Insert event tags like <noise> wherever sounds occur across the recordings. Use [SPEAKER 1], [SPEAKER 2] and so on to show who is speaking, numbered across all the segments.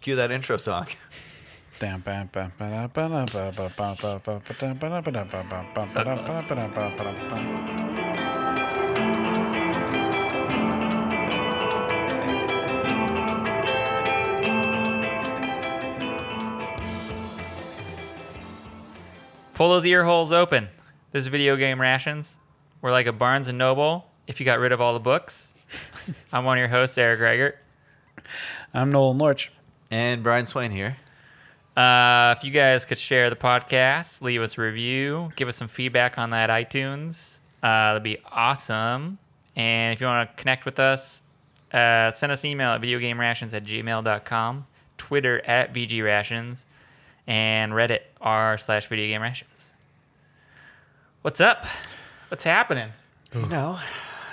[SPEAKER 1] Cue that intro song. <laughs>
[SPEAKER 2] Hello,
[SPEAKER 3] Pull those ear holes open. This is Video Game Rations. We're like a Barnes and Noble if you got rid of all the <laughs> books. I'm one of your hosts, Eric Reichert.
[SPEAKER 2] I'm Noel Norch.
[SPEAKER 1] And Brian Swain here.
[SPEAKER 3] Uh, if you guys could share the podcast, leave us a review, give us some feedback on that iTunes, uh, that'd be awesome. And if you want to connect with us, uh, send us an email at videogamerations at gmail.com, Twitter at VGRations, and Reddit r slash videogamerations. What's up? What's happening?
[SPEAKER 2] Hmm.
[SPEAKER 1] You know,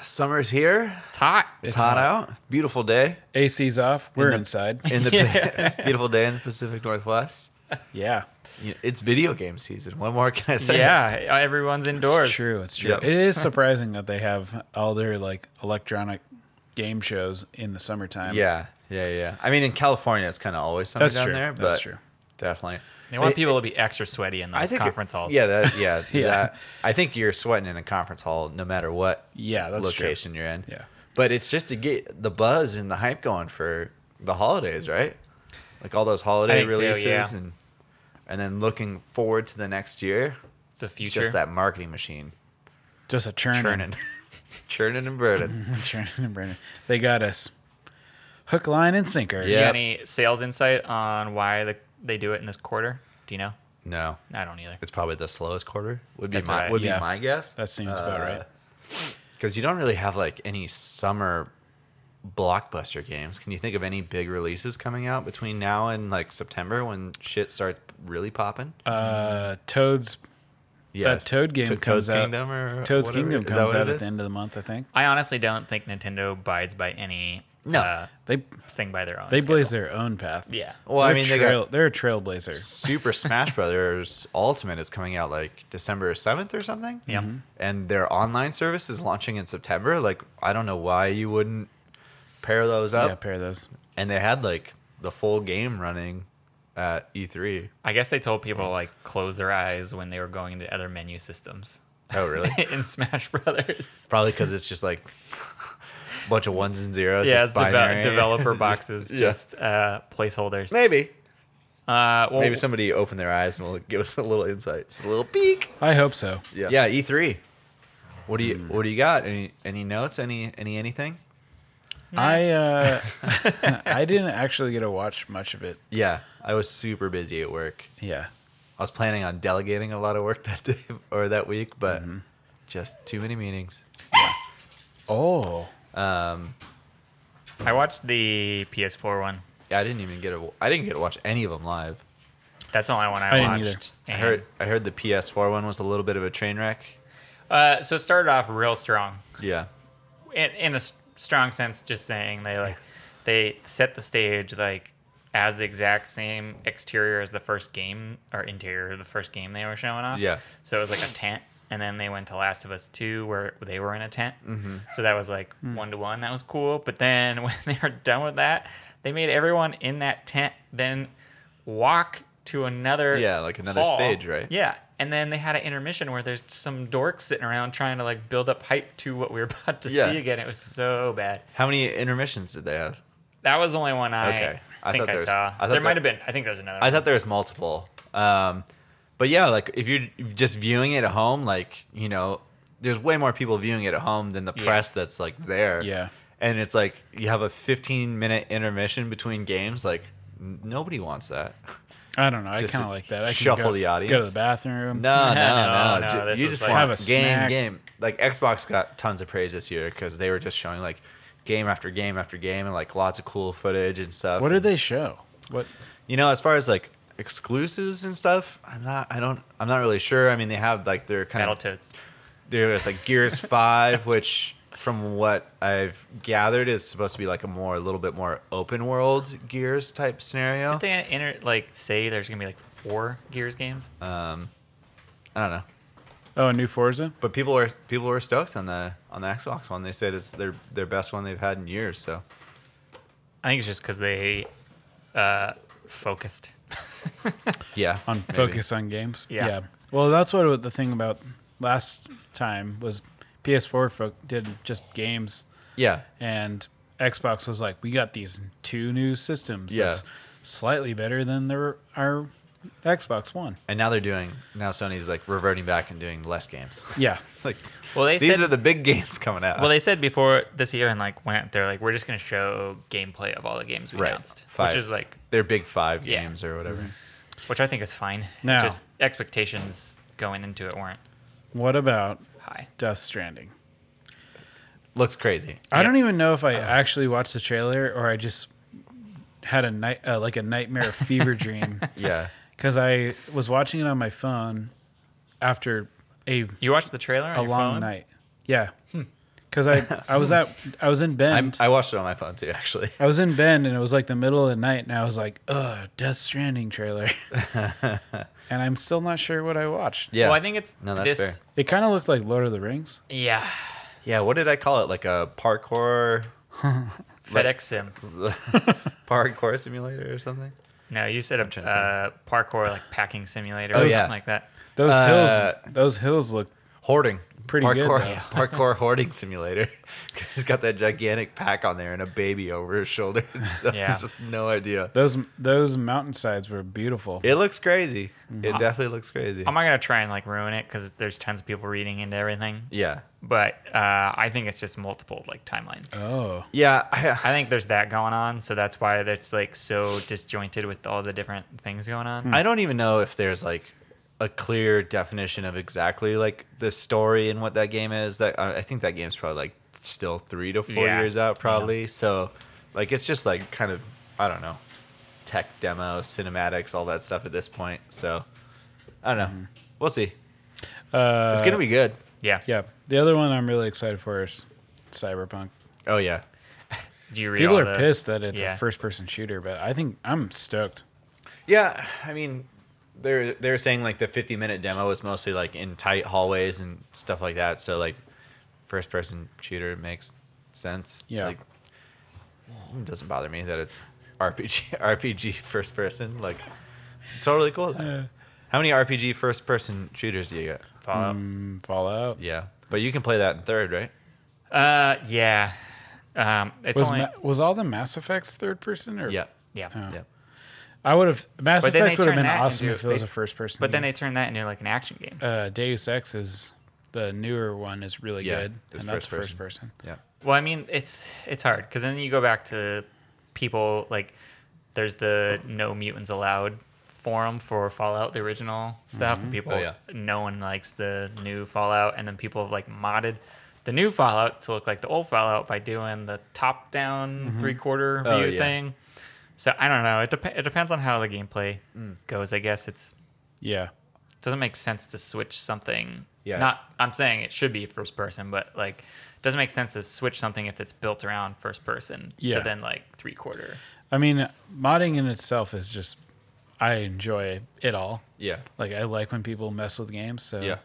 [SPEAKER 1] summer's here.
[SPEAKER 3] It's hot.
[SPEAKER 1] It's hot, out. Beautiful day
[SPEAKER 2] AC's off. We're inside. <laughs>
[SPEAKER 1] in the <laughs> beautiful day in the Pacific Northwest.
[SPEAKER 2] Yeah,
[SPEAKER 1] You know, It's video game season. What more can I say?
[SPEAKER 3] <laughs> Yeah, everyone's indoors.
[SPEAKER 2] it's true. It's true.
[SPEAKER 1] Yep.
[SPEAKER 2] It is surprising that they have all their like electronic game shows in the
[SPEAKER 1] <laughs>
[SPEAKER 2] summertime.
[SPEAKER 1] Yeah. Yeah. Yeah. I mean, in California, it's kind of always summer
[SPEAKER 2] That's
[SPEAKER 1] down
[SPEAKER 2] true.
[SPEAKER 1] there, but
[SPEAKER 2] That's true.
[SPEAKER 1] definitely.
[SPEAKER 3] They want
[SPEAKER 1] It-
[SPEAKER 3] people to be extra sweaty in those conference halls.
[SPEAKER 1] Yeah. That, yeah.
[SPEAKER 2] Yeah.
[SPEAKER 1] That, I think you're sweating in a conference hall no matter what
[SPEAKER 2] Yeah, that's
[SPEAKER 1] location you're in.
[SPEAKER 2] Yeah.
[SPEAKER 1] But it's just to get the buzz and the hype going for the holidays, right? Like all those
[SPEAKER 3] I
[SPEAKER 1] holiday
[SPEAKER 3] think so,
[SPEAKER 1] releases
[SPEAKER 3] yeah.
[SPEAKER 1] and and then looking forward to the next year.
[SPEAKER 3] The
[SPEAKER 1] It's
[SPEAKER 3] future.
[SPEAKER 1] Just that marketing machine.
[SPEAKER 2] true. Just a churning,
[SPEAKER 1] Churning. <laughs> churning and burning.
[SPEAKER 2] <laughs> churning and burning. They got us hook, line, and sinker.
[SPEAKER 1] Yeah.
[SPEAKER 3] You got any sales insight on why the, they do it in this quarter? Do you know?
[SPEAKER 1] no.
[SPEAKER 3] I don't either.
[SPEAKER 1] It's probably the slowest quarter. Would be
[SPEAKER 3] That's
[SPEAKER 1] my
[SPEAKER 3] alright.
[SPEAKER 1] would
[SPEAKER 2] Yeah.
[SPEAKER 1] be my guess.
[SPEAKER 2] that seems about
[SPEAKER 1] Uh,
[SPEAKER 2] right.
[SPEAKER 1] Because you don't really have like any summer blockbuster games. Can you think of any big releases coming out between now and like September when shit starts really popping?
[SPEAKER 2] Uh, Toad's
[SPEAKER 1] Yeah,
[SPEAKER 2] that Toad game
[SPEAKER 1] Toad's
[SPEAKER 2] comes out-
[SPEAKER 1] Kingdom or
[SPEAKER 2] Toad's
[SPEAKER 1] whatever.
[SPEAKER 2] Kingdom
[SPEAKER 1] Is that
[SPEAKER 2] comes
[SPEAKER 1] what
[SPEAKER 2] out
[SPEAKER 1] it
[SPEAKER 2] at the
[SPEAKER 1] is?
[SPEAKER 2] end of the month, I think.
[SPEAKER 3] I honestly don't think Nintendo abides by any
[SPEAKER 1] No.
[SPEAKER 3] uh,
[SPEAKER 2] They
[SPEAKER 3] thing by their own.
[SPEAKER 2] they
[SPEAKER 3] schedule.
[SPEAKER 2] blaze their own path.
[SPEAKER 3] Yeah.
[SPEAKER 1] Well, I
[SPEAKER 2] They're
[SPEAKER 1] mean, they
[SPEAKER 2] trail,
[SPEAKER 1] got
[SPEAKER 2] they're a trailblazer. <laughs>
[SPEAKER 1] Super Smash Brothers Ultimate is coming out like December seventh or something.
[SPEAKER 3] Yeah.
[SPEAKER 2] Mm-hmm.
[SPEAKER 1] and their online service is launching in September. Like, I don't know why you wouldn't pair those
[SPEAKER 2] Yeah,
[SPEAKER 1] up.
[SPEAKER 2] pair those.
[SPEAKER 1] and they had like the full game running at E E3.
[SPEAKER 3] I guess they told people like close their eyes when they were going to other menu systems <laughs>
[SPEAKER 1] Oh, really?
[SPEAKER 3] in Smash Brothers.
[SPEAKER 1] Probably because it's just like <laughs> a bunch of ones and zeros.
[SPEAKER 3] yeah, it's
[SPEAKER 1] just
[SPEAKER 3] deve-
[SPEAKER 1] binary.
[SPEAKER 3] developer boxes,
[SPEAKER 1] Yeah.
[SPEAKER 3] just uh,
[SPEAKER 1] <laughs>
[SPEAKER 3] placeholders.
[SPEAKER 1] Maybe.
[SPEAKER 3] Uh, well,
[SPEAKER 1] Maybe somebody open their eyes and will give us a little insight, just a little peek.
[SPEAKER 2] I hope so.
[SPEAKER 1] Yeah. Hmm. Yeah. E three. What do you What do you got? Any Any notes? Any Any anything? <laughs>
[SPEAKER 2] I uh, I didn't actually get to watch much of it.
[SPEAKER 1] Yeah. I was super busy at work.
[SPEAKER 2] Yeah,
[SPEAKER 1] I was planning on delegating a lot of work <laughs> that day or that week, but just too many meetings.
[SPEAKER 2] Oh,
[SPEAKER 1] Um,
[SPEAKER 3] I watched the PS4 one.
[SPEAKER 1] yeah, I didn't even get a. I didn't get to watch any of them live.
[SPEAKER 3] That's the only one I,
[SPEAKER 2] I didn't
[SPEAKER 3] watched.
[SPEAKER 2] either.
[SPEAKER 1] I
[SPEAKER 3] And-
[SPEAKER 1] heard. I heard the PS4 one was a little bit of a train wreck.
[SPEAKER 3] Uh, so it started off real strong,
[SPEAKER 1] Yeah.
[SPEAKER 3] in, in a s- strong sense. Just saying they like they set the stage like as the exact same exterior as the first game or interior of the first game they were showing off.
[SPEAKER 1] Yeah.
[SPEAKER 3] So it was like a tent, and then they went to Last of Us Two where they were in a tent. Mm-hmm. So that was like
[SPEAKER 1] Hmm.
[SPEAKER 3] one to one. That was cool. But then <laughs> when they were done with that, they made everyone in that tent then walk to another
[SPEAKER 1] Yeah, like another
[SPEAKER 3] hall.
[SPEAKER 1] stage, right?
[SPEAKER 3] Yeah. And then they had an intermission where there's some dorks sitting around trying to like build up hype to what we were <laughs> about to
[SPEAKER 1] Yeah.
[SPEAKER 3] see again. It was so bad.
[SPEAKER 1] How many intermissions did they have?
[SPEAKER 3] That was the only one I
[SPEAKER 1] Okay. I
[SPEAKER 3] think
[SPEAKER 1] thought
[SPEAKER 3] I
[SPEAKER 1] there was-
[SPEAKER 3] saw.
[SPEAKER 1] I thought
[SPEAKER 3] there
[SPEAKER 1] that-
[SPEAKER 3] might have been. I think there's another.
[SPEAKER 1] I
[SPEAKER 3] one.
[SPEAKER 1] thought there was multiple. Um, but yeah, like if you're just viewing it at home, like you know, there's way more people viewing it at home than the
[SPEAKER 3] Yeah.
[SPEAKER 1] press that's like there.
[SPEAKER 2] Yeah.
[SPEAKER 1] And it's like you have a 15 minute intermission between games. Like n- nobody wants
[SPEAKER 3] <laughs>
[SPEAKER 1] that.
[SPEAKER 2] I don't know. I
[SPEAKER 1] Just to
[SPEAKER 2] kind of like that. I can
[SPEAKER 1] shuffle
[SPEAKER 2] go,
[SPEAKER 1] the
[SPEAKER 2] Go to
[SPEAKER 1] audience.
[SPEAKER 2] the bathroom.
[SPEAKER 1] No, no, no.
[SPEAKER 3] No, no,
[SPEAKER 1] Ju-
[SPEAKER 3] this
[SPEAKER 1] you
[SPEAKER 3] was
[SPEAKER 1] just
[SPEAKER 3] like-
[SPEAKER 1] want
[SPEAKER 2] Have a
[SPEAKER 1] game,
[SPEAKER 2] snack.
[SPEAKER 1] game. Like Xbox got tons of praise this year because they were just showing like game after game after game and like lots of cool footage and stuff.
[SPEAKER 2] What did they show? What?
[SPEAKER 1] You know, as far as like exclusives and stuff, I'm not. I don't. I'm not really sure. I mean, they have like their kind of.
[SPEAKER 3] Battletoads.
[SPEAKER 1] There was like
[SPEAKER 3] <laughs>
[SPEAKER 1] Gears Five, which, from what I've gathered, is supposed to be like a more, a little bit more open world Gears type scenario.
[SPEAKER 3] Did they enter like say there's gonna be like four Gears games?
[SPEAKER 1] Uh. I don't know,
[SPEAKER 2] Oh, a new Forza.
[SPEAKER 1] but people were people were stoked on the on the Xbox one. They said it's their their best one they've had in years. So
[SPEAKER 3] I think it's just because they uh, focused.
[SPEAKER 1] Yeah.
[SPEAKER 2] on
[SPEAKER 1] maybe.
[SPEAKER 2] focus on games.
[SPEAKER 3] Yeah.
[SPEAKER 2] Well, that's what the thing about last time was PS4 fo- did just games,
[SPEAKER 1] Yeah.
[SPEAKER 2] and Xbox was like, we got these two new systems.
[SPEAKER 1] Yeah.
[SPEAKER 2] That's slightly better than their our Xbox One.
[SPEAKER 1] And now they're doing now Sony's like reverting back and doing less games.
[SPEAKER 2] Yeah.
[SPEAKER 1] It's like
[SPEAKER 3] Well, they
[SPEAKER 1] these
[SPEAKER 3] said
[SPEAKER 1] are the big games coming out.
[SPEAKER 3] well they said before this year and like went they're like we're just gonna show gameplay of all the games we
[SPEAKER 1] Right.
[SPEAKER 3] announced,
[SPEAKER 1] Five.
[SPEAKER 3] which is like
[SPEAKER 1] they're big five
[SPEAKER 3] Yeah.
[SPEAKER 1] games or whatever.
[SPEAKER 3] which I think is fine.
[SPEAKER 2] Now-
[SPEAKER 3] Just expectations going into it weren't
[SPEAKER 2] What about
[SPEAKER 3] high.
[SPEAKER 2] Death Stranding?
[SPEAKER 1] Looks crazy.
[SPEAKER 2] I
[SPEAKER 3] Yeah.
[SPEAKER 2] don't even know if
[SPEAKER 1] Uh-huh.
[SPEAKER 2] I actually watched the trailer or I just had a night uh, like a
[SPEAKER 1] <laughs>
[SPEAKER 2] nightmare fever dream
[SPEAKER 1] Yeah.
[SPEAKER 2] because I was watching it on my phone after a
[SPEAKER 3] You watched the trailer? On
[SPEAKER 2] a
[SPEAKER 3] your
[SPEAKER 2] long
[SPEAKER 3] phone?
[SPEAKER 2] night. Yeah, because I I was at I was in
[SPEAKER 1] Hmm. <laughs> I'm,
[SPEAKER 2] Bend. i
[SPEAKER 1] I watched it on my phone too, actually.
[SPEAKER 2] was in Bend and it was like the middle of the night, and I was like, "Ugh, Death Stranding
[SPEAKER 1] <laughs>
[SPEAKER 2] trailer," and I'm still not sure what I watched.
[SPEAKER 1] Yeah.
[SPEAKER 3] Well, I think it's
[SPEAKER 1] No, that's
[SPEAKER 3] this.
[SPEAKER 1] fair.
[SPEAKER 2] It kind of looked like Lord of the Rings.
[SPEAKER 3] Yeah,
[SPEAKER 1] Yeah, what did I call it? Like a parkour
[SPEAKER 3] FedEx Sim.
[SPEAKER 1] parkour simulator or something?
[SPEAKER 3] No, you said a
[SPEAKER 1] trying to
[SPEAKER 3] uh, parkour like packing simulator
[SPEAKER 1] Oh,
[SPEAKER 3] or
[SPEAKER 1] yeah.
[SPEAKER 3] something like that.
[SPEAKER 2] Those
[SPEAKER 1] Uh,
[SPEAKER 2] hills, those hills looked
[SPEAKER 1] Hoarding.
[SPEAKER 2] Pretty good,
[SPEAKER 1] parkour,
[SPEAKER 2] though.
[SPEAKER 1] <laughs>
[SPEAKER 2] <laughs>
[SPEAKER 1] Parkour hoarding simulator. <laughs> 'Cause He's got that gigantic pack on there and a baby over his shoulder. And <laughs> stuff.
[SPEAKER 3] Yeah.
[SPEAKER 1] Just no idea.
[SPEAKER 2] those those mountainsides were beautiful.
[SPEAKER 1] It looks crazy. It definitely looks crazy.
[SPEAKER 3] I'm not gonna try and like ruin it because there's tons of people reading into everything.
[SPEAKER 1] yeah.
[SPEAKER 3] But uh, I think it's just multiple like timelines.
[SPEAKER 2] Oh,
[SPEAKER 1] Yeah. I,
[SPEAKER 3] I think there's that going on, so that's why that's like so disjointed with all the different things going on.
[SPEAKER 2] Hmm.
[SPEAKER 1] I don't even know if there's like a clear definition of exactly like the story and what that game is. That uh, I I think that game's probably like still three to four
[SPEAKER 3] Yeah.
[SPEAKER 1] years out, probably. So, like, it's just like kind of I don't know, tech demo, cinematics, all that stuff at this point. So, I don't know. We'll see.
[SPEAKER 2] uh,
[SPEAKER 1] It's gonna be good.
[SPEAKER 3] yeah.
[SPEAKER 2] yeah. The other one I'm really excited for is Cyberpunk.
[SPEAKER 1] Oh yeah,
[SPEAKER 3] Do you read
[SPEAKER 2] People
[SPEAKER 3] all
[SPEAKER 2] are
[SPEAKER 3] the-
[SPEAKER 2] pissed that it's
[SPEAKER 3] yeah.
[SPEAKER 2] a first-person shooter, but I think I'm stoked.
[SPEAKER 1] yeah. I mean. They're, they're saying like the 50 minute demo is mostly like in tight hallways and stuff like that so like first person shooter makes sense
[SPEAKER 2] Yeah.
[SPEAKER 1] like It doesn't bother me that it's <laughs> RPG RPG first person. Like totally cool. How many RPG first person shooters do you get?
[SPEAKER 3] Fallout?
[SPEAKER 2] Mm, Fallout.
[SPEAKER 1] Yeah. But you can play that in third, right?
[SPEAKER 3] Uh, yeah. Um, it's
[SPEAKER 2] was
[SPEAKER 3] only
[SPEAKER 2] Ma- Oh, was all the Mass Effects third person or
[SPEAKER 1] Yeah.
[SPEAKER 3] yeah.
[SPEAKER 1] Yeah.
[SPEAKER 2] I would have Mass
[SPEAKER 3] But then they
[SPEAKER 2] Effect would have
[SPEAKER 3] turned
[SPEAKER 2] been
[SPEAKER 3] that
[SPEAKER 2] awesome
[SPEAKER 3] into-
[SPEAKER 2] if it was
[SPEAKER 3] they-
[SPEAKER 2] a first person.
[SPEAKER 3] But then they turned that into like an action game.
[SPEAKER 2] uh, Deus Ex is the newer one is really
[SPEAKER 1] Yeah,
[SPEAKER 2] good,
[SPEAKER 1] it's
[SPEAKER 2] and that's
[SPEAKER 1] first
[SPEAKER 2] first person.
[SPEAKER 1] Yeah.
[SPEAKER 3] Well, I mean, it's it's hard because then you go back to people like there's the no mutants allowed forum for Fallout the original stuff, and people
[SPEAKER 1] Oh, yeah.
[SPEAKER 3] no one likes the new Fallout, and then people have like modded the new Fallout to look like the old Fallout by doing the top down three quarter view
[SPEAKER 1] Oh, yeah.
[SPEAKER 3] thing. So I don't know. It dep- it depends on how the gameplay
[SPEAKER 1] Mm.
[SPEAKER 3] goes. I guess it's
[SPEAKER 2] Yeah,
[SPEAKER 3] it doesn't make sense to switch something.
[SPEAKER 1] Yeah.
[SPEAKER 3] Not I'm saying it should be first person, but like it doesn't make sense to switch something if it's built around first person
[SPEAKER 2] Yeah.
[SPEAKER 3] to then like three quarter.
[SPEAKER 2] I mean, modding in itself is just I enjoy it all.
[SPEAKER 1] Yeah.
[SPEAKER 2] Like I like when people mess with games, so
[SPEAKER 1] Yeah.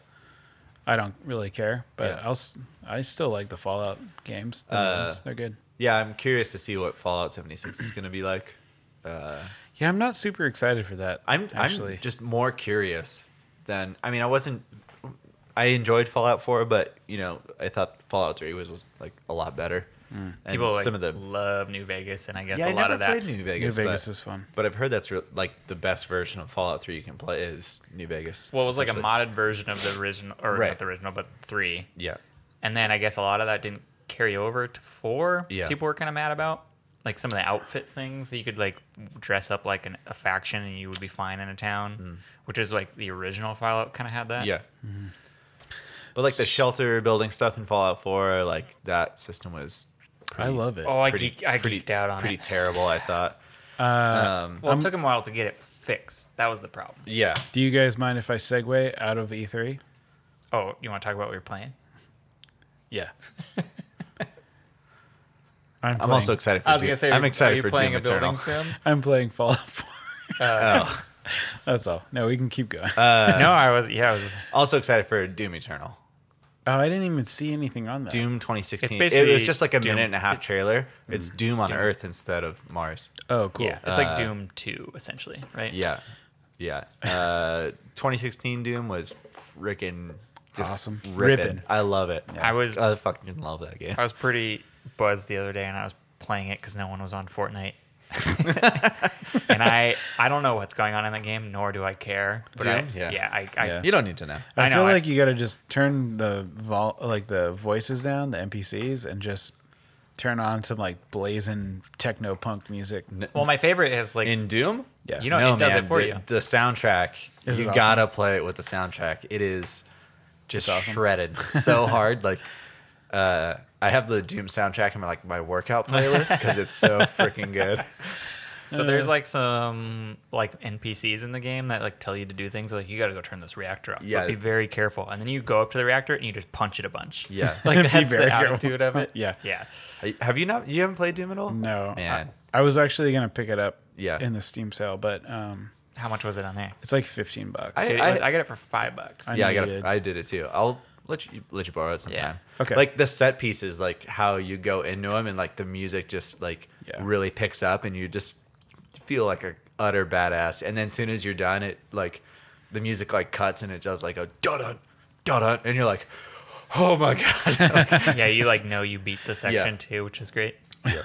[SPEAKER 2] I don't really care. But
[SPEAKER 1] Yeah.
[SPEAKER 2] I'll s- I still like the Fallout games. The new
[SPEAKER 1] Uh,
[SPEAKER 2] ones. They're good.
[SPEAKER 1] Yeah, I'm curious to see what Fallout 76 is going to be like. Uh,
[SPEAKER 2] Yeah, I'm not super excited for that.
[SPEAKER 1] I'm
[SPEAKER 2] actually
[SPEAKER 1] I'm just more curious than I mean I wasn't I enjoyed Fallout 4, but you know, I thought Fallout 3 was, was like a lot better.
[SPEAKER 2] Mm.
[SPEAKER 1] And
[SPEAKER 3] People like
[SPEAKER 1] some of the
[SPEAKER 3] love New Vegas, and I guess
[SPEAKER 1] yeah,
[SPEAKER 3] a
[SPEAKER 1] I
[SPEAKER 3] lot
[SPEAKER 1] never
[SPEAKER 3] of that.
[SPEAKER 1] played New
[SPEAKER 2] New
[SPEAKER 1] Vegas.
[SPEAKER 2] Vegas
[SPEAKER 1] but-
[SPEAKER 2] is fun.
[SPEAKER 1] But I've heard that's re- like the best version of Fallout 3 you can play is New Vegas.
[SPEAKER 3] well, it was like a
[SPEAKER 1] essentially.
[SPEAKER 3] modded version of the original, or
[SPEAKER 1] Right.
[SPEAKER 3] not the original, but three.
[SPEAKER 1] Yeah.
[SPEAKER 3] And then I guess a lot of that didn't carry over to four.
[SPEAKER 1] Yeah.
[SPEAKER 3] People were kind of mad about like some of the outfit things that you could like dress up like an, a faction and you would be fine in a town, which is like the original Fallout kind of had that.
[SPEAKER 1] Mm. Yeah.
[SPEAKER 2] Mm-hmm.
[SPEAKER 1] But like the shelter building stuff in Fallout 4, like that system was
[SPEAKER 2] I love it.
[SPEAKER 3] Oh, I,
[SPEAKER 1] pretty,
[SPEAKER 3] geek, I
[SPEAKER 1] pretty,
[SPEAKER 3] geeked out on
[SPEAKER 1] pretty
[SPEAKER 3] it.
[SPEAKER 1] terrible, I thought. um,
[SPEAKER 3] well, it took him a while to get it fixed. That was the problem.
[SPEAKER 1] yeah.
[SPEAKER 2] Do you guys mind if I segue out of E E3?
[SPEAKER 3] Oh, you want to talk about what you're playing?
[SPEAKER 2] Yeah. <laughs> I'm,
[SPEAKER 1] I'm
[SPEAKER 2] playing-
[SPEAKER 1] also excited for
[SPEAKER 3] I was
[SPEAKER 1] Doom-
[SPEAKER 3] gonna say,
[SPEAKER 1] I'm
[SPEAKER 3] are-
[SPEAKER 1] excited
[SPEAKER 3] are you
[SPEAKER 1] for
[SPEAKER 3] playing
[SPEAKER 1] Doom
[SPEAKER 3] a building
[SPEAKER 1] Eternal.
[SPEAKER 3] sim? <laughs>
[SPEAKER 2] I'm playing Fallout 4. <laughs>
[SPEAKER 1] Oh.
[SPEAKER 2] That's all. No, we can keep going.
[SPEAKER 3] Uh, no, I was. Yeah, I was.
[SPEAKER 1] Also excited for Doom Eternal.
[SPEAKER 2] Oh, I didn't even see anything on that.
[SPEAKER 1] Doom 2016.
[SPEAKER 3] It's
[SPEAKER 1] it was
[SPEAKER 3] basically
[SPEAKER 1] just like a
[SPEAKER 3] Doom. Mm-hmm.
[SPEAKER 1] minute and a half trailer. It's Doom on Earth instead of Mars.
[SPEAKER 2] Oh, cool.
[SPEAKER 3] Yeah, Uh, it's like Doom 2, essentially, right?
[SPEAKER 1] Yeah, yeah. Uh, 2016 Doom was freaking just
[SPEAKER 2] Awesome.
[SPEAKER 1] Ripping.
[SPEAKER 2] Ripping.
[SPEAKER 1] I love it.
[SPEAKER 3] I was-
[SPEAKER 1] I fucking love that game.
[SPEAKER 3] I was pretty buzzed the other day, and I was playing it because no one was on Fortnite. <laughs> and I, I don't know what's going on in that game, nor do I care. But
[SPEAKER 1] Doom?
[SPEAKER 3] I,
[SPEAKER 1] Yeah.
[SPEAKER 3] yeah. I, I,
[SPEAKER 2] Yeah.
[SPEAKER 1] You don't need to know.
[SPEAKER 2] I,
[SPEAKER 3] I know,
[SPEAKER 2] feel
[SPEAKER 3] I-
[SPEAKER 2] like you got to just turn the vol- like the voices down, the NPCs, and just turn on some like blazing techno punk music.
[SPEAKER 3] Well, my favorite is like
[SPEAKER 1] In Doom,
[SPEAKER 2] Yeah.
[SPEAKER 3] You don't- it does it for
[SPEAKER 1] the,
[SPEAKER 3] you.
[SPEAKER 1] The soundtrack,
[SPEAKER 2] Is
[SPEAKER 1] you
[SPEAKER 2] it awesome?
[SPEAKER 1] gotta play it with the soundtrack. It is just
[SPEAKER 2] It's awesome.
[SPEAKER 1] shredded
[SPEAKER 2] <laughs>
[SPEAKER 1] so hard. Like, uh, I have the Doom soundtrack in my like my workout playlist because it's
[SPEAKER 2] <laughs>
[SPEAKER 1] so freaking good.
[SPEAKER 3] So there's like some like NPCs in the game that like tell you to do things like you got to go turn this reactor off.
[SPEAKER 1] Yeah.
[SPEAKER 3] But be very careful. And then you go up to the reactor and you just punch it a bunch.
[SPEAKER 1] Yeah.
[SPEAKER 3] <laughs> Like
[SPEAKER 2] Be
[SPEAKER 3] that's
[SPEAKER 2] very
[SPEAKER 3] the
[SPEAKER 2] careful.
[SPEAKER 3] attitude of <laughs> it.
[SPEAKER 2] <laughs> Yeah.
[SPEAKER 3] Yeah.
[SPEAKER 1] Have you not? You haven't played Doom at all?
[SPEAKER 2] No,
[SPEAKER 1] Man.
[SPEAKER 2] I, I was actually gonna pick it up.
[SPEAKER 1] Yeah.
[SPEAKER 2] in the Steam sale, but um,
[SPEAKER 3] How much was it on there?
[SPEAKER 2] it's like fifteen bucks.
[SPEAKER 1] I-
[SPEAKER 3] Dude, it was- I, got it for five bucks.
[SPEAKER 2] I-
[SPEAKER 1] yeah, I
[SPEAKER 2] know
[SPEAKER 1] got.
[SPEAKER 2] you did.
[SPEAKER 1] I did it too. I'll let you let you borrow it sometime.
[SPEAKER 2] Okay.
[SPEAKER 1] Like the set pieces, like how you go into them, and like the music just like
[SPEAKER 2] Yeah.
[SPEAKER 1] really picks up, and you just feel like a utter badass. And then soon as you're done, it like the music like cuts, and it does like a dun dun dun dun, and you're like, oh my god.
[SPEAKER 3] <laughs>
[SPEAKER 1] <laughs>
[SPEAKER 3] yeah, you like know you beat the section too, which is great.
[SPEAKER 1] yeah.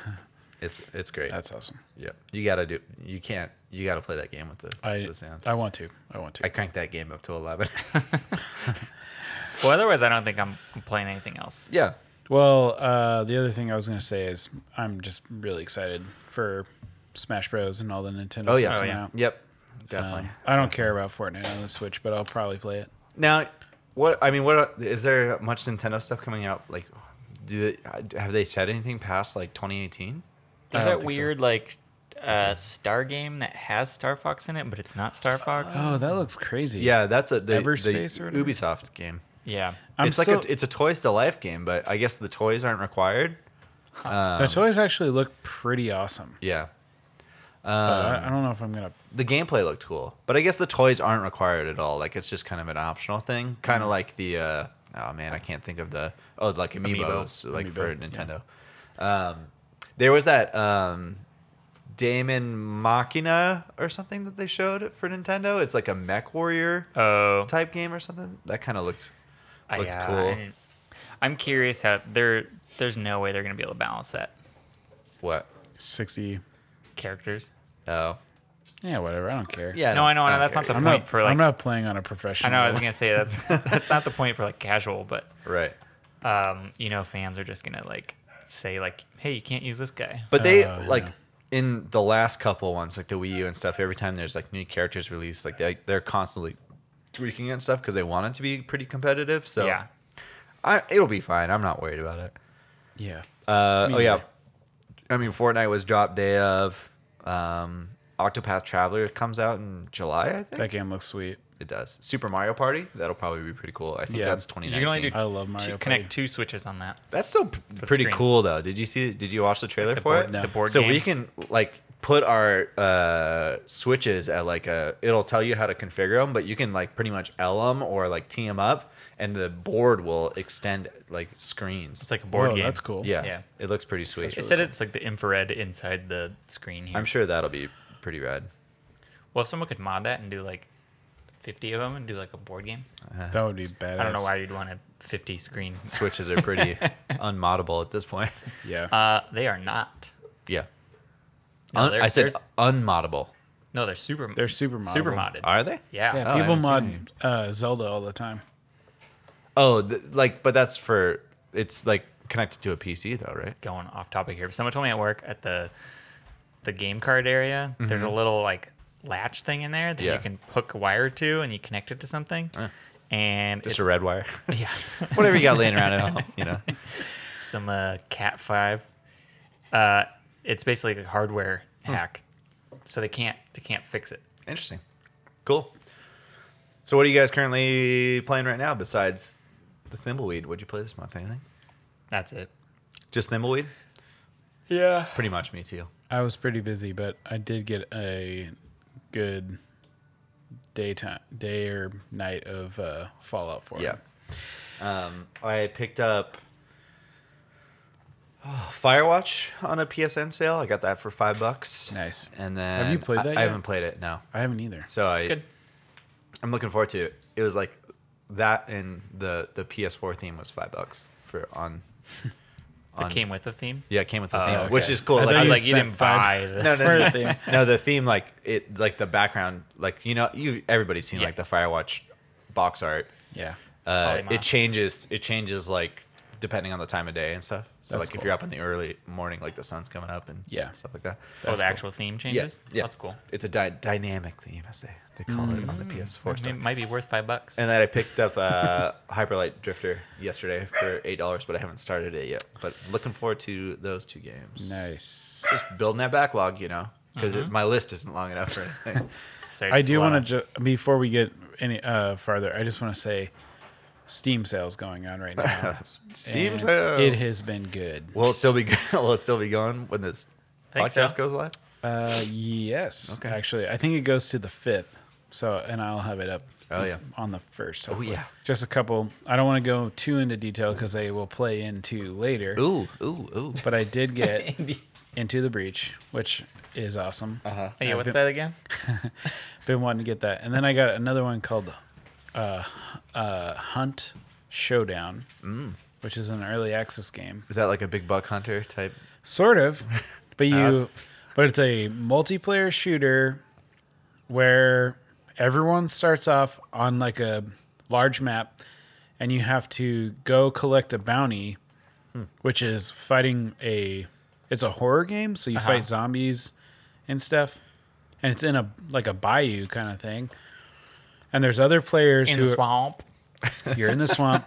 [SPEAKER 1] It's it's great.
[SPEAKER 2] That's awesome.
[SPEAKER 1] yeah. You gotta do. You can't. You gotta play that game with the,
[SPEAKER 2] I
[SPEAKER 1] the sound.
[SPEAKER 2] I want to. I want to.
[SPEAKER 1] I cranked that game up to eleven. <laughs>
[SPEAKER 3] Well, otherwise, I don't think I'm I'm playing anything else.
[SPEAKER 1] yeah.
[SPEAKER 2] Well, uh, the other thing I was going to say is I'm just really excited for Smash Bros. and all the Nintendo
[SPEAKER 1] Oh
[SPEAKER 2] stuff
[SPEAKER 1] yeah.
[SPEAKER 3] Oh,
[SPEAKER 2] coming
[SPEAKER 3] yeah.
[SPEAKER 2] out.
[SPEAKER 1] Yep. Definitely.
[SPEAKER 2] Um, I don't care about Fortnite on the Switch, but I'll probably play it.
[SPEAKER 1] Now, what I mean, what are- is there much Nintendo stuff coming out? Like, do they, have they said anything past like 2018?
[SPEAKER 3] There's
[SPEAKER 2] I don't
[SPEAKER 3] that
[SPEAKER 2] think so.
[SPEAKER 3] weird like uh, Star game that has Star Fox in it, but it's not Star Fox.
[SPEAKER 2] Oh, that looks crazy.
[SPEAKER 1] Yeah, that's a the, the
[SPEAKER 2] Everspace or whatever?
[SPEAKER 1] Ubisoft game.
[SPEAKER 3] <gasps> Yeah.
[SPEAKER 2] I'm
[SPEAKER 1] it's
[SPEAKER 2] still-
[SPEAKER 1] like a, it's a toys to life game, but I guess the toys aren't required. Uh,
[SPEAKER 3] um,
[SPEAKER 2] the toys actually look pretty awesome.
[SPEAKER 1] Yeah,
[SPEAKER 2] But
[SPEAKER 3] Um,
[SPEAKER 2] I, I don't know if I'm gonna.
[SPEAKER 1] the gameplay looked cool, but I guess the toys aren't required at all. Like it's just kind of an optional thing,
[SPEAKER 3] Mm-hmm.
[SPEAKER 1] kind of like the uh, oh man, I can't think of the oh like amiibos, like for
[SPEAKER 2] Amiibo,
[SPEAKER 1] Nintendo. Um, there was that um, Damon Machina or something that they showed for Nintendo. It's like a Mech Warrior
[SPEAKER 3] Oh.
[SPEAKER 1] type game or something. That kind of looked
[SPEAKER 3] I-
[SPEAKER 1] looked
[SPEAKER 3] Uh, yeah,
[SPEAKER 1] cool.
[SPEAKER 3] I- I'm curious how there. There's no way they're gonna be able to balance that
[SPEAKER 1] What?
[SPEAKER 2] Sixty.
[SPEAKER 3] characters.
[SPEAKER 1] Oh
[SPEAKER 2] Yeah, whatever. I don't care.
[SPEAKER 1] yeah.
[SPEAKER 3] No, I know, I know, that's
[SPEAKER 1] care.
[SPEAKER 3] not the
[SPEAKER 2] I'm
[SPEAKER 3] point
[SPEAKER 2] not.
[SPEAKER 3] for, like-
[SPEAKER 2] I'm not playing on a
[SPEAKER 3] I
[SPEAKER 2] professional.
[SPEAKER 3] know I was gonna say
[SPEAKER 1] <laughs>
[SPEAKER 3] that's that's not the point for like casual, but
[SPEAKER 1] right.
[SPEAKER 3] um, you know, fans are just gonna like say like, hey, you can't use this guy.
[SPEAKER 1] But they
[SPEAKER 2] Oh,
[SPEAKER 1] like
[SPEAKER 2] yeah.
[SPEAKER 1] in the last couple ones, like the Wii U and stuff. Every time there's like new characters released, like they they're constantly tweaking it and stuff because they want it to be pretty competitive. So
[SPEAKER 3] yeah,
[SPEAKER 1] I, it'll be fine. I'm not worried about it.
[SPEAKER 2] <laughs> Yeah.
[SPEAKER 1] Uh,
[SPEAKER 2] Me
[SPEAKER 1] oh yeah,
[SPEAKER 2] neither.
[SPEAKER 1] I mean Fortnite was drop day of. Um, Octopath Traveler comes out in July. I think
[SPEAKER 2] That game looks sweet.
[SPEAKER 1] it does. Super Mario Party that'll probably be pretty cool. I think
[SPEAKER 2] Yeah.
[SPEAKER 1] that's
[SPEAKER 2] You
[SPEAKER 3] you
[SPEAKER 1] 2019.
[SPEAKER 3] can only do
[SPEAKER 2] I love
[SPEAKER 3] two-
[SPEAKER 2] Mario Party.
[SPEAKER 3] connect two switches on that.
[SPEAKER 1] That's still p- pretty
[SPEAKER 3] screen.
[SPEAKER 1] cool though. Did you see? Did you watch the trailer
[SPEAKER 3] The
[SPEAKER 1] for
[SPEAKER 3] board,
[SPEAKER 1] it?
[SPEAKER 3] the board
[SPEAKER 1] so
[SPEAKER 3] game.
[SPEAKER 1] we can like put our uh, switches at like a. It'll tell you how to configure them, but you can like pretty much L them or like T them up, and the board will extend like screens.
[SPEAKER 3] It's like a board
[SPEAKER 2] Whoa,
[SPEAKER 3] game.
[SPEAKER 2] that's cool.
[SPEAKER 1] yeah,
[SPEAKER 3] yeah.
[SPEAKER 1] it looks pretty sweet.
[SPEAKER 3] It said it's like the infrared inside the screen here.
[SPEAKER 1] I'm sure that'll be pretty rad.
[SPEAKER 3] well, if someone could mod that and do like 50 of them and do like a board game,
[SPEAKER 2] That would be badass.
[SPEAKER 3] I don't know why you'd want a 50 screen.
[SPEAKER 1] Switches are
[SPEAKER 3] <laughs>
[SPEAKER 1] pretty unmoddable at this point. <laughs>
[SPEAKER 2] Yeah.
[SPEAKER 3] Uh, they are not.
[SPEAKER 1] Yeah,
[SPEAKER 3] No,
[SPEAKER 1] Un-
[SPEAKER 3] they're-
[SPEAKER 1] I said
[SPEAKER 3] there's-
[SPEAKER 1] unmoddable.
[SPEAKER 3] No, they're super.
[SPEAKER 2] They're super
[SPEAKER 3] super
[SPEAKER 2] moddable.
[SPEAKER 3] modded.
[SPEAKER 1] Are they?
[SPEAKER 3] Yeah.
[SPEAKER 2] yeah.
[SPEAKER 1] I
[SPEAKER 2] people
[SPEAKER 1] haven't seen
[SPEAKER 2] mod uh, Zelda all the time.
[SPEAKER 1] Oh, th- like, but that's for it's like connected to a PC though, right?
[SPEAKER 3] Going off topic here, but someone told me at work at the the game card area, there's a little like latch thing in there that
[SPEAKER 1] Mm-hmm. Yeah.
[SPEAKER 3] you can hook a wire to and you connect it to something. And
[SPEAKER 1] Just
[SPEAKER 3] <laughs> it's,
[SPEAKER 1] a red wire.
[SPEAKER 3] yeah,
[SPEAKER 1] whatever you got laying around at home, you know.
[SPEAKER 3] some uh, Cat Five. Uh, it's basically a hardware
[SPEAKER 1] Hmm.
[SPEAKER 3] hack, so they can't they can't fix it.
[SPEAKER 1] <laughs> Interesting. Cool. So what are you guys currently playing right now besides the Thimbleweed? What'd you play this month? Anything?
[SPEAKER 3] That's it.
[SPEAKER 1] Just Thimbleweed?
[SPEAKER 3] Yeah.
[SPEAKER 1] Pretty much me too.
[SPEAKER 2] I was pretty busy, but I did get a good daytime day or night of uh, Fallout 4.
[SPEAKER 1] Yeah. Um, I picked up oh, Firewatch on a PSN sale. I got that for five bucks.
[SPEAKER 2] Nice.
[SPEAKER 1] And then
[SPEAKER 2] you played
[SPEAKER 1] I-
[SPEAKER 2] that
[SPEAKER 1] I
[SPEAKER 2] yet?
[SPEAKER 1] haven't played it. No.
[SPEAKER 2] I haven't either.
[SPEAKER 1] So I,
[SPEAKER 3] It's good.
[SPEAKER 1] I'm looking forward to it. It was like that, and the the PS4 theme was five bucks for on.
[SPEAKER 3] It came with the theme.
[SPEAKER 1] Yeah, it came with the theme,
[SPEAKER 2] Oh, okay.
[SPEAKER 1] which is cool.
[SPEAKER 2] I
[SPEAKER 1] Like,
[SPEAKER 2] thought
[SPEAKER 3] I was
[SPEAKER 2] you
[SPEAKER 3] like, you
[SPEAKER 2] spent
[SPEAKER 3] didn't
[SPEAKER 2] five-
[SPEAKER 3] buy
[SPEAKER 2] <laughs>
[SPEAKER 3] this.
[SPEAKER 1] no, <laughs> no,
[SPEAKER 2] For
[SPEAKER 1] no,
[SPEAKER 2] the
[SPEAKER 1] no, the theme like it like the background like you know you everybody's seen
[SPEAKER 3] Yeah.
[SPEAKER 1] like the Firewatch box art.
[SPEAKER 2] Yeah.
[SPEAKER 1] Uh, it
[SPEAKER 3] Polymath.
[SPEAKER 1] changes. It changes like depending on the time of day and stuff. So
[SPEAKER 2] That's
[SPEAKER 1] like if
[SPEAKER 2] cool.
[SPEAKER 1] you're up in the early morning, like the sun's coming up and
[SPEAKER 2] Yeah.
[SPEAKER 1] stuff like that.
[SPEAKER 3] oh,
[SPEAKER 2] That's
[SPEAKER 3] the
[SPEAKER 2] cool.
[SPEAKER 3] actual theme changes.
[SPEAKER 1] Yeah, yeah.
[SPEAKER 3] that's cool.
[SPEAKER 1] It's a dy dynamic theme as they they call it on the PS4.
[SPEAKER 3] It
[SPEAKER 1] store.
[SPEAKER 3] might be worth five bucks.
[SPEAKER 1] And then I picked up uh, <laughs> Hyperlight Drifter yesterday for eight dollars, but I haven't started it yet. But looking forward to those two games.
[SPEAKER 2] Nice.
[SPEAKER 1] Just building that backlog, you know, because my list isn't long enough for anything.
[SPEAKER 3] So
[SPEAKER 2] I
[SPEAKER 3] just a
[SPEAKER 2] do
[SPEAKER 3] lot
[SPEAKER 2] want
[SPEAKER 3] of-
[SPEAKER 2] to ju- before we get any uh farther. I just want to say, Steam sales going on right now.
[SPEAKER 1] <laughs> Steam
[SPEAKER 2] and
[SPEAKER 1] sale.
[SPEAKER 2] It has been good.
[SPEAKER 1] Will it still be <laughs> will it still be going when this
[SPEAKER 3] think
[SPEAKER 1] podcast
[SPEAKER 3] so.
[SPEAKER 1] goes live?
[SPEAKER 2] Uh, yes.
[SPEAKER 1] Okay.
[SPEAKER 2] Actually, I think it goes to the fifth. So, and I'll have it up.
[SPEAKER 1] Oh, yeah. Oh,
[SPEAKER 2] On the first.
[SPEAKER 1] yeah.
[SPEAKER 2] Just a couple. I don't want to go too into detail because they will play into later.
[SPEAKER 1] Ooh, ooh, ooh.
[SPEAKER 2] But I did get into the breach, which is awesome. Uh
[SPEAKER 1] Uh-huh.
[SPEAKER 3] Hey, what's that again?
[SPEAKER 2] Been wanting to get that, and then I got another one called uh, uh, Hunt Showdown,
[SPEAKER 1] Mm.
[SPEAKER 2] which is an early access game.
[SPEAKER 1] <laughs> Is that like a big buck hunter type?
[SPEAKER 2] Sort of, but you,
[SPEAKER 1] that's-
[SPEAKER 2] but it's a multiplayer shooter where everyone starts off on like a large map, and you have to go collect a bounty, which is fighting a. It's a horror game, so you fight zombies and stuff, and it's in a like a bayou kind of thing. And there's other players
[SPEAKER 3] In
[SPEAKER 2] who
[SPEAKER 3] the swamp.
[SPEAKER 2] you're in the swamp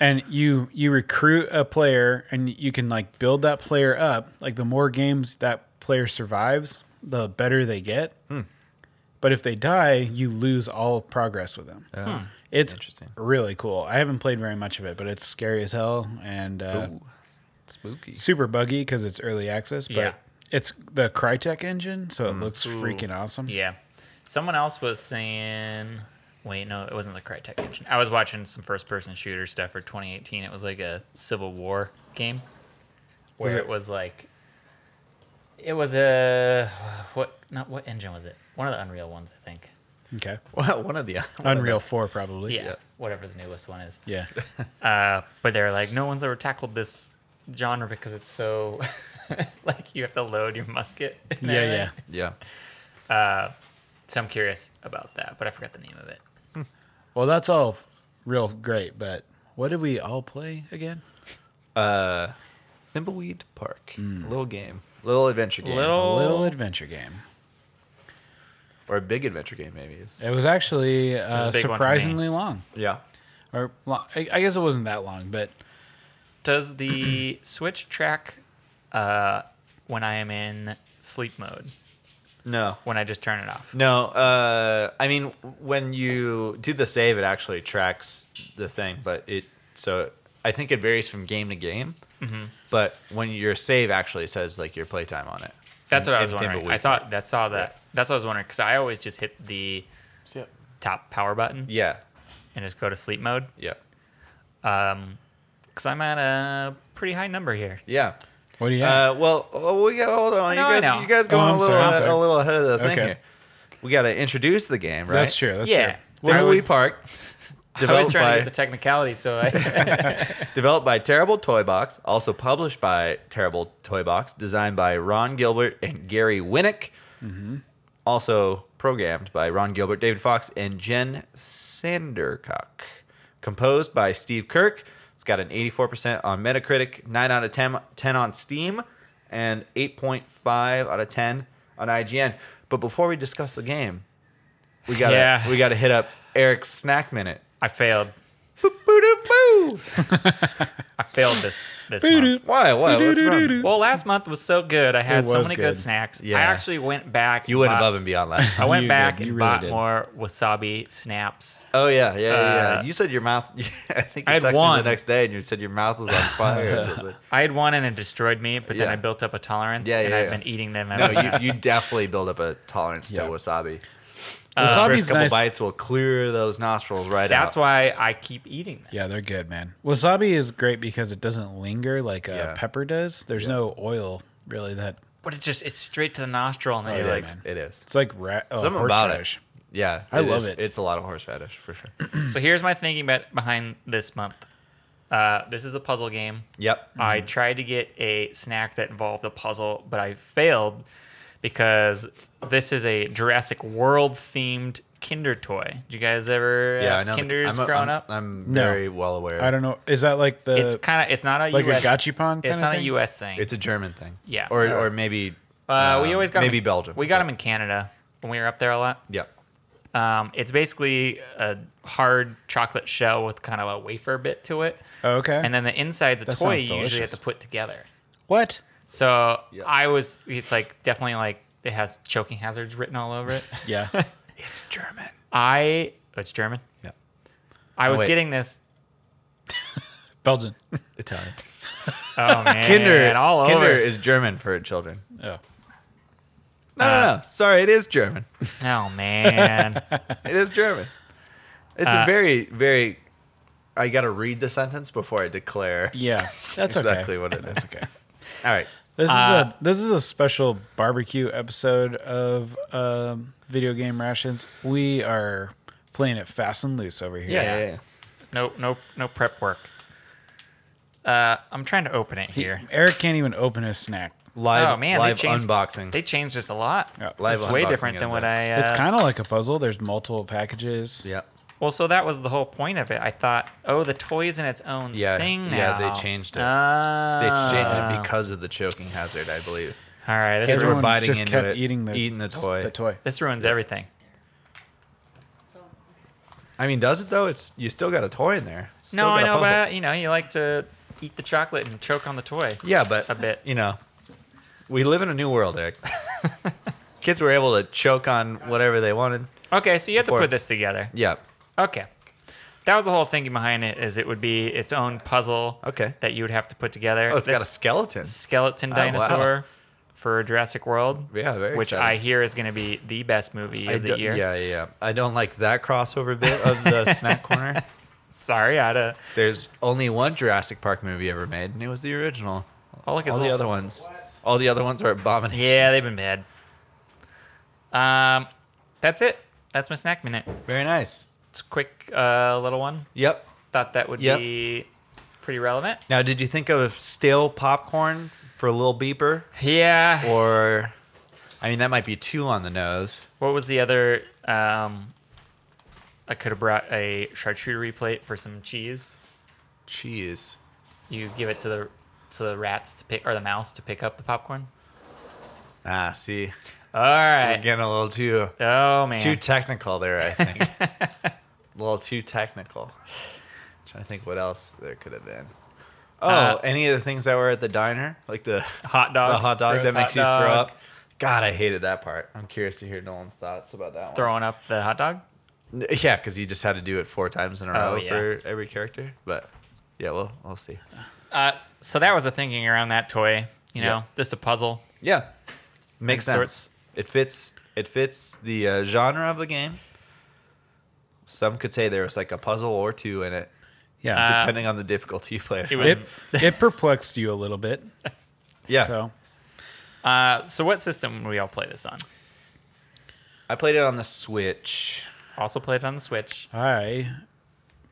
[SPEAKER 2] and you you recruit a player and you can like build that player up like the more games that player survives the better they get
[SPEAKER 1] Hmm.
[SPEAKER 2] but if they die you lose all progress with them
[SPEAKER 3] Hmm.
[SPEAKER 2] it's
[SPEAKER 1] Oh, Interesting.
[SPEAKER 2] really cool i haven't played very much of it but it's scary as hell and uh,
[SPEAKER 1] Ooh, spooky.
[SPEAKER 2] super buggy because it's early access but
[SPEAKER 3] Yeah.
[SPEAKER 2] it's the crytek engine so
[SPEAKER 1] Hmm.
[SPEAKER 2] it looks freaking awesome
[SPEAKER 3] Yeah. Someone else was saying, wait, no, it wasn't the Crytek engine. I was watching some first person shooter stuff for 2018. It was like a Civil War game where
[SPEAKER 2] Was
[SPEAKER 3] it,
[SPEAKER 2] it-
[SPEAKER 3] was like, it was a, what, not what engine was it? One of the Unreal ones, I think.
[SPEAKER 2] okay
[SPEAKER 1] Well, one of the
[SPEAKER 2] unreal 4 probably
[SPEAKER 3] Yeah. Whatever the newest one is.
[SPEAKER 1] <laughs>
[SPEAKER 2] yeah
[SPEAKER 3] Uh, but they're like, no one's ever tackled this genre because it's so, <laughs> like, you have to load your musket. and
[SPEAKER 2] yeah
[SPEAKER 3] everything.
[SPEAKER 2] yeah
[SPEAKER 1] Yeah.
[SPEAKER 3] So I'm curious about that, but I forgot the name of it.
[SPEAKER 2] Well, that's all f- real great, but what did we all play again?
[SPEAKER 1] Uh, Thimbleweed Park. Little game. Little adventure game.
[SPEAKER 2] A
[SPEAKER 3] Little-
[SPEAKER 2] little adventure game.
[SPEAKER 1] Or a big adventure game maybe is.
[SPEAKER 2] It was actually
[SPEAKER 3] was
[SPEAKER 2] uh,
[SPEAKER 3] a big one for me.
[SPEAKER 2] surprisingly long,
[SPEAKER 1] Yeah.
[SPEAKER 2] or long, I I guess it wasn't that long, but <clears throat>
[SPEAKER 3] Does the switch track uh, when I am in sleep mode?
[SPEAKER 1] No.
[SPEAKER 3] When I just turn it off?
[SPEAKER 1] No, uh, I mean when you do the save, it actually tracks the thing, but it so I think it varies from game to game.
[SPEAKER 3] Mm-hmm.
[SPEAKER 1] But when your save actually says like your playtime on it,
[SPEAKER 3] That's what I
[SPEAKER 1] In-
[SPEAKER 3] was
[SPEAKER 1] in
[SPEAKER 3] wondering. I
[SPEAKER 1] Thimbleweed.
[SPEAKER 3] saw that. Saw that. That's what I was wondering because I always just hit the top power button
[SPEAKER 1] Yeah,
[SPEAKER 3] and just go to sleep mode
[SPEAKER 1] yeah,
[SPEAKER 3] because I'm at a pretty high number here.
[SPEAKER 1] yeah.
[SPEAKER 2] what do you have?
[SPEAKER 1] Uh, well, oh, we got hold on.
[SPEAKER 3] No, I
[SPEAKER 1] you
[SPEAKER 3] know.
[SPEAKER 1] guys, you guys going
[SPEAKER 2] I'm
[SPEAKER 1] a little
[SPEAKER 2] sorry, I'm sorry.
[SPEAKER 1] a little ahead of the thing
[SPEAKER 2] Okay.
[SPEAKER 1] here. We got to introduce the game, right?
[SPEAKER 2] That's true. That's
[SPEAKER 3] yeah.
[SPEAKER 2] true.
[SPEAKER 3] <laughs> I
[SPEAKER 1] Thimbleweed
[SPEAKER 3] was,
[SPEAKER 1] Park,
[SPEAKER 3] I was
[SPEAKER 1] developed
[SPEAKER 3] trying
[SPEAKER 1] by,
[SPEAKER 3] to get the technicality, so
[SPEAKER 2] <laughs>
[SPEAKER 3] I,
[SPEAKER 1] developed by Terrible Toy Box, also published by Terrible Toy Box, designed by Ron Gilbert and Gary Winnick, also programmed by Ron Gilbert, David Fox, and Jen Sandercock. Composed by Steve Kirk. It's got an 84% on Metacritic, 9 out of 10, 10 on Steam, and 8.5 out of 10 on IGN. But before we discuss the game, we gotta
[SPEAKER 3] Yeah.
[SPEAKER 1] we gotta hit up Eric's snack minute.
[SPEAKER 3] I failed.
[SPEAKER 1] Boo-doo-boo.
[SPEAKER 3] I failed this this
[SPEAKER 2] Boo-doo.
[SPEAKER 3] month.
[SPEAKER 1] Why? Why? What's wrong?
[SPEAKER 3] Well, last month was so good. I had
[SPEAKER 2] It
[SPEAKER 3] so
[SPEAKER 2] was
[SPEAKER 3] many good,
[SPEAKER 2] good.
[SPEAKER 3] snacks.
[SPEAKER 1] Yeah.
[SPEAKER 3] I actually went back.
[SPEAKER 1] You went
[SPEAKER 3] bought-
[SPEAKER 1] above and beyond <laughs> last
[SPEAKER 3] I
[SPEAKER 1] time.
[SPEAKER 3] went
[SPEAKER 2] You
[SPEAKER 3] back
[SPEAKER 2] did.
[SPEAKER 3] and
[SPEAKER 2] You really
[SPEAKER 3] bought
[SPEAKER 2] did.
[SPEAKER 3] more wasabi snaps.
[SPEAKER 1] Oh yeah, yeah, yeah.
[SPEAKER 3] Uh,
[SPEAKER 1] you said your mouth. <laughs> I think
[SPEAKER 3] I
[SPEAKER 1] you
[SPEAKER 3] had
[SPEAKER 1] texted me
[SPEAKER 3] one.
[SPEAKER 1] the next day, and you said your mouth was on fire. or something.
[SPEAKER 3] I had one and it destroyed me, but then
[SPEAKER 1] Yeah.
[SPEAKER 3] I built up a tolerance
[SPEAKER 1] Yeah,
[SPEAKER 3] and
[SPEAKER 1] yeah,
[SPEAKER 3] I've
[SPEAKER 1] yeah.
[SPEAKER 3] been eating them ever
[SPEAKER 1] no,
[SPEAKER 3] since.
[SPEAKER 1] you, you definitely build up a tolerance
[SPEAKER 2] Yeah.
[SPEAKER 1] to wasabi. First
[SPEAKER 3] uh,
[SPEAKER 2] Wasabi's
[SPEAKER 1] couple
[SPEAKER 2] nice.
[SPEAKER 1] bites will clear those nostrils right
[SPEAKER 3] That's
[SPEAKER 1] out.
[SPEAKER 3] why I keep eating them.
[SPEAKER 2] Yeah, they're good, man. Wasabi is great because it doesn't linger like a
[SPEAKER 1] Yeah.
[SPEAKER 2] pepper does. There's no oil really that
[SPEAKER 3] But it just it's straight to the nostril and then you're
[SPEAKER 1] it
[SPEAKER 3] like
[SPEAKER 1] is. It is.
[SPEAKER 2] it's like ra- oh,
[SPEAKER 1] Something about
[SPEAKER 2] horseradish.
[SPEAKER 1] it. Yeah,
[SPEAKER 2] I love
[SPEAKER 1] is.
[SPEAKER 2] it.
[SPEAKER 1] It's a lot of horseradish for sure.
[SPEAKER 3] So here's my thinking bet behind this month. Uh, this is a puzzle game.
[SPEAKER 1] yep.
[SPEAKER 3] I tried to get a snack that involved a puzzle, but I failed because this is a Jurassic World themed Kinder toy. Did you guys ever
[SPEAKER 1] yeah,
[SPEAKER 3] have
[SPEAKER 1] I know. the-
[SPEAKER 3] Kinders
[SPEAKER 1] I'm a-
[SPEAKER 3] growing
[SPEAKER 1] I'm-
[SPEAKER 3] up?
[SPEAKER 1] I'm
[SPEAKER 2] No.
[SPEAKER 1] very well aware.
[SPEAKER 2] I don't know. Is that like the
[SPEAKER 3] it's kind of it's not a
[SPEAKER 2] like
[SPEAKER 3] US,
[SPEAKER 2] a gachapon kind
[SPEAKER 3] It's
[SPEAKER 2] of
[SPEAKER 3] not
[SPEAKER 2] thing?
[SPEAKER 3] a U.S. thing.
[SPEAKER 1] It's a German thing.
[SPEAKER 3] Yeah.
[SPEAKER 1] Or
[SPEAKER 2] Yeah.
[SPEAKER 1] or maybe.
[SPEAKER 3] uh, we
[SPEAKER 1] um,
[SPEAKER 3] always got 'em
[SPEAKER 1] maybe
[SPEAKER 3] in-
[SPEAKER 1] Belgium.
[SPEAKER 3] We got them in Canada when we were up there a lot.
[SPEAKER 1] Yeah.
[SPEAKER 3] Um, it's basically a hard chocolate shell with kind of a wafer bit to it,
[SPEAKER 2] Oh, okay.
[SPEAKER 3] and then the inside's a
[SPEAKER 2] That
[SPEAKER 3] toy.
[SPEAKER 2] sounds
[SPEAKER 3] You usually have
[SPEAKER 2] delicious.
[SPEAKER 3] to put together.
[SPEAKER 2] what?
[SPEAKER 3] So
[SPEAKER 1] Yeah.
[SPEAKER 3] I was. It's like definitely like it has choking hazards written all over
[SPEAKER 1] <laughs>
[SPEAKER 3] it. <laughs>
[SPEAKER 2] Yeah.
[SPEAKER 1] It's German.
[SPEAKER 3] I it's German.
[SPEAKER 1] Yeah. Oh,
[SPEAKER 3] I was
[SPEAKER 1] wait.
[SPEAKER 3] getting
[SPEAKER 1] <laughs>
[SPEAKER 3] this.
[SPEAKER 2] Belgian. <laughs>
[SPEAKER 1] Italian.
[SPEAKER 3] Oh man,
[SPEAKER 1] Kinder.
[SPEAKER 3] all
[SPEAKER 1] Kinder
[SPEAKER 3] over.
[SPEAKER 1] is German for children.
[SPEAKER 2] Oh.
[SPEAKER 1] No, no, no. Sorry, it is German.
[SPEAKER 3] Oh
[SPEAKER 1] <laughs>
[SPEAKER 3] man,
[SPEAKER 1] It is German. It's
[SPEAKER 3] Uh,
[SPEAKER 1] a very, very. I got to read the sentence before I declare.
[SPEAKER 2] Yeah.
[SPEAKER 1] <laughs>
[SPEAKER 2] That's
[SPEAKER 1] exactly
[SPEAKER 2] okay.
[SPEAKER 1] what it is.
[SPEAKER 2] That's okay.
[SPEAKER 1] All right.
[SPEAKER 2] This
[SPEAKER 3] Uh,
[SPEAKER 2] is a this is a special barbecue episode of um, video game rations. We are playing it fast and loose over here.
[SPEAKER 1] Yeah, yeah, yeah.
[SPEAKER 3] no, no, no prep work. Uh, I'm trying to open it here.
[SPEAKER 2] Eric can't even open his snack.
[SPEAKER 1] Live,
[SPEAKER 3] oh man,
[SPEAKER 1] live
[SPEAKER 3] they changed,
[SPEAKER 1] unboxing.
[SPEAKER 3] They changed this a lot.
[SPEAKER 2] Yeah,
[SPEAKER 1] live
[SPEAKER 3] it's way
[SPEAKER 1] unboxing
[SPEAKER 3] different than
[SPEAKER 1] of
[SPEAKER 3] what
[SPEAKER 1] that.
[SPEAKER 3] I. Uh,
[SPEAKER 2] It's kind of like a puzzle. There's multiple packages.
[SPEAKER 1] yeah.
[SPEAKER 3] Well, so that was the whole point of it. I thought, oh, the toy's in its own
[SPEAKER 1] Yeah,
[SPEAKER 3] thing
[SPEAKER 1] yeah,
[SPEAKER 3] now.
[SPEAKER 1] they changed it.
[SPEAKER 3] Oh.
[SPEAKER 1] They changed it because of the choking hazard, I believe.
[SPEAKER 3] All right, this,
[SPEAKER 1] Kids were
[SPEAKER 3] ruin,
[SPEAKER 2] Everyone
[SPEAKER 1] biting
[SPEAKER 2] just
[SPEAKER 1] into
[SPEAKER 2] kept
[SPEAKER 1] it,
[SPEAKER 2] eating the
[SPEAKER 1] eating the toy.
[SPEAKER 2] The toy.
[SPEAKER 3] this ruins everything.
[SPEAKER 1] I mean, does it though? It's you still got a toy in there. Still
[SPEAKER 3] no,
[SPEAKER 1] got
[SPEAKER 3] I
[SPEAKER 1] a
[SPEAKER 3] know,
[SPEAKER 1] puzzle.
[SPEAKER 3] but you know, you like to eat the chocolate and choke on the toy.
[SPEAKER 1] Yeah, but
[SPEAKER 3] A bit.
[SPEAKER 1] You know, we live in a new world,
[SPEAKER 3] <laughs>
[SPEAKER 1] Eric. Kids were able to choke on whatever they wanted.
[SPEAKER 3] Okay, so you have to
[SPEAKER 1] Before-
[SPEAKER 3] put this together.
[SPEAKER 1] Yeah.
[SPEAKER 3] Okay. That was the whole thinking behind it is it would be its own puzzle
[SPEAKER 1] Okay.
[SPEAKER 3] that you would have to put together.
[SPEAKER 1] Oh, it's got a
[SPEAKER 3] This
[SPEAKER 1] skeleton.
[SPEAKER 3] skeleton
[SPEAKER 1] wow.
[SPEAKER 3] dinosaur for Jurassic World.
[SPEAKER 1] Yeah, very
[SPEAKER 3] Which I
[SPEAKER 1] exciting.
[SPEAKER 3] hear is going to be the best movie
[SPEAKER 1] I
[SPEAKER 3] of the
[SPEAKER 1] don't-
[SPEAKER 3] year.
[SPEAKER 1] Yeah, yeah, yeah. I don't like that crossover bit of
[SPEAKER 3] <laughs>
[SPEAKER 1] the snack corner.
[SPEAKER 3] Sorry, I had to.
[SPEAKER 1] There's only one Jurassic Park movie ever made, and it was the original.
[SPEAKER 3] Oh, look, it's
[SPEAKER 1] All the
[SPEAKER 3] little-
[SPEAKER 1] other ones, all the other ones are abominations.
[SPEAKER 3] Yeah, they've been bad. Um, that's it. That's my snack minute.
[SPEAKER 1] very nice.
[SPEAKER 3] It's a quick uh, little one.
[SPEAKER 1] Yep.
[SPEAKER 3] Thought that would
[SPEAKER 1] Yep.
[SPEAKER 3] be pretty relevant.
[SPEAKER 1] Now, did you think of stale popcorn for Lil Beeper,
[SPEAKER 3] Yeah.
[SPEAKER 1] or I mean, that might be too on the nose.
[SPEAKER 3] What was the other? Um, I could have brought a charcuterie plate for some cheese.
[SPEAKER 1] Cheese.
[SPEAKER 3] You give it to the to the rats to pick or the mouse to pick up the popcorn.
[SPEAKER 1] Ah, see,
[SPEAKER 3] All right.
[SPEAKER 1] we're getting a little too
[SPEAKER 3] Oh man.
[SPEAKER 1] too technical there. I
[SPEAKER 3] <laughs>
[SPEAKER 1] think a little too technical. trying to think what else there could have been. Oh,
[SPEAKER 3] Uh,
[SPEAKER 1] any of the things that were at the diner, like the
[SPEAKER 3] hot dog.
[SPEAKER 1] the hot dog that
[SPEAKER 3] gross
[SPEAKER 1] makes
[SPEAKER 3] hot
[SPEAKER 1] you throw
[SPEAKER 3] dog,
[SPEAKER 1] up. God, I hated that part. I'm curious to hear Nolan's thoughts about that one.
[SPEAKER 3] Throwing up the hot dog.
[SPEAKER 1] N- Yeah, because you just had to do it four times in a
[SPEAKER 3] Oh,
[SPEAKER 1] row
[SPEAKER 3] yeah.
[SPEAKER 1] for every character. But yeah, well, we'll see.
[SPEAKER 3] Uh, so that was the thinking around that toy. You know,
[SPEAKER 1] Yeah.
[SPEAKER 3] just a puzzle.
[SPEAKER 1] Yeah, makes
[SPEAKER 3] Like
[SPEAKER 1] sense.
[SPEAKER 3] sorts-
[SPEAKER 1] It fits. It fits the uh, genre of the game. Some could say there was like a puzzle or two in it,
[SPEAKER 2] Yeah.
[SPEAKER 3] Uh,
[SPEAKER 1] depending on the difficulty you play.
[SPEAKER 3] It was.
[SPEAKER 2] it it perplexed you a little bit.
[SPEAKER 1] yeah,
[SPEAKER 2] So
[SPEAKER 3] Uh, so what system would we all play this on?
[SPEAKER 1] I played it on the Switch.
[SPEAKER 3] Also played it on the Switch.
[SPEAKER 2] I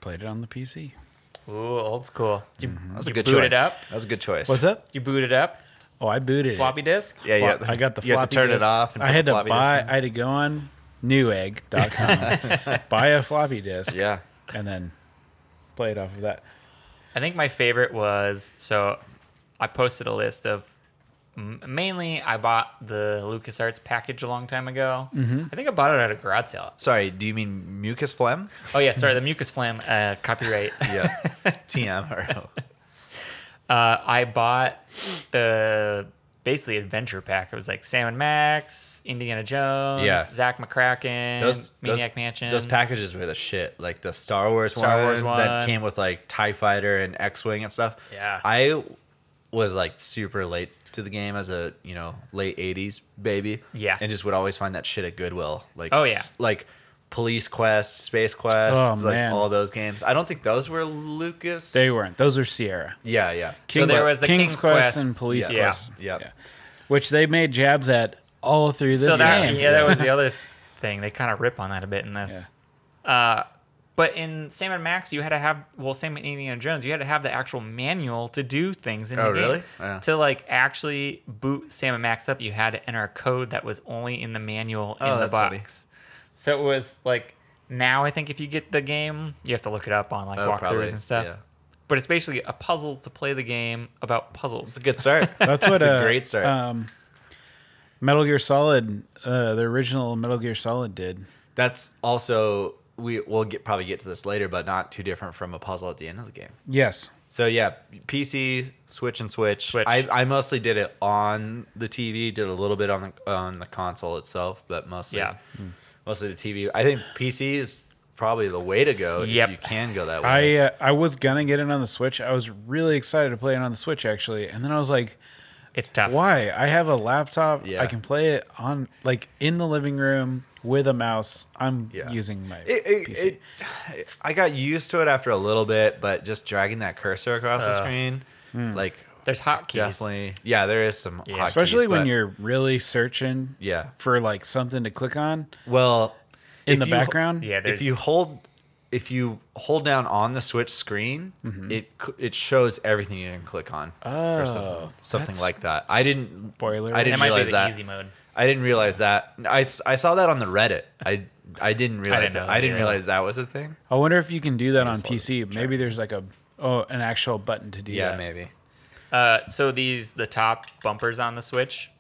[SPEAKER 2] played it on the PC.
[SPEAKER 3] Ooh, old school. You,
[SPEAKER 1] That was
[SPEAKER 3] you
[SPEAKER 1] Mm-hmm. a good
[SPEAKER 3] boot
[SPEAKER 1] choice.
[SPEAKER 3] it up.
[SPEAKER 1] That was a good choice.
[SPEAKER 2] What's up?
[SPEAKER 3] You boot it up.
[SPEAKER 2] Oh, I booted
[SPEAKER 3] Floppy
[SPEAKER 2] it.
[SPEAKER 3] disk.
[SPEAKER 1] Yeah, yeah.
[SPEAKER 2] Flo- I got the
[SPEAKER 1] you
[SPEAKER 2] floppy
[SPEAKER 1] had to turn it
[SPEAKER 2] disk.
[SPEAKER 1] off. And
[SPEAKER 2] I
[SPEAKER 1] put
[SPEAKER 2] had
[SPEAKER 1] the
[SPEAKER 2] to
[SPEAKER 1] floppy
[SPEAKER 2] buy.
[SPEAKER 1] disk
[SPEAKER 2] I had to go on
[SPEAKER 1] <laughs>
[SPEAKER 2] newegg.com, buy a floppy disk,
[SPEAKER 1] in. yeah,
[SPEAKER 2] and then play it off of that.
[SPEAKER 3] I think my favorite was so I posted a list of m- mainly I bought the LucasArts package a long time ago.
[SPEAKER 1] Mm-hmm.
[SPEAKER 3] I think I bought it at a garage sale.
[SPEAKER 1] Sorry, do you mean mucus phlegm? <laughs>
[SPEAKER 3] Oh yeah, sorry, the mucus flam uh, copyright.
[SPEAKER 1] Yeah, TM. Or, <laughs>
[SPEAKER 3] Uh, I bought the basically adventure pack. It was like Sam and Max, Indiana Jones,
[SPEAKER 1] Yeah.
[SPEAKER 3] Zach McCracken, Maniac Mansion.
[SPEAKER 1] Those packages were the shit. Like the Star Wars
[SPEAKER 3] Star
[SPEAKER 1] one
[SPEAKER 3] Wars one.
[SPEAKER 1] that came with like Tie Fighter and X Wing and stuff.
[SPEAKER 3] Yeah.
[SPEAKER 1] I was like super late to the game as a you know late '80s baby.
[SPEAKER 3] Yeah.
[SPEAKER 1] and just would always find that shit at Goodwill. Like
[SPEAKER 3] Oh, yeah.
[SPEAKER 1] s- like Police Quest, Space Quest,
[SPEAKER 2] Oh,
[SPEAKER 1] like
[SPEAKER 2] man.
[SPEAKER 1] all those games. I don't think those were Lucas.
[SPEAKER 2] They weren't. Those are Sierra.
[SPEAKER 1] Yeah, yeah.
[SPEAKER 3] So there was the King's Quest.
[SPEAKER 2] and Police
[SPEAKER 1] Yeah.
[SPEAKER 2] Quest.
[SPEAKER 1] Yeah. Yeah.
[SPEAKER 2] Which they made jabs at all through this
[SPEAKER 3] so that
[SPEAKER 2] game.
[SPEAKER 3] yeah, that was the other thing. They kind of rip on that a bit in this. Uh, but in Sam and Max, you had to have well, Sam and Indiana Jones, you had to have the actual manual to do things in
[SPEAKER 1] Oh,
[SPEAKER 3] the game.
[SPEAKER 1] really? Yeah.
[SPEAKER 3] To like actually boot Sam and Max up, you had to enter a code that was only in the manual
[SPEAKER 1] Oh,
[SPEAKER 3] in the
[SPEAKER 1] that's funny.
[SPEAKER 3] box. So it was like now I think if you get the game, you have to look it up on like
[SPEAKER 1] Oh,
[SPEAKER 3] walkthroughs
[SPEAKER 1] probably,
[SPEAKER 3] and stuff.
[SPEAKER 1] yeah.
[SPEAKER 3] But it's basically a puzzle to play the game about puzzles.
[SPEAKER 1] It's a good start. <laughs>
[SPEAKER 2] That's what
[SPEAKER 1] It's a
[SPEAKER 2] uh,
[SPEAKER 1] great start.
[SPEAKER 2] Um, Metal Gear Solid, uh, the original Metal Gear Solid did.
[SPEAKER 1] That's also we will get probably get to this later, but not too different from a puzzle at the end of the game.
[SPEAKER 2] Yes.
[SPEAKER 1] So yeah, PC, Switch, and Switch.
[SPEAKER 3] Switch.
[SPEAKER 1] I, I mostly did it on the TV. Did a little bit on the on the console itself, but mostly Hmm.
[SPEAKER 3] Yeah.
[SPEAKER 1] mostly the TV. I think PC is probably the way to go
[SPEAKER 3] Yep.
[SPEAKER 1] if you can go that way.
[SPEAKER 2] I uh, I was gonna get it on the Switch. I was really excited to play it on the Switch actually, and then I was like,
[SPEAKER 3] It's tough.
[SPEAKER 2] "Why? I have a laptop.
[SPEAKER 1] Yeah.
[SPEAKER 2] I can play it on like in the living room with a mouse. I'm
[SPEAKER 1] Yeah.
[SPEAKER 2] using my
[SPEAKER 1] It- it-
[SPEAKER 2] PC."
[SPEAKER 1] it- I got used to it after a little bit, but just dragging that cursor across the
[SPEAKER 3] Uh,
[SPEAKER 1] screen, like
[SPEAKER 3] There's hotkeys.
[SPEAKER 1] definitely yeah, there is some hotkeys,
[SPEAKER 2] Especially when
[SPEAKER 1] but-
[SPEAKER 2] you're really searching
[SPEAKER 1] yeah.
[SPEAKER 2] for like something to click on
[SPEAKER 1] Well,
[SPEAKER 2] in
[SPEAKER 1] if
[SPEAKER 2] the
[SPEAKER 1] you-
[SPEAKER 2] background.
[SPEAKER 3] Yeah, there's
[SPEAKER 1] if you hold if you hold down on the switch screen
[SPEAKER 3] Mm-hmm.
[SPEAKER 1] it cl- it shows everything you can click on
[SPEAKER 2] Oh,
[SPEAKER 1] or something, something
[SPEAKER 2] that's-
[SPEAKER 1] like that i didn't
[SPEAKER 2] Spoiler.
[SPEAKER 1] I
[SPEAKER 3] It
[SPEAKER 1] didn't
[SPEAKER 3] might be
[SPEAKER 1] realize
[SPEAKER 3] the
[SPEAKER 1] that.
[SPEAKER 3] easy mode.
[SPEAKER 1] i didn't realize that I, s- I saw that on the reddit i i didn't realize
[SPEAKER 3] know
[SPEAKER 1] that-
[SPEAKER 3] that
[SPEAKER 1] i didn't
[SPEAKER 3] either.
[SPEAKER 1] realize that was a thing
[SPEAKER 2] I wonder if you can do that on
[SPEAKER 1] just hold it.
[SPEAKER 2] PC. Maybe there's like a oh an actual button to do
[SPEAKER 1] yeah,
[SPEAKER 2] that.
[SPEAKER 1] maybe
[SPEAKER 3] Uh, so these the top bumpers on the Switch,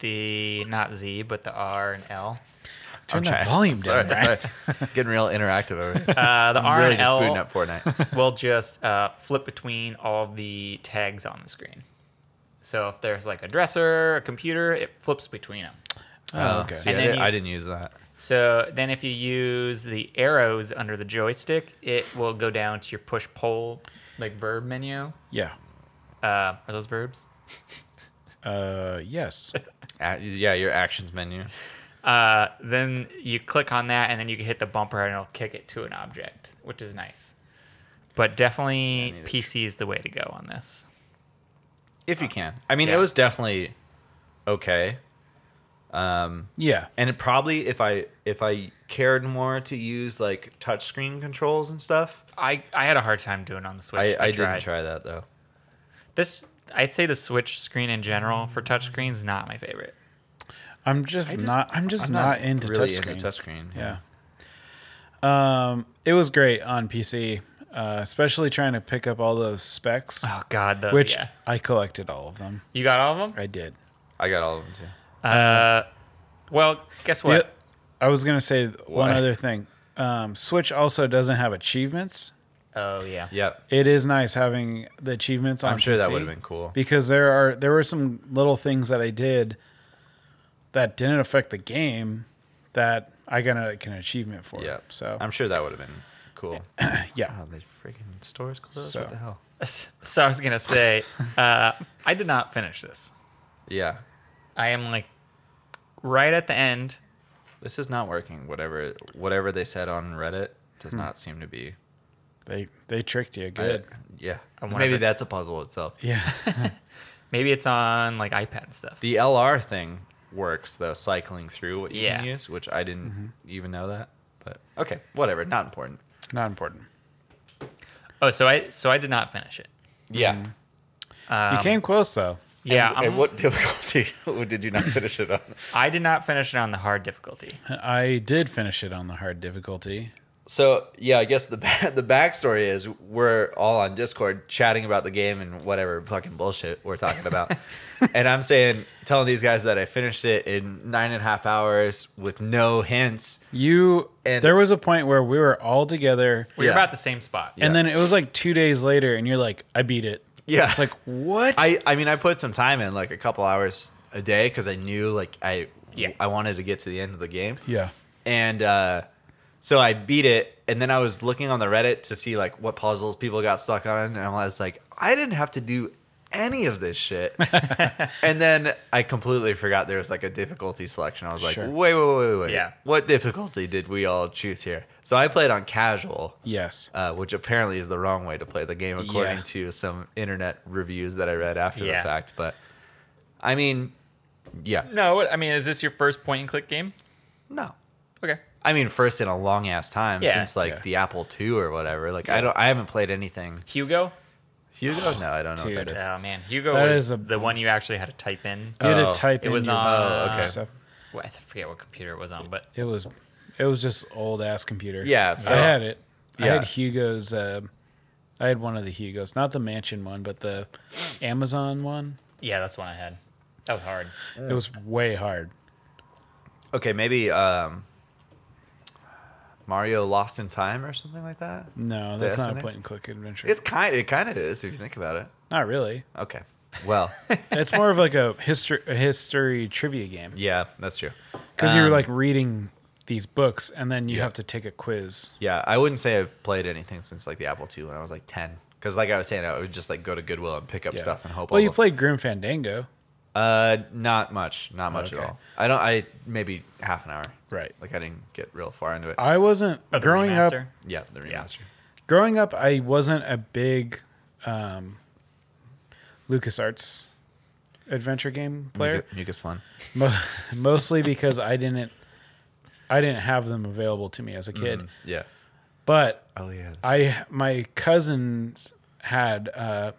[SPEAKER 3] the not Z but the R and L.
[SPEAKER 2] Turn
[SPEAKER 1] I'm
[SPEAKER 2] that
[SPEAKER 1] trying-
[SPEAKER 2] volume
[SPEAKER 1] <laughs> sorry,
[SPEAKER 2] down. Brian.
[SPEAKER 1] sorry. <laughs> getting real interactive over here
[SPEAKER 3] <laughs> Uh, the
[SPEAKER 1] i'm
[SPEAKER 3] R
[SPEAKER 1] really
[SPEAKER 3] and
[SPEAKER 1] just booting
[SPEAKER 3] L
[SPEAKER 1] up <laughs>
[SPEAKER 3] <laughs>
[SPEAKER 1] fortnite
[SPEAKER 3] will just uh, flip between all the tags on the screen. So if there's like a dresser, a computer, it flips between them.
[SPEAKER 2] Oh,
[SPEAKER 1] Uh,
[SPEAKER 2] okay.
[SPEAKER 1] see,
[SPEAKER 3] And
[SPEAKER 1] I,
[SPEAKER 3] then
[SPEAKER 1] did,
[SPEAKER 3] you-
[SPEAKER 1] I didn't use that
[SPEAKER 3] So then if you use the arrows under the joystick, it will go down to your push pull like verb menu.
[SPEAKER 2] yeah.
[SPEAKER 3] Uh, are those verbs?
[SPEAKER 2] Uh,
[SPEAKER 1] <laughs>
[SPEAKER 2] yes.
[SPEAKER 1] A- yeah your actions menu
[SPEAKER 3] Uh, then you click on that, and then you can hit the bumper, and it'll kick it to an object, which is nice. But definitely, PC is the way to go on this.
[SPEAKER 1] if you can i mean
[SPEAKER 3] Uh, Yeah.
[SPEAKER 1] it was definitely okay Um,
[SPEAKER 2] Yeah.
[SPEAKER 1] and it probably if i if i cared more to use like touchscreen controls and stuff
[SPEAKER 3] I, I had a hard time doing it on the
[SPEAKER 1] i,
[SPEAKER 3] Switch.
[SPEAKER 1] I,
[SPEAKER 3] tried.
[SPEAKER 1] didn't try that though
[SPEAKER 3] this. I'd say the Switch screen in general for touchscreens is not my favorite.
[SPEAKER 2] I'm just,
[SPEAKER 1] I just-
[SPEAKER 2] not. I'm just
[SPEAKER 1] I'm
[SPEAKER 2] not, into
[SPEAKER 1] really
[SPEAKER 2] touchscreen.
[SPEAKER 1] into touchscreen
[SPEAKER 2] yeah. Um, it was great on PC, uh, especially trying to pick up all those specs,
[SPEAKER 3] Oh God, those,
[SPEAKER 2] <laughs> which
[SPEAKER 3] yeah.
[SPEAKER 2] I collected all of them.
[SPEAKER 3] you got all of them.
[SPEAKER 2] I did.
[SPEAKER 1] i got all of them too
[SPEAKER 3] Uh, well, guess what?
[SPEAKER 2] The- I was gonna say one
[SPEAKER 1] Why?
[SPEAKER 2] other thing. Um, Switch also doesn't have achievements.
[SPEAKER 3] Oh yeah.
[SPEAKER 1] yep
[SPEAKER 2] It is nice having the achievements on.
[SPEAKER 1] i'm sure that
[SPEAKER 2] PC.
[SPEAKER 1] would have been cool
[SPEAKER 2] because there are there were some little things that I did that didn't affect the game that I got like, an achievement for.
[SPEAKER 1] yeah
[SPEAKER 2] So
[SPEAKER 1] i'm sure that would have been cool
[SPEAKER 2] <coughs> yeah.
[SPEAKER 1] oh the freaking store's closed
[SPEAKER 2] So.
[SPEAKER 1] what the hell
[SPEAKER 3] So I was gonna say, uh, I did not finish this.
[SPEAKER 1] yeah
[SPEAKER 3] I am like right at the end.
[SPEAKER 1] this is not working whatever whatever they said on reddit does not seem to be
[SPEAKER 2] They they tricked you
[SPEAKER 1] I-
[SPEAKER 2] Hmm. good.
[SPEAKER 1] yeah
[SPEAKER 3] wonder
[SPEAKER 1] maybe
[SPEAKER 3] if it-
[SPEAKER 1] that's a puzzle itself <laughs>
[SPEAKER 2] yeah.
[SPEAKER 3] Maybe it's on like iPad and stuff.
[SPEAKER 1] the lr thing works though cycling through what you can
[SPEAKER 3] Yeah.
[SPEAKER 1] use which i didn't even know that but okay whatever not important
[SPEAKER 2] Not important.
[SPEAKER 3] Oh, so I so I did not finish it. Um,
[SPEAKER 1] Yeah.
[SPEAKER 2] You
[SPEAKER 1] Um,
[SPEAKER 2] came close though.
[SPEAKER 3] Yeah, I'm-
[SPEAKER 1] Mm-hmm. what difficulty <laughs> did you not finish it on?
[SPEAKER 3] I did not finish it on the hard difficulty.
[SPEAKER 2] I did finish it on the hard difficulty.
[SPEAKER 1] So yeah, I guess the ba- <laughs> the backstory is we're all on Discord chatting about the game and whatever fucking bullshit we're talking <laughs> about, and I'm saying telling these guys that I finished it in nine and a half hours with no hints.
[SPEAKER 2] You
[SPEAKER 1] And-
[SPEAKER 2] there was a point where we were all together
[SPEAKER 3] We were
[SPEAKER 1] Yeah.
[SPEAKER 3] about the same spot.
[SPEAKER 2] and then it was like 2 days later and you're like I beat it.
[SPEAKER 1] Yeah.
[SPEAKER 2] It's like what?
[SPEAKER 1] I I mean I put some time in like a couple hours a day because I knew like I
[SPEAKER 3] Yeah.
[SPEAKER 1] I wanted to get to the end of the game.
[SPEAKER 2] yeah.
[SPEAKER 1] and uh, so I beat it. And then I was looking on the Reddit to see like what puzzles people got stuck on, and I was like, I didn't have to do any of this
[SPEAKER 3] <laughs>
[SPEAKER 1] shit. and then I completely forgot there was like a difficulty selection. I was like,
[SPEAKER 2] Sure.
[SPEAKER 1] wait, wait, wait, wait, wait.
[SPEAKER 3] Yeah.
[SPEAKER 1] What difficulty did we all choose here? So I played on casual,
[SPEAKER 2] Yes.
[SPEAKER 1] uh, which apparently is the wrong way to play the game according
[SPEAKER 2] Yeah.
[SPEAKER 1] to some internet reviews that I read after
[SPEAKER 3] Yeah.
[SPEAKER 1] the fact. But I mean, yeah,
[SPEAKER 3] No, what- I mean, is this your first point and click game?
[SPEAKER 1] no.
[SPEAKER 3] Okay.
[SPEAKER 1] I mean, first in a long ass time
[SPEAKER 3] Yeah.
[SPEAKER 1] since like
[SPEAKER 2] Yeah.
[SPEAKER 1] the Apple II or whatever. Like I don't, I haven't played anything.
[SPEAKER 3] Hugo?
[SPEAKER 1] Hugo? No, I don't know what
[SPEAKER 2] Dude.
[SPEAKER 1] that is.
[SPEAKER 3] Oh, man. Hugo
[SPEAKER 2] That
[SPEAKER 3] was
[SPEAKER 2] is a-
[SPEAKER 3] the one you actually had to type in.
[SPEAKER 2] You had
[SPEAKER 1] Oh,
[SPEAKER 2] to type
[SPEAKER 3] it
[SPEAKER 2] in
[SPEAKER 3] was
[SPEAKER 2] your
[SPEAKER 3] on-
[SPEAKER 1] Oh, okay.
[SPEAKER 2] stuff.
[SPEAKER 3] Well, I forget what computer it was on, but
[SPEAKER 2] It was it was just old ass computer.
[SPEAKER 1] Yeah, so-
[SPEAKER 2] I had it. I
[SPEAKER 1] Yeah.
[SPEAKER 2] had Hugo's uh, I had one of the Hugos, not the mansion one, but the Amazon one.
[SPEAKER 3] yeah, that's the one I had. That was hard.
[SPEAKER 2] It was way hard.
[SPEAKER 1] Okay, maybe um, Mario Lost in Time or something like that.
[SPEAKER 2] No, that's not a
[SPEAKER 1] SNX?
[SPEAKER 2] point and click adventure.
[SPEAKER 1] It's kind. It kind of is if you think about it.
[SPEAKER 2] not really.
[SPEAKER 1] Okay. Well,
[SPEAKER 2] It's more of like a history a history trivia game
[SPEAKER 1] yeah, that's true.
[SPEAKER 2] because you're like reading these books and then you have to take a quiz.
[SPEAKER 1] Yeah, I wouldn't say I've played anything since like the Apple II when I was like ten. Because like I was saying, I would just like go to Goodwill and pick up
[SPEAKER 2] Yeah.
[SPEAKER 1] stuff and hope.
[SPEAKER 2] Well,
[SPEAKER 1] all
[SPEAKER 2] you
[SPEAKER 1] the-
[SPEAKER 2] played Grim Fandango,
[SPEAKER 1] Uh, not much. Not much
[SPEAKER 2] Okay.
[SPEAKER 1] at all. I don't. I maybe half an hour.
[SPEAKER 2] right? Uh,
[SPEAKER 1] Like I didn't get real far into it.
[SPEAKER 2] I wasn't
[SPEAKER 3] Oh, the
[SPEAKER 2] growing up.
[SPEAKER 3] remaster?
[SPEAKER 1] yeah, the remaster.
[SPEAKER 2] growing up i wasn't a big um lucasarts adventure game player
[SPEAKER 1] Mucus, mucus Flynn.
[SPEAKER 2] Mo- <laughs> mostly because i didn't i didn't have them available to me as a kid
[SPEAKER 1] Yeah.
[SPEAKER 2] but
[SPEAKER 1] Oh yeah.
[SPEAKER 2] i my cousins had uh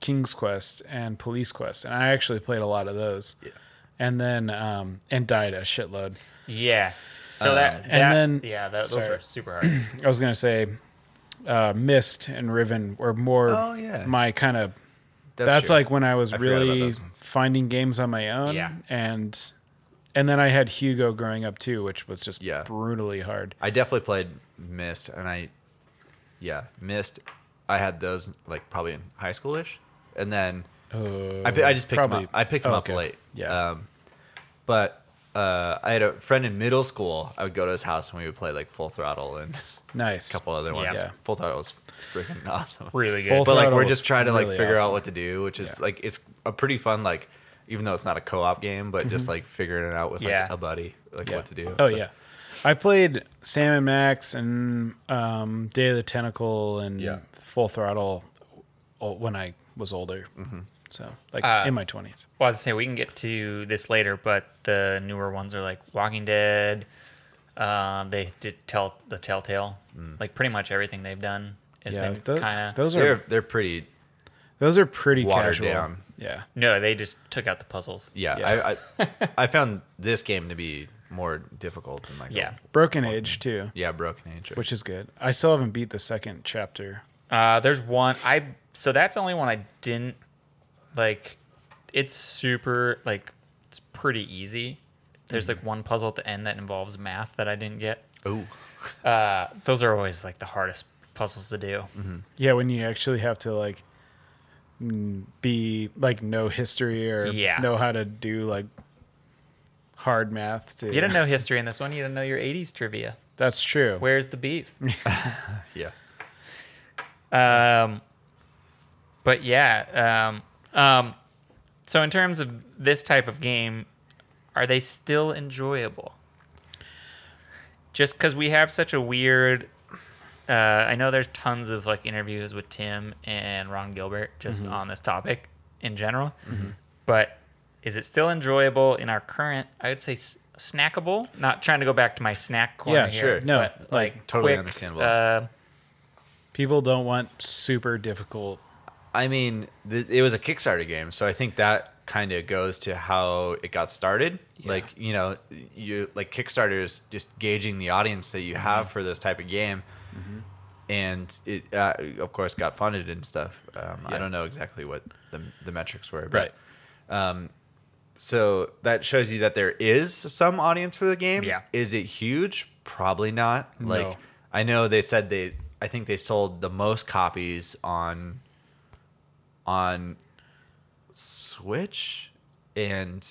[SPEAKER 2] king's quest and police quest and i actually played a lot of those
[SPEAKER 1] Yeah.
[SPEAKER 2] and then um and died a shitload
[SPEAKER 3] Yeah. So that,
[SPEAKER 1] Um,
[SPEAKER 3] that
[SPEAKER 2] Uh, and then-
[SPEAKER 3] yeah, that, those
[SPEAKER 2] sorry.
[SPEAKER 3] were
[SPEAKER 2] <clears throat>
[SPEAKER 3] super hard.
[SPEAKER 2] i was gonna say uh mist and riven were more
[SPEAKER 1] Oh, yeah.
[SPEAKER 2] my kind of
[SPEAKER 1] That's,
[SPEAKER 2] that's,
[SPEAKER 1] true.
[SPEAKER 2] like when I was
[SPEAKER 1] I forgot about
[SPEAKER 2] really
[SPEAKER 1] those ones.
[SPEAKER 2] finding games on my own.
[SPEAKER 3] Yeah.
[SPEAKER 2] And and then I had Hugo growing up too, which was just
[SPEAKER 1] Yeah.
[SPEAKER 2] brutally hard.
[SPEAKER 1] I definitely played Mist, and I, yeah, Mist. I had those like probably in high schoolish, and then
[SPEAKER 2] Uh,
[SPEAKER 1] I, pi- I just picked
[SPEAKER 2] probably-
[SPEAKER 1] them up. I picked them
[SPEAKER 2] oh,
[SPEAKER 1] up
[SPEAKER 2] okay.
[SPEAKER 1] late.
[SPEAKER 2] Yeah.
[SPEAKER 1] Um, but uh, I had a friend in middle school. I would go to his house and we would play like Full Throttle and a
[SPEAKER 2] nice.
[SPEAKER 1] couple other ones.
[SPEAKER 3] Yeah.
[SPEAKER 1] Full Throttle was freaking <laughs> awesome.
[SPEAKER 3] really good.
[SPEAKER 2] Both-
[SPEAKER 1] But like we're
[SPEAKER 2] Throttle
[SPEAKER 1] just
[SPEAKER 2] was
[SPEAKER 1] trying to like
[SPEAKER 2] really
[SPEAKER 1] figure out
[SPEAKER 2] awesome.
[SPEAKER 1] what to do, which is
[SPEAKER 2] Yeah.
[SPEAKER 1] like it's a pretty fun like, even though it's not a co-op game, but just like figuring it out with like
[SPEAKER 3] Yeah.
[SPEAKER 1] a buddy like
[SPEAKER 2] Mm-hmm. Yeah.
[SPEAKER 1] what to do.
[SPEAKER 2] Oh
[SPEAKER 1] So-
[SPEAKER 2] yeah. I played Sam and Max and um, Day of the Tentacle and
[SPEAKER 1] Yeah.
[SPEAKER 2] Full Throttle o- when I was older.
[SPEAKER 1] Mm-hmm.
[SPEAKER 2] So like
[SPEAKER 3] Uh,
[SPEAKER 2] in my twenties.
[SPEAKER 3] Well, I was gonna say we can get to this later, but the newer ones are like Walking Dead. Um, they did tell the Telltale, like pretty much everything they've done has
[SPEAKER 2] Yeah,
[SPEAKER 3] been
[SPEAKER 2] tho-
[SPEAKER 3] kind of.
[SPEAKER 2] those are
[SPEAKER 1] They're they're pretty
[SPEAKER 2] those are pretty
[SPEAKER 1] watered
[SPEAKER 2] casual.
[SPEAKER 1] down.
[SPEAKER 2] Yeah,
[SPEAKER 3] No, they just took out the puzzles.
[SPEAKER 1] Yeah,
[SPEAKER 2] Yeah.
[SPEAKER 1] I,
[SPEAKER 2] <laughs>
[SPEAKER 1] I I found this game to be more difficult than like
[SPEAKER 3] Yeah.
[SPEAKER 2] Broken Age too,
[SPEAKER 1] yeah Broken Age.
[SPEAKER 2] which is good. I still haven't beat the second chapter.
[SPEAKER 3] Uh, there's one I so that's the only one I didn't like. It's super like it's pretty easy. There's like one puzzle at the end that involves math that I didn't get.
[SPEAKER 1] oh
[SPEAKER 3] Uh, those are always like the hardest puzzles to do.
[SPEAKER 2] Yeah, when you actually have to like mm, be like know history or
[SPEAKER 3] Yeah.
[SPEAKER 2] know how to do like hard math. To,
[SPEAKER 3] You didn't know history in this one. You didn't know your '80s trivia.
[SPEAKER 2] that's true.
[SPEAKER 3] Where's the beef?
[SPEAKER 1] <laughs> yeah,
[SPEAKER 3] Um, but yeah, um, um, so in terms of this type of game, are they still enjoyable? Just because we have such a weird, uh, I know there's tons of like interviews with Tim and Ron Gilbert just
[SPEAKER 2] Mm-hmm.
[SPEAKER 3] on this topic in general, but is it still enjoyable in our current? I would say s- snackable. Not trying to go back to my snack corner
[SPEAKER 2] Yeah,
[SPEAKER 3] here.
[SPEAKER 1] sure.
[SPEAKER 2] No,
[SPEAKER 3] but,
[SPEAKER 2] like,
[SPEAKER 3] like
[SPEAKER 1] totally
[SPEAKER 3] quick,
[SPEAKER 1] understandable.
[SPEAKER 3] Uh,
[SPEAKER 2] People don't want super difficult.
[SPEAKER 1] I mean th- it was a Kickstarter game, so I think that kind of goes to how it got started. Like you know, you like Kickstarter is just gauging the audience that you
[SPEAKER 2] Mm-hmm.
[SPEAKER 1] have for this type of game. And it, uh, of course, got funded and stuff. Um, I
[SPEAKER 2] Yeah.
[SPEAKER 1] don't know exactly what the, the metrics were, but um,
[SPEAKER 2] Right.
[SPEAKER 1] so that shows you that there is some audience for the game.
[SPEAKER 3] Yeah.
[SPEAKER 1] Is it huge? Probably not.
[SPEAKER 2] No.
[SPEAKER 1] Like I know they said they I think they sold the most copies on on Switch and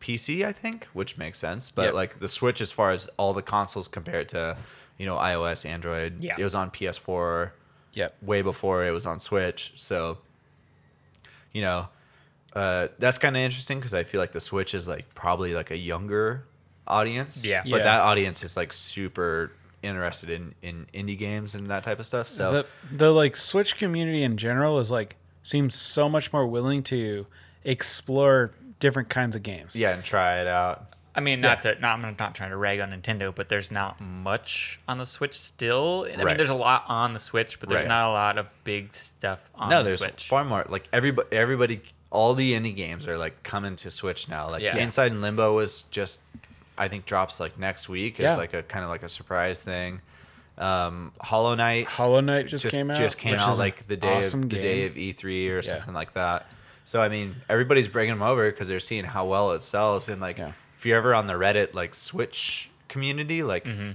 [SPEAKER 1] PC, I think, which makes sense. But
[SPEAKER 2] Yep.
[SPEAKER 1] like the Switch as far as all the consoles compared to, you know, iOS, Android.
[SPEAKER 3] Yeah.
[SPEAKER 1] It was on PS4
[SPEAKER 2] Yep.
[SPEAKER 1] way before it was on Switch. So, you know, uh, that's kind of interesting because I feel like the Switch is like probably like a younger audience.
[SPEAKER 3] Yeah.
[SPEAKER 1] But
[SPEAKER 2] Yeah.
[SPEAKER 1] that audience is like super interested in in indie games and that type of stuff. So
[SPEAKER 2] the the like Switch community in general is like seems so much more willing to explore different kinds of games.
[SPEAKER 1] yeah, and try it out.
[SPEAKER 3] I mean, not to not I'm not trying to rag on Nintendo, but there's not much on the Switch still. I mean,
[SPEAKER 1] Right.
[SPEAKER 3] there's a lot on the Switch, but there's
[SPEAKER 1] Right.
[SPEAKER 3] not a lot of big stuff on
[SPEAKER 1] no,
[SPEAKER 3] the
[SPEAKER 1] there's
[SPEAKER 3] Switch.
[SPEAKER 1] far more. Like everybody, everybody, all the indie games are like coming to Switch now. Like
[SPEAKER 3] Yeah.
[SPEAKER 1] Inside and Limbo is just, I think drops like next week. It's
[SPEAKER 2] Yeah.
[SPEAKER 1] like a kind of like a surprise thing. Um, Hollow Knight
[SPEAKER 2] Hollow Knight just,
[SPEAKER 1] just
[SPEAKER 2] came out.
[SPEAKER 1] just came
[SPEAKER 2] which
[SPEAKER 1] out
[SPEAKER 2] is
[SPEAKER 1] like the day
[SPEAKER 2] awesome
[SPEAKER 1] of the day
[SPEAKER 2] game.
[SPEAKER 1] of E3 or
[SPEAKER 2] Yeah.
[SPEAKER 1] something like that. So I mean, everybody's bringing them over because they're seeing how well it sells. And like,
[SPEAKER 2] Yeah.
[SPEAKER 1] if you're ever on the Reddit like Switch community, like
[SPEAKER 3] Mm-hmm.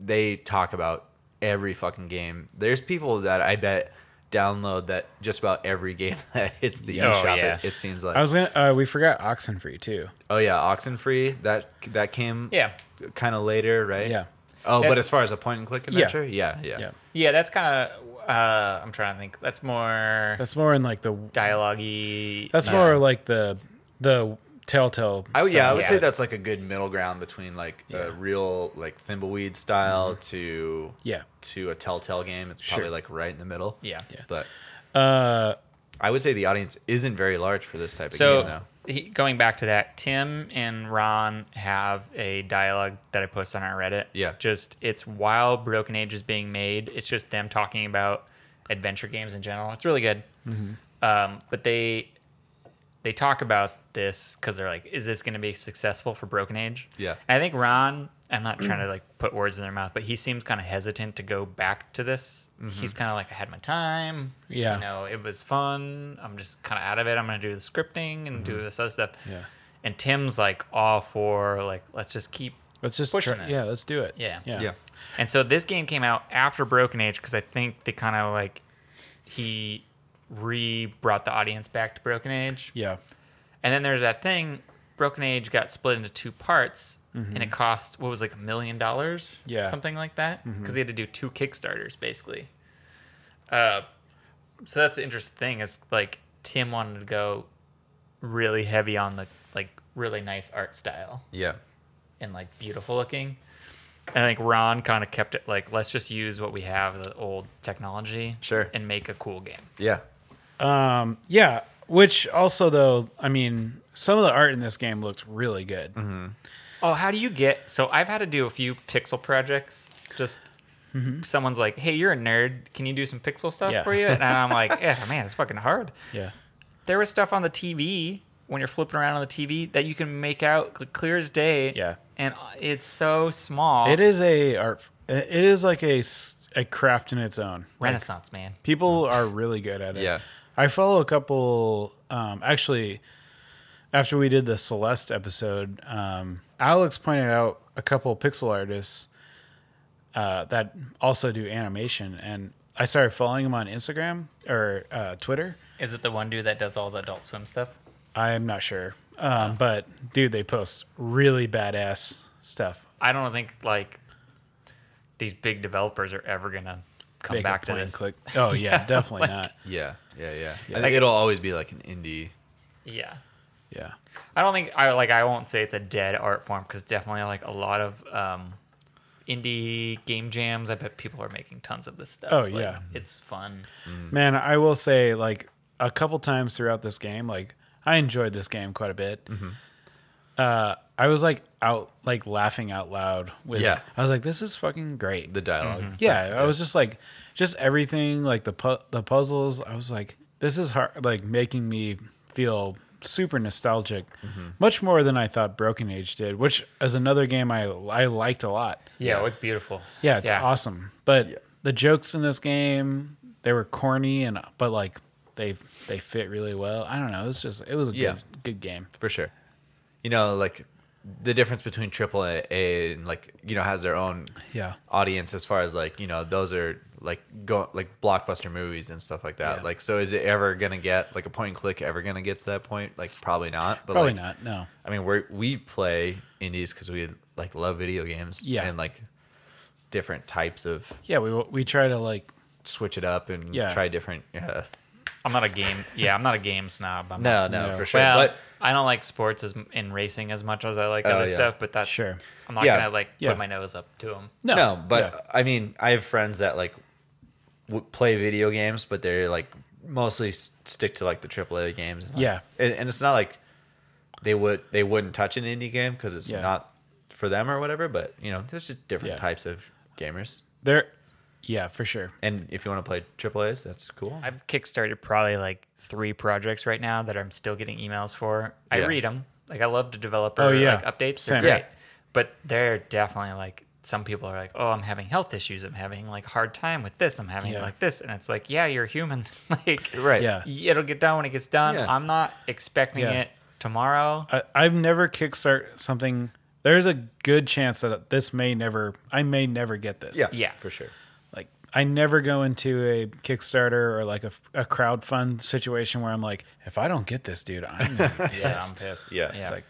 [SPEAKER 1] they talk about every fucking game. There's people that I bet download that just about every <laughs> game that hits the
[SPEAKER 3] Yeah. Oh,
[SPEAKER 1] eShop.
[SPEAKER 3] yeah.
[SPEAKER 1] It, it seems like.
[SPEAKER 2] I was gonna. Uh, we forgot Oxenfree too.
[SPEAKER 1] oh yeah, Oxenfree that that came
[SPEAKER 3] Yeah.
[SPEAKER 1] kind of later, right?
[SPEAKER 2] Yeah.
[SPEAKER 1] Oh, but
[SPEAKER 3] That's-
[SPEAKER 1] as far as a point and click adventure, yeah, yeah,
[SPEAKER 2] Yeah,
[SPEAKER 3] Yeah, that's kind of. Uh, I'm trying to think. That's more
[SPEAKER 2] that's more in like the.
[SPEAKER 3] dialogue-y.
[SPEAKER 2] That's more like the the Telltale.
[SPEAKER 1] I, would- Oh, yeah, I
[SPEAKER 2] style.
[SPEAKER 1] would
[SPEAKER 3] Yeah.
[SPEAKER 1] say that's like a good middle ground between like
[SPEAKER 2] Yeah. Mm-hmm.
[SPEAKER 1] a real like thimbleweed style to
[SPEAKER 2] yeah.
[SPEAKER 1] to a telltale game. It's probably
[SPEAKER 2] Sure.
[SPEAKER 1] like right in the middle.
[SPEAKER 3] Yeah. Yeah.
[SPEAKER 1] But
[SPEAKER 2] Uh,
[SPEAKER 1] I would say the audience isn't very large for this type of game
[SPEAKER 3] So
[SPEAKER 1] though.
[SPEAKER 3] he, going back to that, Tim and Ron have a dialogue that I post on our Reddit.
[SPEAKER 1] Yeah.
[SPEAKER 3] Just it's while Broken Age is being made, it's just them talking about adventure games in general. It's really good.
[SPEAKER 1] Mm-hmm.
[SPEAKER 3] Um, but they they talk about this because they're like, is this going to be successful for Broken Age?
[SPEAKER 1] Yeah.
[SPEAKER 3] And I think Ron. I'm not trying to like put words in their mouth, but he seems kind of hesitant to go back to this.
[SPEAKER 1] Mm-hmm.
[SPEAKER 3] He's kind of like, I had my time.
[SPEAKER 2] Yeah.
[SPEAKER 3] You know, know, it was fun. I'm just kind of out of it. I'm gonna do the scripting and do this other stuff.
[SPEAKER 2] Mm-hmm. Yeah.
[SPEAKER 3] And Tim's like all for like let's just keep.
[SPEAKER 2] let's just
[SPEAKER 3] Pushing
[SPEAKER 2] try,
[SPEAKER 3] this.
[SPEAKER 2] yeah, let's do it.
[SPEAKER 3] Yeah.
[SPEAKER 2] yeah,
[SPEAKER 1] Yeah.
[SPEAKER 3] And so this game came out after Broken Age because I think they kind of like he re brought the audience back to Broken Age.
[SPEAKER 2] yeah.
[SPEAKER 3] And then there's that thing. Broken Age got split into two parts, and it cost what was like a million dollars,
[SPEAKER 2] Yeah.
[SPEAKER 3] something like that, because they had to do two Kickstarters basically. Uh, so that's the interesting thing is like Tim wanted to go really heavy on the like really nice art style
[SPEAKER 1] Yeah.
[SPEAKER 3] and like beautiful looking, and I think Ron kind of kept it like let's just use what we have, the old technology,
[SPEAKER 1] Sure.
[SPEAKER 3] and make a cool game.
[SPEAKER 1] Yeah.
[SPEAKER 2] Um, yeah, which also though, I mean, some of the art in this game looked really good.
[SPEAKER 3] Oh, how do you get? So I've had to do a few pixel projects. Just someone's like, "Hey, you're a nerd. Can you do some pixel stuff
[SPEAKER 2] Mm-hmm. Yeah.
[SPEAKER 3] for you?" And I'm
[SPEAKER 2] <laughs>
[SPEAKER 3] like, "Yeah, man, it's fucking hard."
[SPEAKER 2] Yeah,
[SPEAKER 3] There was stuff on the TV when you're flipping around on the TV that you can make out cl- clear as day.
[SPEAKER 2] Yeah.
[SPEAKER 3] and it's so small.
[SPEAKER 2] it is a art. It is like a s- a craft in its own.
[SPEAKER 3] Renaissance, man.
[SPEAKER 2] People are really good at it.
[SPEAKER 1] Yeah.
[SPEAKER 2] I follow a couple. Um, actually, after we did the Celeste episode, um, Alex pointed out a couple pixel artists uh, that also do animation, and I started following them on Instagram or uh, Twitter.
[SPEAKER 3] Is it the one dude that does all the Adult Swim stuff?
[SPEAKER 2] I'm not sure,
[SPEAKER 3] Oh.
[SPEAKER 2] um, but dude, they post really badass stuff.
[SPEAKER 3] I don't think like these big developers are ever gonna come
[SPEAKER 2] Make a
[SPEAKER 3] back to
[SPEAKER 2] point and
[SPEAKER 3] this.
[SPEAKER 2] click. Oh
[SPEAKER 3] <laughs>
[SPEAKER 2] yeah, definitely not.
[SPEAKER 1] Yeah. Yeah. Yeah. I think it'll always be like an indie.
[SPEAKER 3] Yeah.
[SPEAKER 2] Yeah,
[SPEAKER 3] I don't think I like. I won't say it's a dead art form because definitely like a lot of um, indie game jams. I bet people are making tons of this stuff.
[SPEAKER 2] Oh,
[SPEAKER 3] Like,
[SPEAKER 2] yeah.
[SPEAKER 3] it's fun.
[SPEAKER 2] man, I will say like a couple times throughout this game, like I enjoyed this game quite a bit.
[SPEAKER 3] Mm-hmm.
[SPEAKER 2] Uh, I was like out, like laughing out loud. With
[SPEAKER 1] Yeah.
[SPEAKER 2] I was like, this is fucking great.
[SPEAKER 1] The dialog
[SPEAKER 2] yeah, I was just like, just everything, like the pu- the puzzles. I was like, this is hard, like making me feel super nostalgic, much more than I thought Broken Age did, which is another game I I liked a lot.
[SPEAKER 3] Yeah, well, it's beautiful.
[SPEAKER 2] Yeah, it's awesome. But the jokes in this game, they were corny and but like they they fit really well. I don't know. It was just it was a
[SPEAKER 1] Yeah.
[SPEAKER 2] good good game.
[SPEAKER 1] for sure. You know, like the difference between AAA and like you know has their own
[SPEAKER 2] Yeah.
[SPEAKER 1] audience as far as like you know those are like go like blockbuster movies and stuff like that
[SPEAKER 2] Yeah.
[SPEAKER 1] like so is it ever gonna get like a point and click ever gonna get to that point like probably not but
[SPEAKER 2] Probably
[SPEAKER 1] like,
[SPEAKER 2] not. No.
[SPEAKER 1] i mean we we play indies because we like love video games
[SPEAKER 2] Yeah.
[SPEAKER 1] and like different types of
[SPEAKER 2] Yeah, we we try to like
[SPEAKER 1] switch it up and
[SPEAKER 2] Yeah.
[SPEAKER 1] try different uh,
[SPEAKER 3] I'm not a game. Yeah, I'm not a game snob. I'm
[SPEAKER 1] No,
[SPEAKER 3] not,
[SPEAKER 1] no,
[SPEAKER 2] No.
[SPEAKER 1] for sure.
[SPEAKER 3] well,
[SPEAKER 1] but
[SPEAKER 3] I don't like sports as in racing as much as I like
[SPEAKER 1] Oh,
[SPEAKER 3] other
[SPEAKER 1] yeah.
[SPEAKER 3] stuff. But that's
[SPEAKER 2] Sure.
[SPEAKER 3] I'm not
[SPEAKER 1] Yeah.
[SPEAKER 3] gonna like
[SPEAKER 2] Yeah.
[SPEAKER 3] put my nose up to them.
[SPEAKER 2] No,
[SPEAKER 1] no, but
[SPEAKER 2] yeah.
[SPEAKER 1] I mean, I have friends that like w- play video games, but they're like mostly s- stick to like the AAA games. and, like-
[SPEAKER 2] Yeah.
[SPEAKER 1] and, and it's not like they would they wouldn't touch an indie game because it's
[SPEAKER 2] Yeah.
[SPEAKER 1] not for them or whatever. But you know, there's just different
[SPEAKER 2] Yeah.
[SPEAKER 1] types of gamers,
[SPEAKER 2] there. Yeah, for sure.
[SPEAKER 1] and if you want to play AAA's, that's cool.
[SPEAKER 3] I've kickstarted probably like three projects right now that I'm still getting emails for. I
[SPEAKER 1] Yeah.
[SPEAKER 3] read them. Like I love the developer
[SPEAKER 2] Oh, yeah.
[SPEAKER 3] like updates.
[SPEAKER 2] Same.
[SPEAKER 3] They're
[SPEAKER 1] Yeah.
[SPEAKER 3] great. But they're definitely like some people are like, "Oh, I'm having health issues. I'm having like hard time with this. I'm having
[SPEAKER 2] Yeah.
[SPEAKER 3] like this." And it's like, "Yeah, you're human. <laughs> like
[SPEAKER 1] right?
[SPEAKER 2] Yeah.
[SPEAKER 3] it'll get done when it gets done.
[SPEAKER 1] Yeah.
[SPEAKER 3] I'm not expecting
[SPEAKER 2] Yeah.
[SPEAKER 3] it tomorrow."
[SPEAKER 2] I, I've never kickstart something. There's a good chance that this may never. I may never get this.
[SPEAKER 1] yeah,
[SPEAKER 3] Yeah.
[SPEAKER 1] for sure.
[SPEAKER 2] Like I never go into a Kickstarter or like a, a crowdfund situation where I'm like, if I don't get this, dude, I'm gonna
[SPEAKER 1] <laughs>
[SPEAKER 2] be pissed.
[SPEAKER 3] Yeah, I'm pissed.
[SPEAKER 1] Yeah,
[SPEAKER 3] Yeah.
[SPEAKER 2] It's like,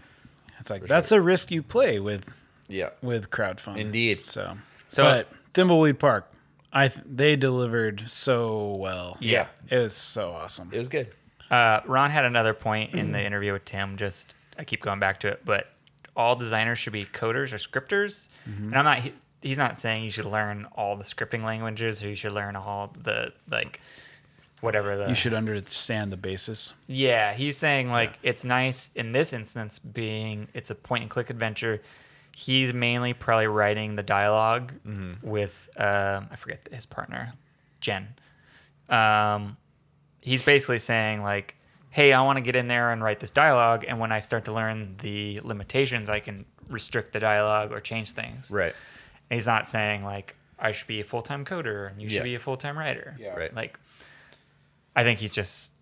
[SPEAKER 2] it's like that's a risk you play with
[SPEAKER 1] yeah.
[SPEAKER 2] with crowdfund.
[SPEAKER 1] Indeed.
[SPEAKER 2] So,
[SPEAKER 3] So-
[SPEAKER 2] but Thimbleweed Park, I th- they delivered so well.
[SPEAKER 1] Yeah.
[SPEAKER 2] it was so awesome.
[SPEAKER 1] It was good.
[SPEAKER 3] Uh, Ron had another point in the interview with Tim. Just I keep going back to it, but all designers should be coders or scripters. And I'm not. He, he's not saying you should learn all the scripting languages or you should learn all the like whatever the
[SPEAKER 2] you should understand the basis.
[SPEAKER 3] yeah, he's saying like it's nice in this instance being it's a point and click adventure. He's mainly probably writing the dialog
[SPEAKER 1] Mm-hmm.
[SPEAKER 3] with um I forget his partner, Jen. Um, he's basically saying like, "Hey, I want to get in there and write this dialogue, and when I start to learn the limitations, I can restrict the dialogue or change things."
[SPEAKER 1] Right.
[SPEAKER 3] And he's not saying like I should be a full time coder and you should
[SPEAKER 1] Yeah.
[SPEAKER 3] be a full time writer.
[SPEAKER 2] Yeah.
[SPEAKER 1] Right.
[SPEAKER 3] Like I think he's just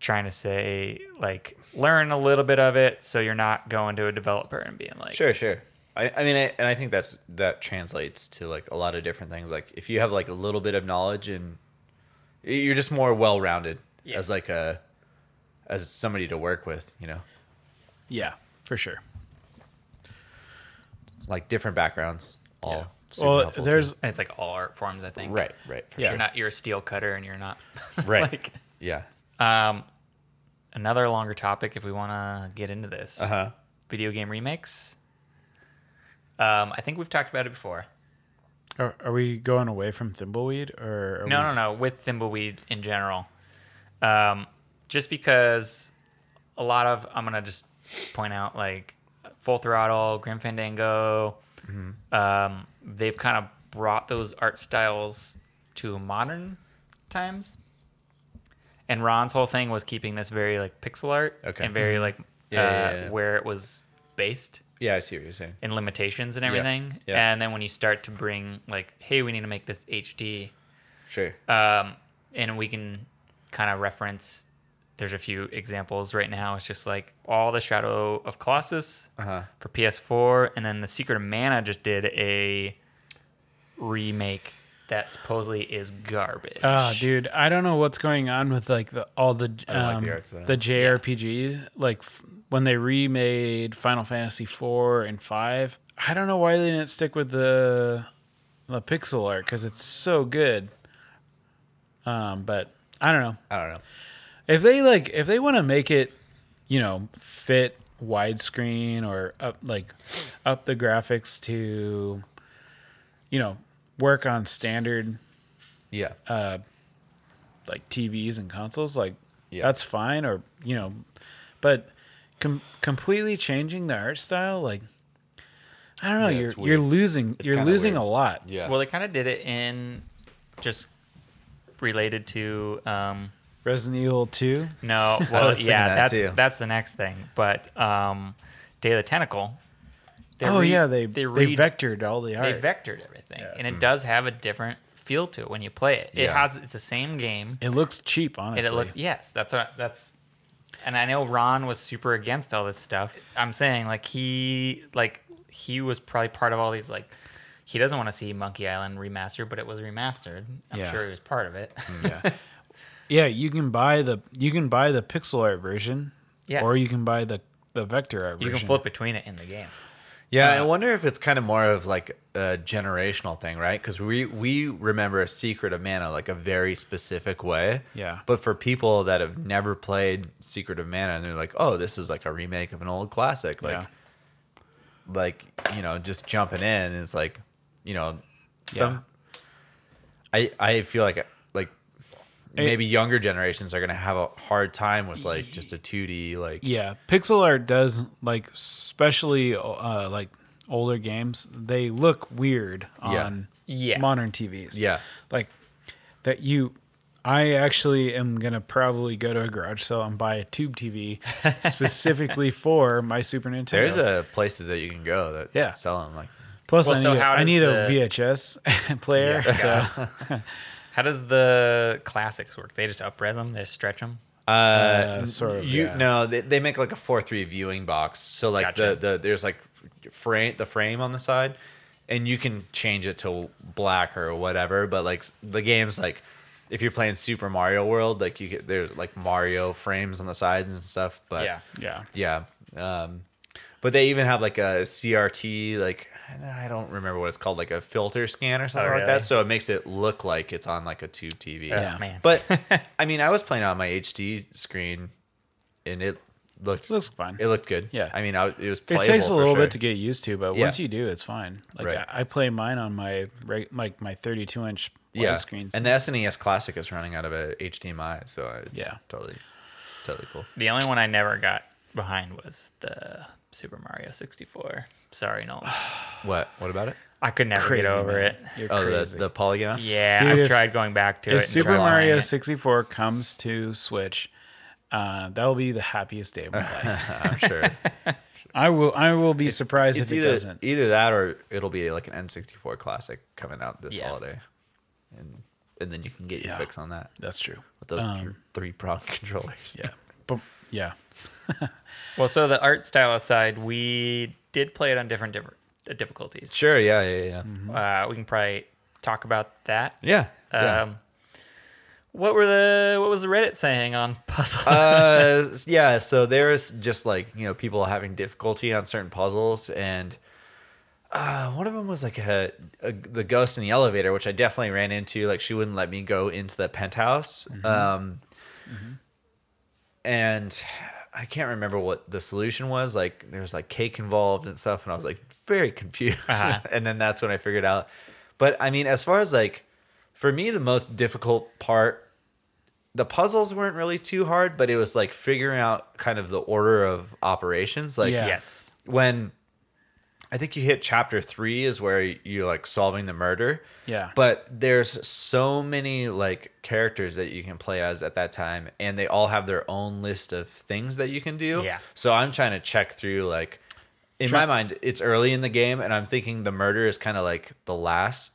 [SPEAKER 3] trying to say like learn a little bit of it so you're not going to a developer and being like
[SPEAKER 1] Sure, sure. I, I mean, I, and I think that's that translates to like a lot of different things. Like if you have like a little bit of knowledge and you're just more well rounded
[SPEAKER 3] Yeah.
[SPEAKER 1] as like a as somebody to work with, you know,
[SPEAKER 2] Yeah, for sure.
[SPEAKER 1] like different backgrounds. All
[SPEAKER 3] Yeah.
[SPEAKER 1] super
[SPEAKER 2] well,
[SPEAKER 1] helpful, too.
[SPEAKER 2] there's
[SPEAKER 3] And it's like all art forms, I think.
[SPEAKER 1] right, right, for
[SPEAKER 2] Yeah.
[SPEAKER 3] You're not you're a steel cutter and you're not <laughs>
[SPEAKER 1] sure. right,
[SPEAKER 3] like
[SPEAKER 1] yeah,
[SPEAKER 3] um another longer topic if we wanna get into this.
[SPEAKER 1] uh huh,
[SPEAKER 3] Video game remakes. Um, I think we've talked about it before.
[SPEAKER 2] Are, are we going away from Thimbleweed or are
[SPEAKER 3] No,
[SPEAKER 2] we-
[SPEAKER 3] no, no. With thimbleweed in general, um, just because a lot of I'm gonna just point out like Full Throttle, Grim Fandango,
[SPEAKER 1] Mm-hmm.
[SPEAKER 3] um, they've kind of brought those art styles to modern times. And Ron's whole thing was keeping this very like pixel art
[SPEAKER 1] Okay.
[SPEAKER 3] and very like
[SPEAKER 1] Yeah,
[SPEAKER 3] uh,
[SPEAKER 1] yeah, yeah.
[SPEAKER 3] where it was based
[SPEAKER 1] yeah. I see what you're saying.
[SPEAKER 3] and limitations and everything.
[SPEAKER 1] yeah.
[SPEAKER 3] And then when you start to bring like, hey, we need to make this HD,
[SPEAKER 1] Sure,
[SPEAKER 3] um, and we can kind of reference. There's a few examples right now. It's just like all the Shadow of Colossus
[SPEAKER 1] Uh-huh.
[SPEAKER 3] for PS4, and then the Secret of Mana just did a remake that supposedly is garbage.
[SPEAKER 2] Ah, dude, I don't know what's going on with like the all the
[SPEAKER 1] don't like
[SPEAKER 2] um,
[SPEAKER 1] the arts of that.
[SPEAKER 2] the JRPG like f- when they remade Final Fantasy 4 and 5. I don't know why they didn't stick with the the pixel art cuz it's so good. Um, but I don't know.
[SPEAKER 1] I don't know.
[SPEAKER 2] If they like if they want to make it, you know, fit widescreen or up like up the graphics to you know, work on standard
[SPEAKER 1] Yeah,
[SPEAKER 2] like TVs and consoles, like
[SPEAKER 1] Yeah.
[SPEAKER 2] that's fine, or you know, but com- completely changing the art style, like I don't know,
[SPEAKER 1] Yeah,
[SPEAKER 2] you're
[SPEAKER 1] it's
[SPEAKER 2] you're
[SPEAKER 1] weird.
[SPEAKER 2] losing you're
[SPEAKER 1] kinda
[SPEAKER 2] losing
[SPEAKER 1] weird.
[SPEAKER 2] a lot.
[SPEAKER 1] yeah.
[SPEAKER 3] Well, they kind of did it in just related to um,
[SPEAKER 2] Resident Evil Two,
[SPEAKER 1] <laughs>
[SPEAKER 3] No, well,
[SPEAKER 1] was thinking
[SPEAKER 3] yeah,
[SPEAKER 1] that
[SPEAKER 3] that's
[SPEAKER 1] too.
[SPEAKER 3] that's the next thing. But um, Day of the Tentacle. they
[SPEAKER 2] oh
[SPEAKER 3] re-
[SPEAKER 2] yeah, they
[SPEAKER 3] they
[SPEAKER 2] they,
[SPEAKER 3] read,
[SPEAKER 2] vectored all the
[SPEAKER 3] they
[SPEAKER 2] art.
[SPEAKER 3] vectored everything, and it does have a different feel to it when you play it. It
[SPEAKER 1] Yeah.
[SPEAKER 3] has it's the same game,
[SPEAKER 2] it looks cheap, honestly.
[SPEAKER 3] and it looks yes, that's what that's. And I know Ron was super against all this stuff. I'm saying like he like he was probably part of all these like. He doesn't want to see Monkey Island remastered, but it was remastered. I'm
[SPEAKER 2] Yeah.
[SPEAKER 3] sure he was part of it. <laughs>
[SPEAKER 2] yeah, you can buy the you can buy the pixel art version,
[SPEAKER 3] Yeah.
[SPEAKER 2] or you can buy the the vector art
[SPEAKER 3] you
[SPEAKER 2] version.
[SPEAKER 3] can flip between it in the game.
[SPEAKER 1] Yeah, I wonder if it's kind of more of like a generational thing, right? Because we we remember a secret of mana like a very specific way.
[SPEAKER 2] Yeah.
[SPEAKER 1] But for people that have never played Secret of Mana and they're like, oh, this is like a remake of an old classic, like
[SPEAKER 2] Yeah.
[SPEAKER 1] like you know just jumping in, and it's like you know some. I I feel like like maybe younger generations are gonna have a hard time with like just a two D like
[SPEAKER 2] Yeah, pixel art does like especially uh, like older games. They look weird
[SPEAKER 1] Yeah.
[SPEAKER 2] on
[SPEAKER 3] Yeah.
[SPEAKER 2] modern TVs.
[SPEAKER 1] yeah
[SPEAKER 2] like that you. I actually am gonna probably go to a garage sale and buy a tube TV specifically for my Super Nintendo.
[SPEAKER 1] There's a places that you can go that
[SPEAKER 2] Yeah.
[SPEAKER 1] sell them. Like,
[SPEAKER 2] plus.
[SPEAKER 3] Well,
[SPEAKER 2] I need,
[SPEAKER 3] so
[SPEAKER 2] a-
[SPEAKER 3] how
[SPEAKER 2] I
[SPEAKER 3] does
[SPEAKER 2] need
[SPEAKER 3] the-
[SPEAKER 2] a VHS <laughs> player. So
[SPEAKER 3] How does the classics work? They just upres them, they just stretch them.
[SPEAKER 1] uh,
[SPEAKER 2] Uh, sort of,
[SPEAKER 1] You
[SPEAKER 2] yeah.
[SPEAKER 1] no, they, they make like a four three viewing box. So like the,
[SPEAKER 3] Gotcha.
[SPEAKER 1] the there's like frame the frame on the side, and you can change it to black or whatever. But like s- the game's like if you're playing Super Mario World, like you get there's like Mario frames on the sides and stuff. But
[SPEAKER 3] yeah.
[SPEAKER 2] yeah,
[SPEAKER 1] yeah. Um, but they even have like a CRT, like I don't remember what it's called, like a filter scan or something
[SPEAKER 3] Oh,
[SPEAKER 1] like
[SPEAKER 3] really?
[SPEAKER 1] that. So it makes it look like it's on like a tube TV.
[SPEAKER 2] Yeah.
[SPEAKER 3] Oh, man. <laughs>
[SPEAKER 1] But I mean, I was playing on my HD screen, and it looked
[SPEAKER 2] looks fine.
[SPEAKER 1] It looked good.
[SPEAKER 2] Yeah.
[SPEAKER 1] I mean, I, it was.
[SPEAKER 2] It
[SPEAKER 1] Playable
[SPEAKER 2] takes a
[SPEAKER 1] for
[SPEAKER 2] little
[SPEAKER 1] sure.
[SPEAKER 2] bit to get used to, but
[SPEAKER 1] Yeah.
[SPEAKER 2] once you do, it's fine. Like
[SPEAKER 1] Right.
[SPEAKER 2] I, I play mine on my reg- like my 32 inch
[SPEAKER 1] yeah.
[SPEAKER 2] screens.
[SPEAKER 1] And the SNES Classic is running out of a HDMI, so it's
[SPEAKER 2] Yeah.
[SPEAKER 1] totally, totally cool.
[SPEAKER 3] The only one I never got behind was the Super Mario 64. Sorry, Nolan.
[SPEAKER 1] What? What about it?
[SPEAKER 3] I could never get over
[SPEAKER 2] man.
[SPEAKER 3] it.
[SPEAKER 2] You're
[SPEAKER 1] Oh,
[SPEAKER 2] crazy.
[SPEAKER 1] the the polygons.
[SPEAKER 3] Yeah,
[SPEAKER 2] Dude,
[SPEAKER 3] I've
[SPEAKER 2] if-
[SPEAKER 3] tried going back to it.
[SPEAKER 2] if
[SPEAKER 3] and
[SPEAKER 2] Super
[SPEAKER 3] trying
[SPEAKER 2] Mario
[SPEAKER 3] it.
[SPEAKER 2] 64 comes to Switch, uh, that will be the happiest day
[SPEAKER 1] <laughs>
[SPEAKER 2] of my life.
[SPEAKER 1] <laughs> I'm sure.
[SPEAKER 2] I will. I will be surprised if
[SPEAKER 1] it's
[SPEAKER 2] it
[SPEAKER 1] either
[SPEAKER 2] doesn't.
[SPEAKER 1] either that or it'll be like an N64 classic coming out this
[SPEAKER 3] Yeah.
[SPEAKER 1] holiday, and and then you can get your
[SPEAKER 2] Yeah.
[SPEAKER 1] fix on that
[SPEAKER 2] That's true.
[SPEAKER 1] with those three prong <laughs> controllers.
[SPEAKER 2] Yeah. But yeah.
[SPEAKER 3] Well, so the art style aside, we did play it on different different uh, difficulties.
[SPEAKER 1] Sure. Yeah. Yeah. Yeah.
[SPEAKER 2] Mm-hmm.
[SPEAKER 3] Uh, we can probably talk about that.
[SPEAKER 1] Yeah. yeah.
[SPEAKER 3] Um, what were the what was the Reddit saying on <laughs> puzzle?
[SPEAKER 1] uh, s- yeah. So there's just like you know people having difficulty on certain puzzles, and uh, one of them was like a, a the ghost in the elevator, which I definitely ran into. Like she wouldn't let me go into the penthouse, um, and I can't remember what the solution was. Like there was like cake involved and stuff, and I was like very <laughs> confused. and then that's when I figured out. But I mean, as far as like for me, the most difficult part the puzzles weren't really too hard, but it was like figuring out kind of the order of operations. Like
[SPEAKER 2] Yeah.
[SPEAKER 3] yes.
[SPEAKER 1] when I think you hit chapter three is where you're like solving the murder.
[SPEAKER 2] Yeah.
[SPEAKER 1] But there's so many like characters that you can play as at that time, and they all have their own list of things that you can do.
[SPEAKER 3] Yeah.
[SPEAKER 1] So I'm trying to check through like in my mind, it's early in the game, and I'm thinking the murder is kind of like the last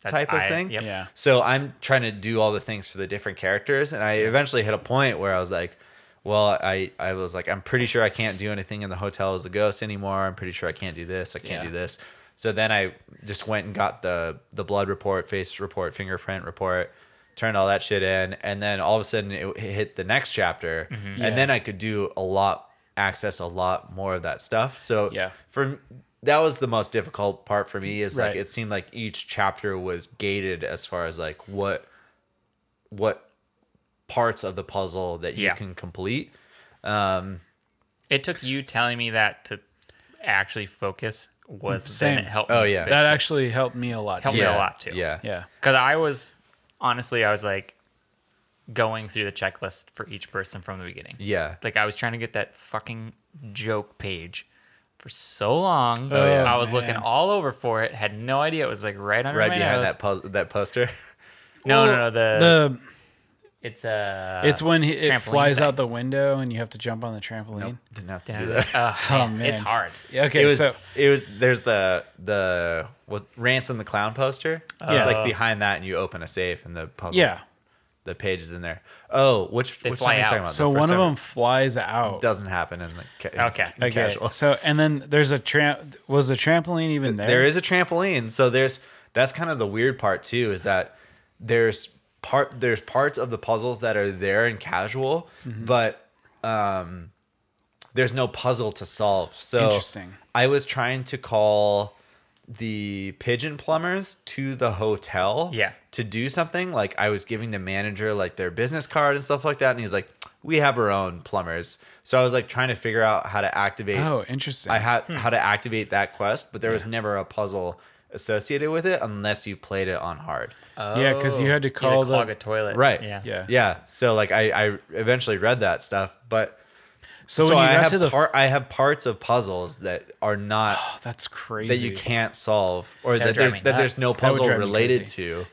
[SPEAKER 3] That's
[SPEAKER 1] type of
[SPEAKER 3] I-
[SPEAKER 1] thing.
[SPEAKER 3] yep.
[SPEAKER 2] Yeah.
[SPEAKER 1] So I'm trying to do all the things for the different characters, and I eventually hit a point where I was like, "Well, I I was like, I'm pretty sure I can't do anything in the hotel as a ghost anymore. I'm pretty sure I can't do this. I can't
[SPEAKER 2] Yeah.
[SPEAKER 1] do this." So then I just went and got the the blood report, face report, fingerprint report, turned all that shit in, and then all of a sudden it hit the next chapter,
[SPEAKER 3] Mm-hmm.
[SPEAKER 1] and
[SPEAKER 2] Yeah.
[SPEAKER 1] then I could do a lot, access a lot more of that stuff. So
[SPEAKER 2] Yeah.
[SPEAKER 1] for that was the most difficult part for me is like
[SPEAKER 2] Right.
[SPEAKER 1] it seemed like each chapter was gated as far as like what what parts of the puzzle that you
[SPEAKER 3] Yeah.
[SPEAKER 1] can complete
[SPEAKER 3] It took you telling me that to actually focus was
[SPEAKER 2] Mm, Same.
[SPEAKER 3] then it helped.
[SPEAKER 1] Oh,
[SPEAKER 3] me
[SPEAKER 1] yeah.
[SPEAKER 3] fix
[SPEAKER 2] That
[SPEAKER 3] it.
[SPEAKER 2] actually helped me a lot.
[SPEAKER 3] Helped
[SPEAKER 2] too.
[SPEAKER 3] me a lot, too.
[SPEAKER 1] yeah
[SPEAKER 2] Yeah.
[SPEAKER 3] Because I was honestly, I was like going through the checklist for each person from the beginning.
[SPEAKER 1] yeah
[SPEAKER 3] Like I was trying to get that fucking joke page for so long.
[SPEAKER 2] Oh, yeah.
[SPEAKER 3] I was looking
[SPEAKER 2] man.
[SPEAKER 3] all over for it. Had no idea it was like right under
[SPEAKER 1] right
[SPEAKER 3] my
[SPEAKER 1] behind
[SPEAKER 3] nose.
[SPEAKER 1] that puzzle that poster <laughs>
[SPEAKER 3] no, no,
[SPEAKER 2] Well,
[SPEAKER 3] no. The,
[SPEAKER 2] The
[SPEAKER 3] it's uh
[SPEAKER 2] it's when he, it
[SPEAKER 3] trampoline
[SPEAKER 2] flies
[SPEAKER 3] thing.
[SPEAKER 2] out the window and you have to jump on the trampoline.
[SPEAKER 1] didn't have to
[SPEAKER 3] Yeah,
[SPEAKER 1] do
[SPEAKER 3] <laughs>
[SPEAKER 1] that
[SPEAKER 3] uh,
[SPEAKER 2] <laughs> Oh
[SPEAKER 3] man,
[SPEAKER 2] man,
[SPEAKER 3] it's hard.
[SPEAKER 2] Yeah, okay,
[SPEAKER 1] it was
[SPEAKER 2] so
[SPEAKER 1] it was there's the the what ransom the clown poster it's
[SPEAKER 2] Oh.
[SPEAKER 1] like behind that and you open a safe and the puzzle
[SPEAKER 2] yeah.
[SPEAKER 1] the page is in there oh which
[SPEAKER 3] They
[SPEAKER 1] which
[SPEAKER 3] fly
[SPEAKER 1] one are you
[SPEAKER 3] out.
[SPEAKER 1] talking about The
[SPEAKER 2] So
[SPEAKER 1] first
[SPEAKER 2] one of
[SPEAKER 1] time-
[SPEAKER 2] them flies out.
[SPEAKER 1] doesn't happen in the ca-
[SPEAKER 3] Okay.
[SPEAKER 1] in casual
[SPEAKER 2] So and then there's a tramp. Was the trampoline even there?
[SPEAKER 1] There is a trampoline. So there's that's kind of the weird part too is that there's part there's parts of the puzzles that are there and
[SPEAKER 2] Mm-hmm.
[SPEAKER 1] casual, but um there's no puzzle to solve. So
[SPEAKER 2] Interesting.
[SPEAKER 1] I I was trying to call the pigeon plumbers to the hotel
[SPEAKER 3] Yeah.
[SPEAKER 1] to do something. Like I was giving the manager like their business card and stuff like that, and he's like, "We have our own plumbers." So I was like trying to figure out how to activate.
[SPEAKER 2] Oh, interesting.
[SPEAKER 1] I
[SPEAKER 3] Hmm.
[SPEAKER 1] had how to activate that quest, but there was never a puzzle associated with it unless you played it on hard.
[SPEAKER 2] Yeah, 'cause you had to
[SPEAKER 3] Oh.
[SPEAKER 2] call the-
[SPEAKER 3] clog a toilet.
[SPEAKER 1] Right.
[SPEAKER 3] Yeah.
[SPEAKER 2] Uh, Yeah.
[SPEAKER 1] Yeah. So like I, I eventually read that stuff, but
[SPEAKER 2] so, when
[SPEAKER 1] I
[SPEAKER 2] you got
[SPEAKER 1] have
[SPEAKER 2] to the
[SPEAKER 1] part I have parts of puzzles that are not
[SPEAKER 2] oh, that's crazy.
[SPEAKER 1] that you can't solve or
[SPEAKER 3] That
[SPEAKER 1] that
[SPEAKER 3] would drive
[SPEAKER 1] there's,
[SPEAKER 3] me
[SPEAKER 1] that there's
[SPEAKER 3] nuts.
[SPEAKER 1] no
[SPEAKER 3] That would
[SPEAKER 1] puzzle
[SPEAKER 2] drive me
[SPEAKER 1] related to.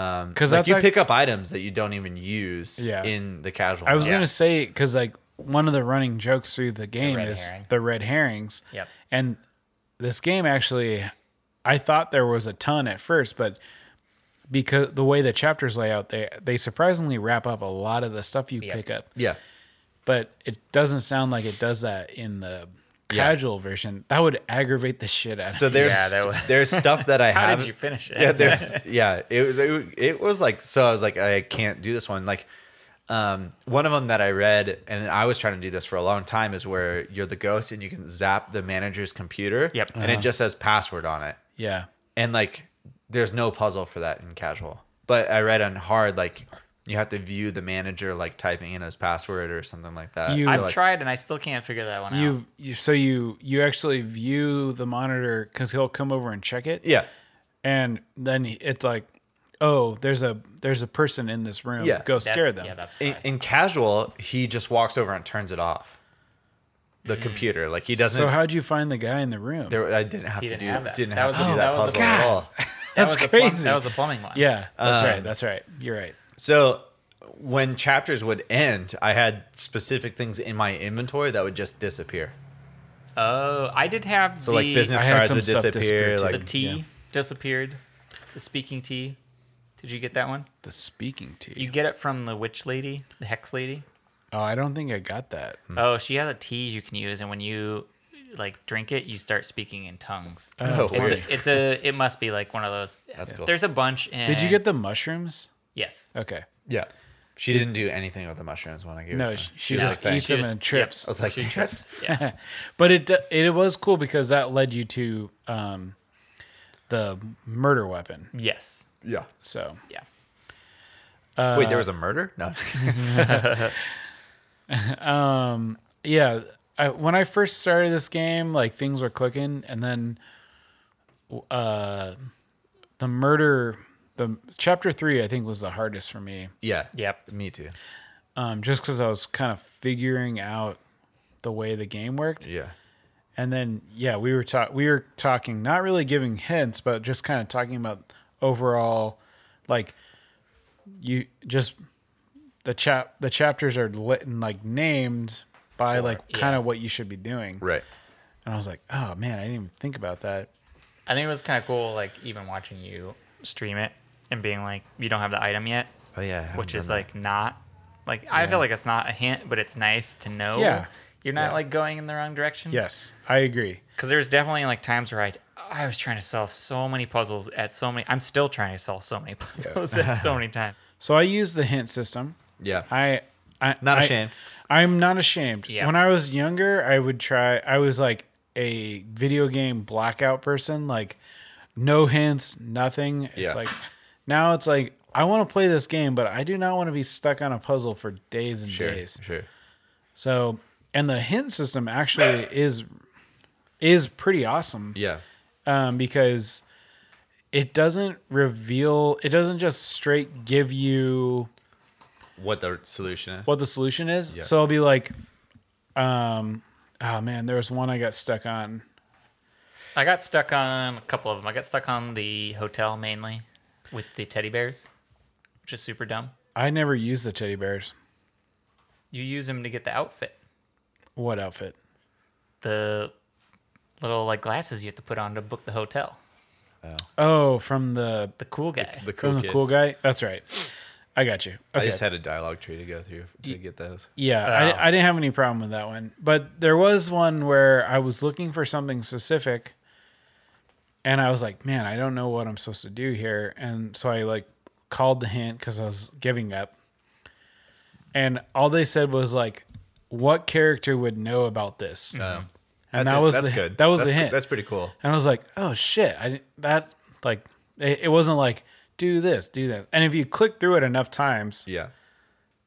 [SPEAKER 1] Um,
[SPEAKER 2] Because
[SPEAKER 1] like
[SPEAKER 2] that's
[SPEAKER 1] you
[SPEAKER 2] like-
[SPEAKER 1] pick up items that you don't even use
[SPEAKER 2] Yeah.
[SPEAKER 1] in the casual.
[SPEAKER 2] I was
[SPEAKER 1] mode.
[SPEAKER 2] gonna say because like one of the running jokes through the game
[SPEAKER 3] red
[SPEAKER 2] is
[SPEAKER 3] herring.
[SPEAKER 2] the red herrings.
[SPEAKER 3] Yep.
[SPEAKER 2] And this game actually, I thought there was a ton at first, but because the way the chapters lay out, they they surprisingly wrap up a lot of the stuff you
[SPEAKER 3] Yep.
[SPEAKER 2] pick up.
[SPEAKER 1] yeah.
[SPEAKER 2] But it doesn't sound like it does that in the
[SPEAKER 1] Yeah.
[SPEAKER 2] casual version. That would aggravate the shit out of
[SPEAKER 1] So
[SPEAKER 2] me.
[SPEAKER 1] there's
[SPEAKER 3] Yeah, that was-
[SPEAKER 1] there's stuff that I
[SPEAKER 3] <laughs> How
[SPEAKER 1] have.
[SPEAKER 3] did you finish it? <laughs>
[SPEAKER 1] yeah, there's yeah. It was it, was- it was like so. I was like, I can't do this one. Like, um, one of them that I read, and I was trying to do this for a long time, is where you're the ghost and you can zap the manager's computer.
[SPEAKER 3] Yep.
[SPEAKER 1] And
[SPEAKER 2] Uh-huh.
[SPEAKER 1] it just says password on it,
[SPEAKER 2] yeah.
[SPEAKER 1] and like, there's no puzzle for that in casual. But I read on hard, like, you have to view the manager like typing in his password or something like that.
[SPEAKER 2] You-
[SPEAKER 1] So,
[SPEAKER 2] I've
[SPEAKER 3] I've
[SPEAKER 1] like,
[SPEAKER 3] tried and I still can't figure that one out.
[SPEAKER 2] You, you so you you actually view the monitor because he'll come over and check it.
[SPEAKER 1] Yeah.
[SPEAKER 2] and then he- it's like oh there's a there's a person in this room
[SPEAKER 1] Yeah. <laughs>
[SPEAKER 2] go
[SPEAKER 1] That's-
[SPEAKER 2] scare them
[SPEAKER 3] Yeah, that's
[SPEAKER 1] In,
[SPEAKER 3] right.
[SPEAKER 1] in casual, he just walks over and turns it off.
[SPEAKER 3] Mm.
[SPEAKER 1] The computer, like he doesn't.
[SPEAKER 2] so how'd you find the guy in the room
[SPEAKER 1] There, I didn't have
[SPEAKER 3] He
[SPEAKER 1] to
[SPEAKER 3] didn't
[SPEAKER 1] do
[SPEAKER 3] have that.
[SPEAKER 1] didn't
[SPEAKER 3] That
[SPEAKER 1] have
[SPEAKER 3] was
[SPEAKER 1] to
[SPEAKER 3] the-
[SPEAKER 1] do
[SPEAKER 3] that
[SPEAKER 1] that puzzle
[SPEAKER 3] was the-
[SPEAKER 1] at
[SPEAKER 2] God.
[SPEAKER 3] <laughs>
[SPEAKER 1] all.
[SPEAKER 3] that
[SPEAKER 2] that's
[SPEAKER 3] was the plum-
[SPEAKER 2] crazy.
[SPEAKER 3] that was the plumbing one.
[SPEAKER 2] yeah that's
[SPEAKER 1] Um,
[SPEAKER 2] right that's right you're right
[SPEAKER 1] So when chapters would end, I had specific things in my inventory that would just disappear.
[SPEAKER 3] Oh, I did have
[SPEAKER 1] So
[SPEAKER 3] the,
[SPEAKER 1] like business
[SPEAKER 2] I had
[SPEAKER 1] cards
[SPEAKER 2] some
[SPEAKER 1] would
[SPEAKER 2] stuff
[SPEAKER 1] disappear.
[SPEAKER 2] disappear, too.
[SPEAKER 1] Like
[SPEAKER 3] The tea
[SPEAKER 2] Yeah.
[SPEAKER 3] disappeared. The speaking tea. Did you get that one?
[SPEAKER 2] the speaking to
[SPEAKER 3] You get it from the witch lady, the hex lady.
[SPEAKER 2] oh i don't think i got that
[SPEAKER 1] Hmm.
[SPEAKER 3] Oh, she has a tea you can use, and when you like drink it, you start speaking in tongues.
[SPEAKER 1] oh,
[SPEAKER 3] It's
[SPEAKER 1] weird.
[SPEAKER 3] a, it's a it must be like one of those.
[SPEAKER 1] That's cool.
[SPEAKER 3] There's a bunch. In,
[SPEAKER 2] did you get the mushrooms
[SPEAKER 3] <laughs> Yes.
[SPEAKER 2] okay
[SPEAKER 1] yeah. She didn't do anything with the mushrooms when I gave it. to her.
[SPEAKER 2] no she, she
[SPEAKER 1] was
[SPEAKER 2] just
[SPEAKER 1] like,
[SPEAKER 2] eats
[SPEAKER 1] "Thanks."
[SPEAKER 2] them and trips
[SPEAKER 1] I was like,
[SPEAKER 3] she trips. Yeah.
[SPEAKER 2] but it, d- it was cool because that led you to um the murder weapon
[SPEAKER 3] yes.
[SPEAKER 1] yeah.
[SPEAKER 2] so
[SPEAKER 3] Yeah.
[SPEAKER 2] Uh,
[SPEAKER 1] Wait, there was a murder? No. I'm just
[SPEAKER 2] <laughs>
[SPEAKER 1] kidding.
[SPEAKER 2] yeah I, when i first started this game like things were clicking and then uh the murder the chapter three i think was the hardest for me
[SPEAKER 1] yeah.
[SPEAKER 3] Yep.
[SPEAKER 1] Me too.
[SPEAKER 2] um just because i was kind of figuring out the way the game worked
[SPEAKER 1] Yeah.
[SPEAKER 2] and then yeah we were talk we were talking not really giving hints but just kind of talking about overall like you just the chap the chapters are lit and like named by like kind of what you should be doing
[SPEAKER 1] Right.
[SPEAKER 2] And I was like, oh man, I didn't even think about that.
[SPEAKER 3] I think it was kind of cool, like even watching you stream it and being like, you don't have the item yet,
[SPEAKER 1] Oh yeah. I haven't
[SPEAKER 3] which is
[SPEAKER 1] done
[SPEAKER 3] like not like I feel like it's not a hint, but it's nice to know.
[SPEAKER 2] Yeah.
[SPEAKER 3] You're not like going in the wrong direction.
[SPEAKER 2] Yes, I agree.
[SPEAKER 3] Because there's definitely like times where I I was trying to solve so many puzzles at so many. I'm still trying to solve so many <laughs> puzzles at so many times.
[SPEAKER 2] So I use the hint system.
[SPEAKER 1] that. yeah.
[SPEAKER 2] I, I
[SPEAKER 1] Not
[SPEAKER 2] I-
[SPEAKER 1] ashamed.
[SPEAKER 2] I'm not ashamed.
[SPEAKER 3] Yeah.
[SPEAKER 2] When I was younger, I would try. I was like a video game blackout person, like no hints, nothing. It's
[SPEAKER 1] Yeah.
[SPEAKER 2] like now it's like I want to play this game, but I do not want to be stuck on a puzzle for days and
[SPEAKER 1] Sure.
[SPEAKER 2] days.
[SPEAKER 1] Sure.
[SPEAKER 2] So, and the hint system actually is is pretty awesome.
[SPEAKER 1] Yeah.
[SPEAKER 2] um, because it doesn't reveal it doesn't just straight give you
[SPEAKER 1] What the solution is?
[SPEAKER 2] what the solution is so i'll be like um oh man there was one i got stuck on
[SPEAKER 3] I got stuck on a couple of them. I got stuck on the hotel mainly with the teddy bears, which is super dumb.
[SPEAKER 2] i never used the teddy bears
[SPEAKER 3] You use them to get the outfit,
[SPEAKER 2] what outfit
[SPEAKER 3] the little like glasses you have to put on to book the hotel.
[SPEAKER 2] oh from the
[SPEAKER 3] The cool guy.
[SPEAKER 1] the
[SPEAKER 2] from
[SPEAKER 1] cool
[SPEAKER 2] the
[SPEAKER 1] kid.
[SPEAKER 2] cool guy that's right i got you
[SPEAKER 1] I
[SPEAKER 2] okay
[SPEAKER 1] just had a dialogue tree to go through to get those.
[SPEAKER 2] Yeah,
[SPEAKER 1] Oh.
[SPEAKER 2] I, I didn't have any problem with that one. But there was one where I was looking for something specific and I was like, man, I don't know what I'm supposed to do here. And so I like called the hint because I was giving up. And all they said was like, what character would know about this?
[SPEAKER 1] Um,
[SPEAKER 2] Oh. and
[SPEAKER 1] That's
[SPEAKER 2] that
[SPEAKER 1] it.
[SPEAKER 2] was
[SPEAKER 1] that's
[SPEAKER 2] the,
[SPEAKER 1] good.
[SPEAKER 2] That was
[SPEAKER 1] that's,
[SPEAKER 2] the
[SPEAKER 1] pre-
[SPEAKER 2] hint.
[SPEAKER 1] That's pretty cool.
[SPEAKER 2] And I was like, oh shit, I didn't- that like it, it wasn't like do this, do that. And if you click through it enough times,
[SPEAKER 1] Yeah.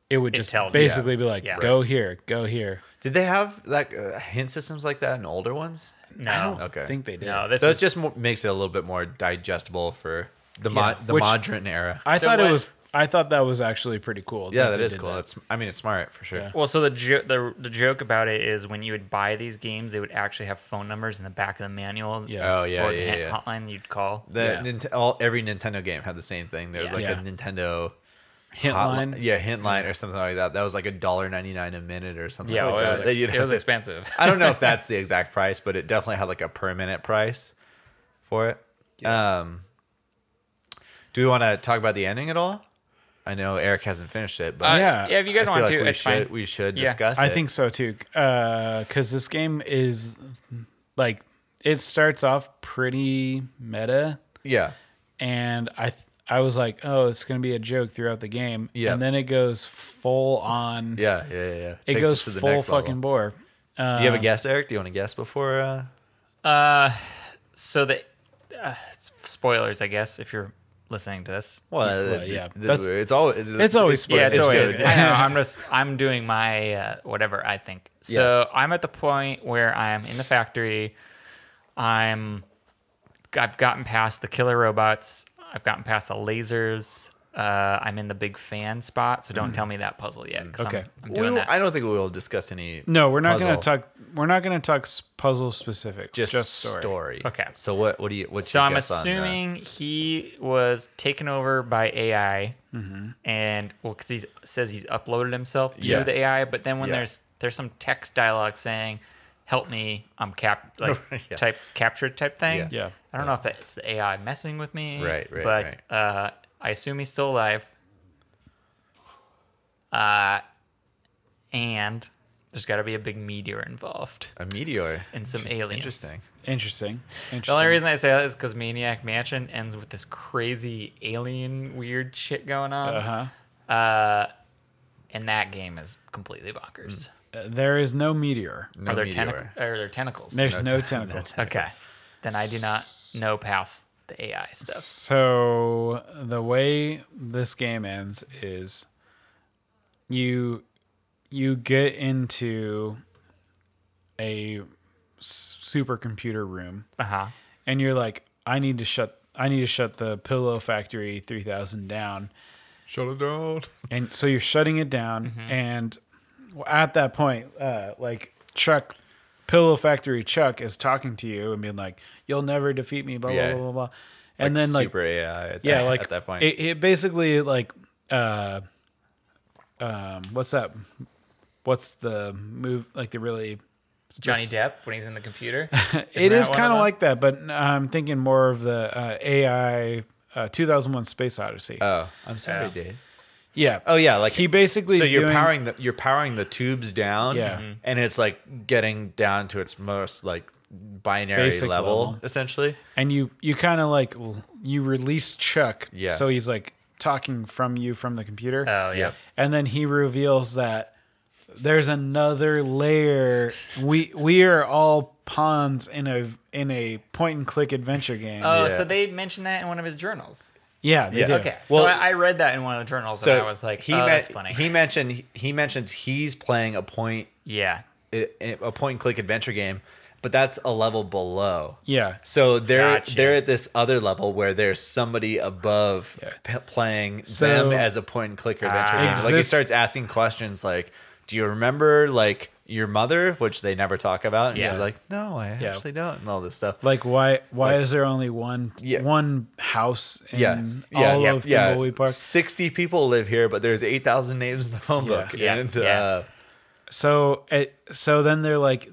[SPEAKER 2] it would just
[SPEAKER 3] tells you.
[SPEAKER 2] basically be like,
[SPEAKER 3] Yeah.
[SPEAKER 2] go here, go here.
[SPEAKER 1] Did they have like uh, hint systems like that in older ones?
[SPEAKER 2] I don't
[SPEAKER 3] No,
[SPEAKER 1] Oh, Okay.
[SPEAKER 2] think they did.
[SPEAKER 3] no, this
[SPEAKER 1] So
[SPEAKER 3] is
[SPEAKER 1] it just mo- makes it a little bit more digestible for the
[SPEAKER 2] Yeah.
[SPEAKER 1] mod, the
[SPEAKER 2] Which-
[SPEAKER 1] modern era.
[SPEAKER 2] I
[SPEAKER 3] So
[SPEAKER 2] thought it
[SPEAKER 3] what-
[SPEAKER 2] was. I thought that was actually pretty cool.
[SPEAKER 1] yeah, that
[SPEAKER 2] they
[SPEAKER 1] is
[SPEAKER 2] did
[SPEAKER 1] cool. It's I mean, it's smart for sure.
[SPEAKER 2] Yeah.
[SPEAKER 3] Well, so the, jo- the the joke about it is when you would buy these games, they would actually have phone numbers in the back of the manual.
[SPEAKER 2] Yeah.
[SPEAKER 1] Oh, yeah,
[SPEAKER 3] for the
[SPEAKER 1] yeah,
[SPEAKER 3] hand-
[SPEAKER 1] yeah.
[SPEAKER 3] hotline that you'd call.
[SPEAKER 1] The
[SPEAKER 2] Yeah.
[SPEAKER 1] Nint- all every Nintendo game had the same thing. There was
[SPEAKER 3] Yeah.
[SPEAKER 1] like
[SPEAKER 2] Yeah.
[SPEAKER 1] a Nintendo
[SPEAKER 2] Hint
[SPEAKER 1] hotli-
[SPEAKER 2] line.
[SPEAKER 1] yeah, hint line or something like that. That was like a dollar ninety nine a minute or something.
[SPEAKER 3] Yeah,
[SPEAKER 1] like
[SPEAKER 3] well,
[SPEAKER 1] that.
[SPEAKER 3] it was,
[SPEAKER 1] that you'd
[SPEAKER 3] exp- it
[SPEAKER 1] have
[SPEAKER 3] was
[SPEAKER 1] to-
[SPEAKER 3] <laughs> expensive.
[SPEAKER 1] I don't know if that's the exact price, but it definitely had like a per minute price for it. Um, do we want to talk about the ending at all? I know Eric hasn't finished it, but
[SPEAKER 3] Uh,
[SPEAKER 2] Yeah.
[SPEAKER 3] yeah, if you guys
[SPEAKER 1] I feel
[SPEAKER 3] want
[SPEAKER 1] like
[SPEAKER 3] to,
[SPEAKER 1] we
[SPEAKER 3] it's
[SPEAKER 1] should,
[SPEAKER 3] fine.
[SPEAKER 1] We should
[SPEAKER 3] Yeah.
[SPEAKER 1] discuss.
[SPEAKER 2] I
[SPEAKER 1] it.
[SPEAKER 2] think so too. Because this game is like it starts off pretty meta,
[SPEAKER 1] Yeah.
[SPEAKER 2] and I I was like, oh, it's gonna be a joke throughout the game.
[SPEAKER 1] Yeah.
[SPEAKER 2] And then it goes full on.
[SPEAKER 1] Yeah. Yeah. Yeah. yeah.
[SPEAKER 2] It
[SPEAKER 1] Takes
[SPEAKER 2] goes
[SPEAKER 1] us to the
[SPEAKER 2] full
[SPEAKER 1] next level.
[SPEAKER 2] fucking uh, bore.
[SPEAKER 1] Do you have a guess, Eric? Do you want to guess before? Uh,
[SPEAKER 3] Uh, so the uh, s- spoilers, I guess, if you're listening to this.
[SPEAKER 1] well,
[SPEAKER 2] well,
[SPEAKER 1] th-
[SPEAKER 2] yeah.
[SPEAKER 1] th-
[SPEAKER 2] That's-
[SPEAKER 1] it's always
[SPEAKER 2] It's always
[SPEAKER 3] Yeah, it's,
[SPEAKER 2] spoilers.
[SPEAKER 3] always.
[SPEAKER 1] good.
[SPEAKER 3] I know,
[SPEAKER 1] <laughs>
[SPEAKER 3] I'm just I'm doing my uh, whatever I think. So I'm at the point where I'm in the factory. I'm I've gotten past the killer robots. I've gotten past the lasers. Uh, I'm in the big fan spot, so don't tell me that puzzle yet. 'cause I'm-
[SPEAKER 2] Okay.
[SPEAKER 3] I'm,
[SPEAKER 1] We
[SPEAKER 3] doing
[SPEAKER 1] will-
[SPEAKER 3] that.
[SPEAKER 1] I don't think we will discuss any.
[SPEAKER 2] <laughs> No, we're not gonna
[SPEAKER 1] puzzle,
[SPEAKER 2] talk. We're not gonna talk s- puzzle specifics.
[SPEAKER 1] Just,
[SPEAKER 2] Just, story.
[SPEAKER 1] story.
[SPEAKER 3] Okay.
[SPEAKER 1] So what? What do you? What's
[SPEAKER 3] So
[SPEAKER 1] your
[SPEAKER 3] I'm
[SPEAKER 1] guess on, uh,
[SPEAKER 3] assuming he was taken over by AI, and well, because he says he's uploaded himself to
[SPEAKER 1] Mm-hmm. Yeah.
[SPEAKER 3] the AI. But then when
[SPEAKER 1] Yeah.
[SPEAKER 3] there's there's some text dialogue saying, "Help me, I'm
[SPEAKER 1] <laughs>
[SPEAKER 3] cap like
[SPEAKER 1] Yeah.
[SPEAKER 3] type captured type thing."
[SPEAKER 1] Yeah.
[SPEAKER 2] Yeah.
[SPEAKER 3] I don't know if that's the AI messing with me.
[SPEAKER 1] Right, right,
[SPEAKER 3] But
[SPEAKER 1] right.
[SPEAKER 3] Uh, I assume he's still alive. Uh, and there's got to be a big meteor involved
[SPEAKER 1] a meteor.
[SPEAKER 3] and some aliens.
[SPEAKER 1] Interesting.
[SPEAKER 2] Interesting. Interesting.
[SPEAKER 3] The only reason I say that is because Maniac Mansion ends with this crazy alien weird shit going on.
[SPEAKER 1] Uh-huh.
[SPEAKER 2] uh huh.
[SPEAKER 3] And that game is completely bonkers.
[SPEAKER 2] There is no meteor.
[SPEAKER 1] Mm. No
[SPEAKER 3] are, there
[SPEAKER 1] meteor.
[SPEAKER 3] tentac- are there tentacles?
[SPEAKER 2] There's no,
[SPEAKER 1] No ten- no
[SPEAKER 2] tentacles.
[SPEAKER 3] Okay. Then I do not know past the AI stuff.
[SPEAKER 2] So the way this game ends is you you get into a s- supercomputer room
[SPEAKER 3] Uh huh.
[SPEAKER 1] uh-huh.
[SPEAKER 2] and you're like I need to shut I need to shut the pillow factory 3000 down
[SPEAKER 1] Shut it down.
[SPEAKER 2] and so you're shutting it down and at that point uh, like chuck pillow factory chuck is talking to you and being like you'll never defeat me blah
[SPEAKER 1] Yeah.
[SPEAKER 2] blah blah blah blah and then like
[SPEAKER 1] super AI. <laughs> At
[SPEAKER 2] yeah
[SPEAKER 1] that,
[SPEAKER 2] like
[SPEAKER 1] at that point.
[SPEAKER 2] it, it basically like uh um what's that what's the move like the really
[SPEAKER 3] Johnny Depp when he's in
[SPEAKER 1] <laughs>
[SPEAKER 3] the computer.
[SPEAKER 2] it
[SPEAKER 3] that
[SPEAKER 2] is
[SPEAKER 3] one
[SPEAKER 2] kind of
[SPEAKER 3] of them?
[SPEAKER 2] like that but i'm thinking more of the uh, ai uh, 2001 space odyssey
[SPEAKER 1] oh, I'm sorry,
[SPEAKER 3] Yeah.
[SPEAKER 1] Dave.
[SPEAKER 2] yeah
[SPEAKER 1] Oh yeah, like
[SPEAKER 2] He basically
[SPEAKER 1] So
[SPEAKER 2] is
[SPEAKER 1] you're
[SPEAKER 2] doing-
[SPEAKER 1] powering the you're powering the tubes down,
[SPEAKER 2] Yeah.
[SPEAKER 3] Mm-hmm.
[SPEAKER 2] Mhm.
[SPEAKER 1] and it's like getting down to its most like binary
[SPEAKER 2] Basic
[SPEAKER 1] level,
[SPEAKER 2] level.
[SPEAKER 1] essentially.
[SPEAKER 2] and you you kind of like l- you release Chuck.
[SPEAKER 1] Yeah. Uh.
[SPEAKER 2] So he's like talking from you from the computer,
[SPEAKER 3] oh, yeah.
[SPEAKER 2] and then he reveals that there's another layer. we we are all pawns in a in a point and click adventure game.
[SPEAKER 3] Oh,
[SPEAKER 1] Yeah.
[SPEAKER 3] so they mentioned that in one of his journals.
[SPEAKER 2] yeah, they
[SPEAKER 1] Uh, yeah.
[SPEAKER 2] do.
[SPEAKER 3] Okay.
[SPEAKER 1] Well-
[SPEAKER 3] so I, I read that in one of the journals
[SPEAKER 1] So
[SPEAKER 3] and I was like, oh,
[SPEAKER 1] men-
[SPEAKER 3] that's funny.
[SPEAKER 1] He mentioned he mentions he's playing a point
[SPEAKER 3] yeah.
[SPEAKER 1] a a point and click adventure game, but that's a level below.
[SPEAKER 2] Yeah.
[SPEAKER 1] So they're
[SPEAKER 3] Gotcha.
[SPEAKER 1] they're at this other level where there's somebody above
[SPEAKER 2] Yeah.
[SPEAKER 1] p- playing
[SPEAKER 2] So-
[SPEAKER 1] them as a point and click adventure
[SPEAKER 3] Ah.
[SPEAKER 1] game. Like he
[SPEAKER 2] Exist-
[SPEAKER 1] starts asking questions like, "Do you remember like your mother?" Which they never talk about. And
[SPEAKER 3] Yeah.
[SPEAKER 1] she's like, "No, I
[SPEAKER 2] Yeah.
[SPEAKER 1] actually don't," and all this stuff.
[SPEAKER 2] Like why? Why is there only one
[SPEAKER 1] Yeah.
[SPEAKER 2] one house in
[SPEAKER 1] yeah, yeah,
[SPEAKER 2] all
[SPEAKER 1] yeah,
[SPEAKER 2] of
[SPEAKER 1] yeah.
[SPEAKER 2] Thimbleweed Park?
[SPEAKER 1] Sixty people live here, but there's eight thousand names in the phone
[SPEAKER 2] Yeah.
[SPEAKER 1] book.
[SPEAKER 3] Yeah.
[SPEAKER 1] and,
[SPEAKER 3] Yeah.
[SPEAKER 1] Uh,
[SPEAKER 2] So it, so then they're like,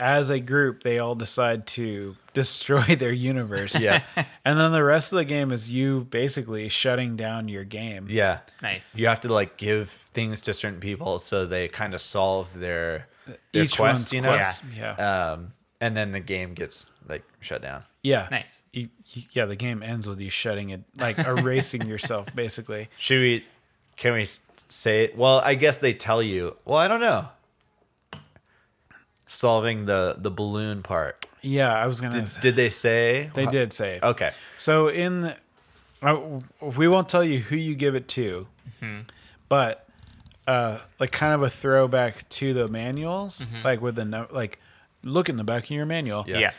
[SPEAKER 2] as a group, they all decide to <laughs> destroy their universe.
[SPEAKER 1] Yeah.
[SPEAKER 2] <laughs> and then the rest of the game is you basically shutting down your game.
[SPEAKER 1] yeah,
[SPEAKER 3] Nice.
[SPEAKER 1] you have to like give things to certain people so they kind of solve their, their
[SPEAKER 2] Uh, Each
[SPEAKER 1] quest,
[SPEAKER 2] one's
[SPEAKER 1] you know.
[SPEAKER 2] quest, Yeah. yeah.
[SPEAKER 1] Um, and then the game gets like shut down.
[SPEAKER 3] Nice.
[SPEAKER 2] You- you- yeah. The game ends with you shutting it, like erasing yourself, <laughs> basically.
[SPEAKER 1] Should we? Can we s- say it? Well, I guess they tell you. Well, I don't know. solving the the balloon part.
[SPEAKER 2] Yeah, I was gonna.
[SPEAKER 1] Did, did they say
[SPEAKER 2] they did say it.
[SPEAKER 1] Okay,
[SPEAKER 2] So in, the, I, we won't tell you who you give it to,
[SPEAKER 1] Mm-hmm.
[SPEAKER 2] but uh, like kind of a throwback to the manuals, like with the no, like look in the back of your manual.
[SPEAKER 1] Mm-hmm. Yeah.
[SPEAKER 3] Yeah.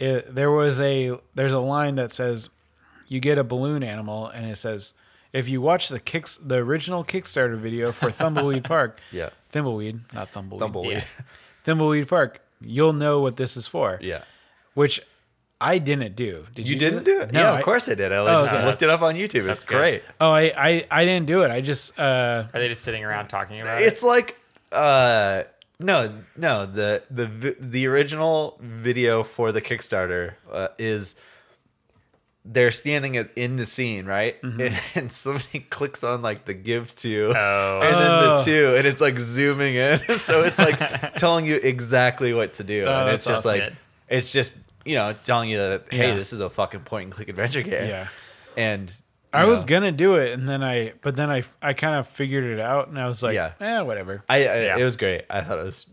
[SPEAKER 2] It, there was a there's a line that says you get a balloon animal, and it says if you watch the kicks the original Kickstarter
[SPEAKER 1] <laughs>
[SPEAKER 2] video for Thimbleweed Park,
[SPEAKER 1] Yeah.
[SPEAKER 2] Thimbleweed, not Thimbleweed,
[SPEAKER 1] Thimbleweed.
[SPEAKER 3] Yeah.
[SPEAKER 2] Thimbleweed Park, you'll know what this is for.
[SPEAKER 1] yeah.
[SPEAKER 2] which. I didn't do. Did
[SPEAKER 1] You
[SPEAKER 2] you,
[SPEAKER 1] didn't do it?
[SPEAKER 2] No,
[SPEAKER 1] yeah, of
[SPEAKER 2] I-
[SPEAKER 1] course I did. I
[SPEAKER 2] Oh,
[SPEAKER 1] just
[SPEAKER 2] okay.
[SPEAKER 1] looked it up on YouTube. It's
[SPEAKER 3] that's good.
[SPEAKER 1] great.
[SPEAKER 2] Oh, I, I, I didn't do it. I just uh
[SPEAKER 3] Are they just sitting around talking about it?
[SPEAKER 1] It's like uh no, no, the the vi- the original video for the Kickstarter uh, is they're standing at- in the scene, right? And, <laughs> and somebody clicks on like the give to
[SPEAKER 3] Oh.
[SPEAKER 1] and then the
[SPEAKER 2] Mm-hmm. Oh.
[SPEAKER 1] two and it's like zooming in. <laughs> so it's
[SPEAKER 2] <laughs>
[SPEAKER 1] like telling you exactly what to do.
[SPEAKER 2] Oh,
[SPEAKER 1] and it's
[SPEAKER 2] that's
[SPEAKER 1] just
[SPEAKER 2] awesome.
[SPEAKER 1] like it's just, you know, telling you that hey,
[SPEAKER 2] Yeah.
[SPEAKER 1] this is a fucking point and click adventure game.
[SPEAKER 2] Yeah.
[SPEAKER 1] And
[SPEAKER 2] I
[SPEAKER 1] you
[SPEAKER 2] was
[SPEAKER 1] know,
[SPEAKER 2] gonna do it and then I but then I I kind of figured it out and I was like,
[SPEAKER 1] Yeah.
[SPEAKER 2] eh, whatever.
[SPEAKER 1] I, I
[SPEAKER 3] Yeah.
[SPEAKER 1] it was great. I thought it was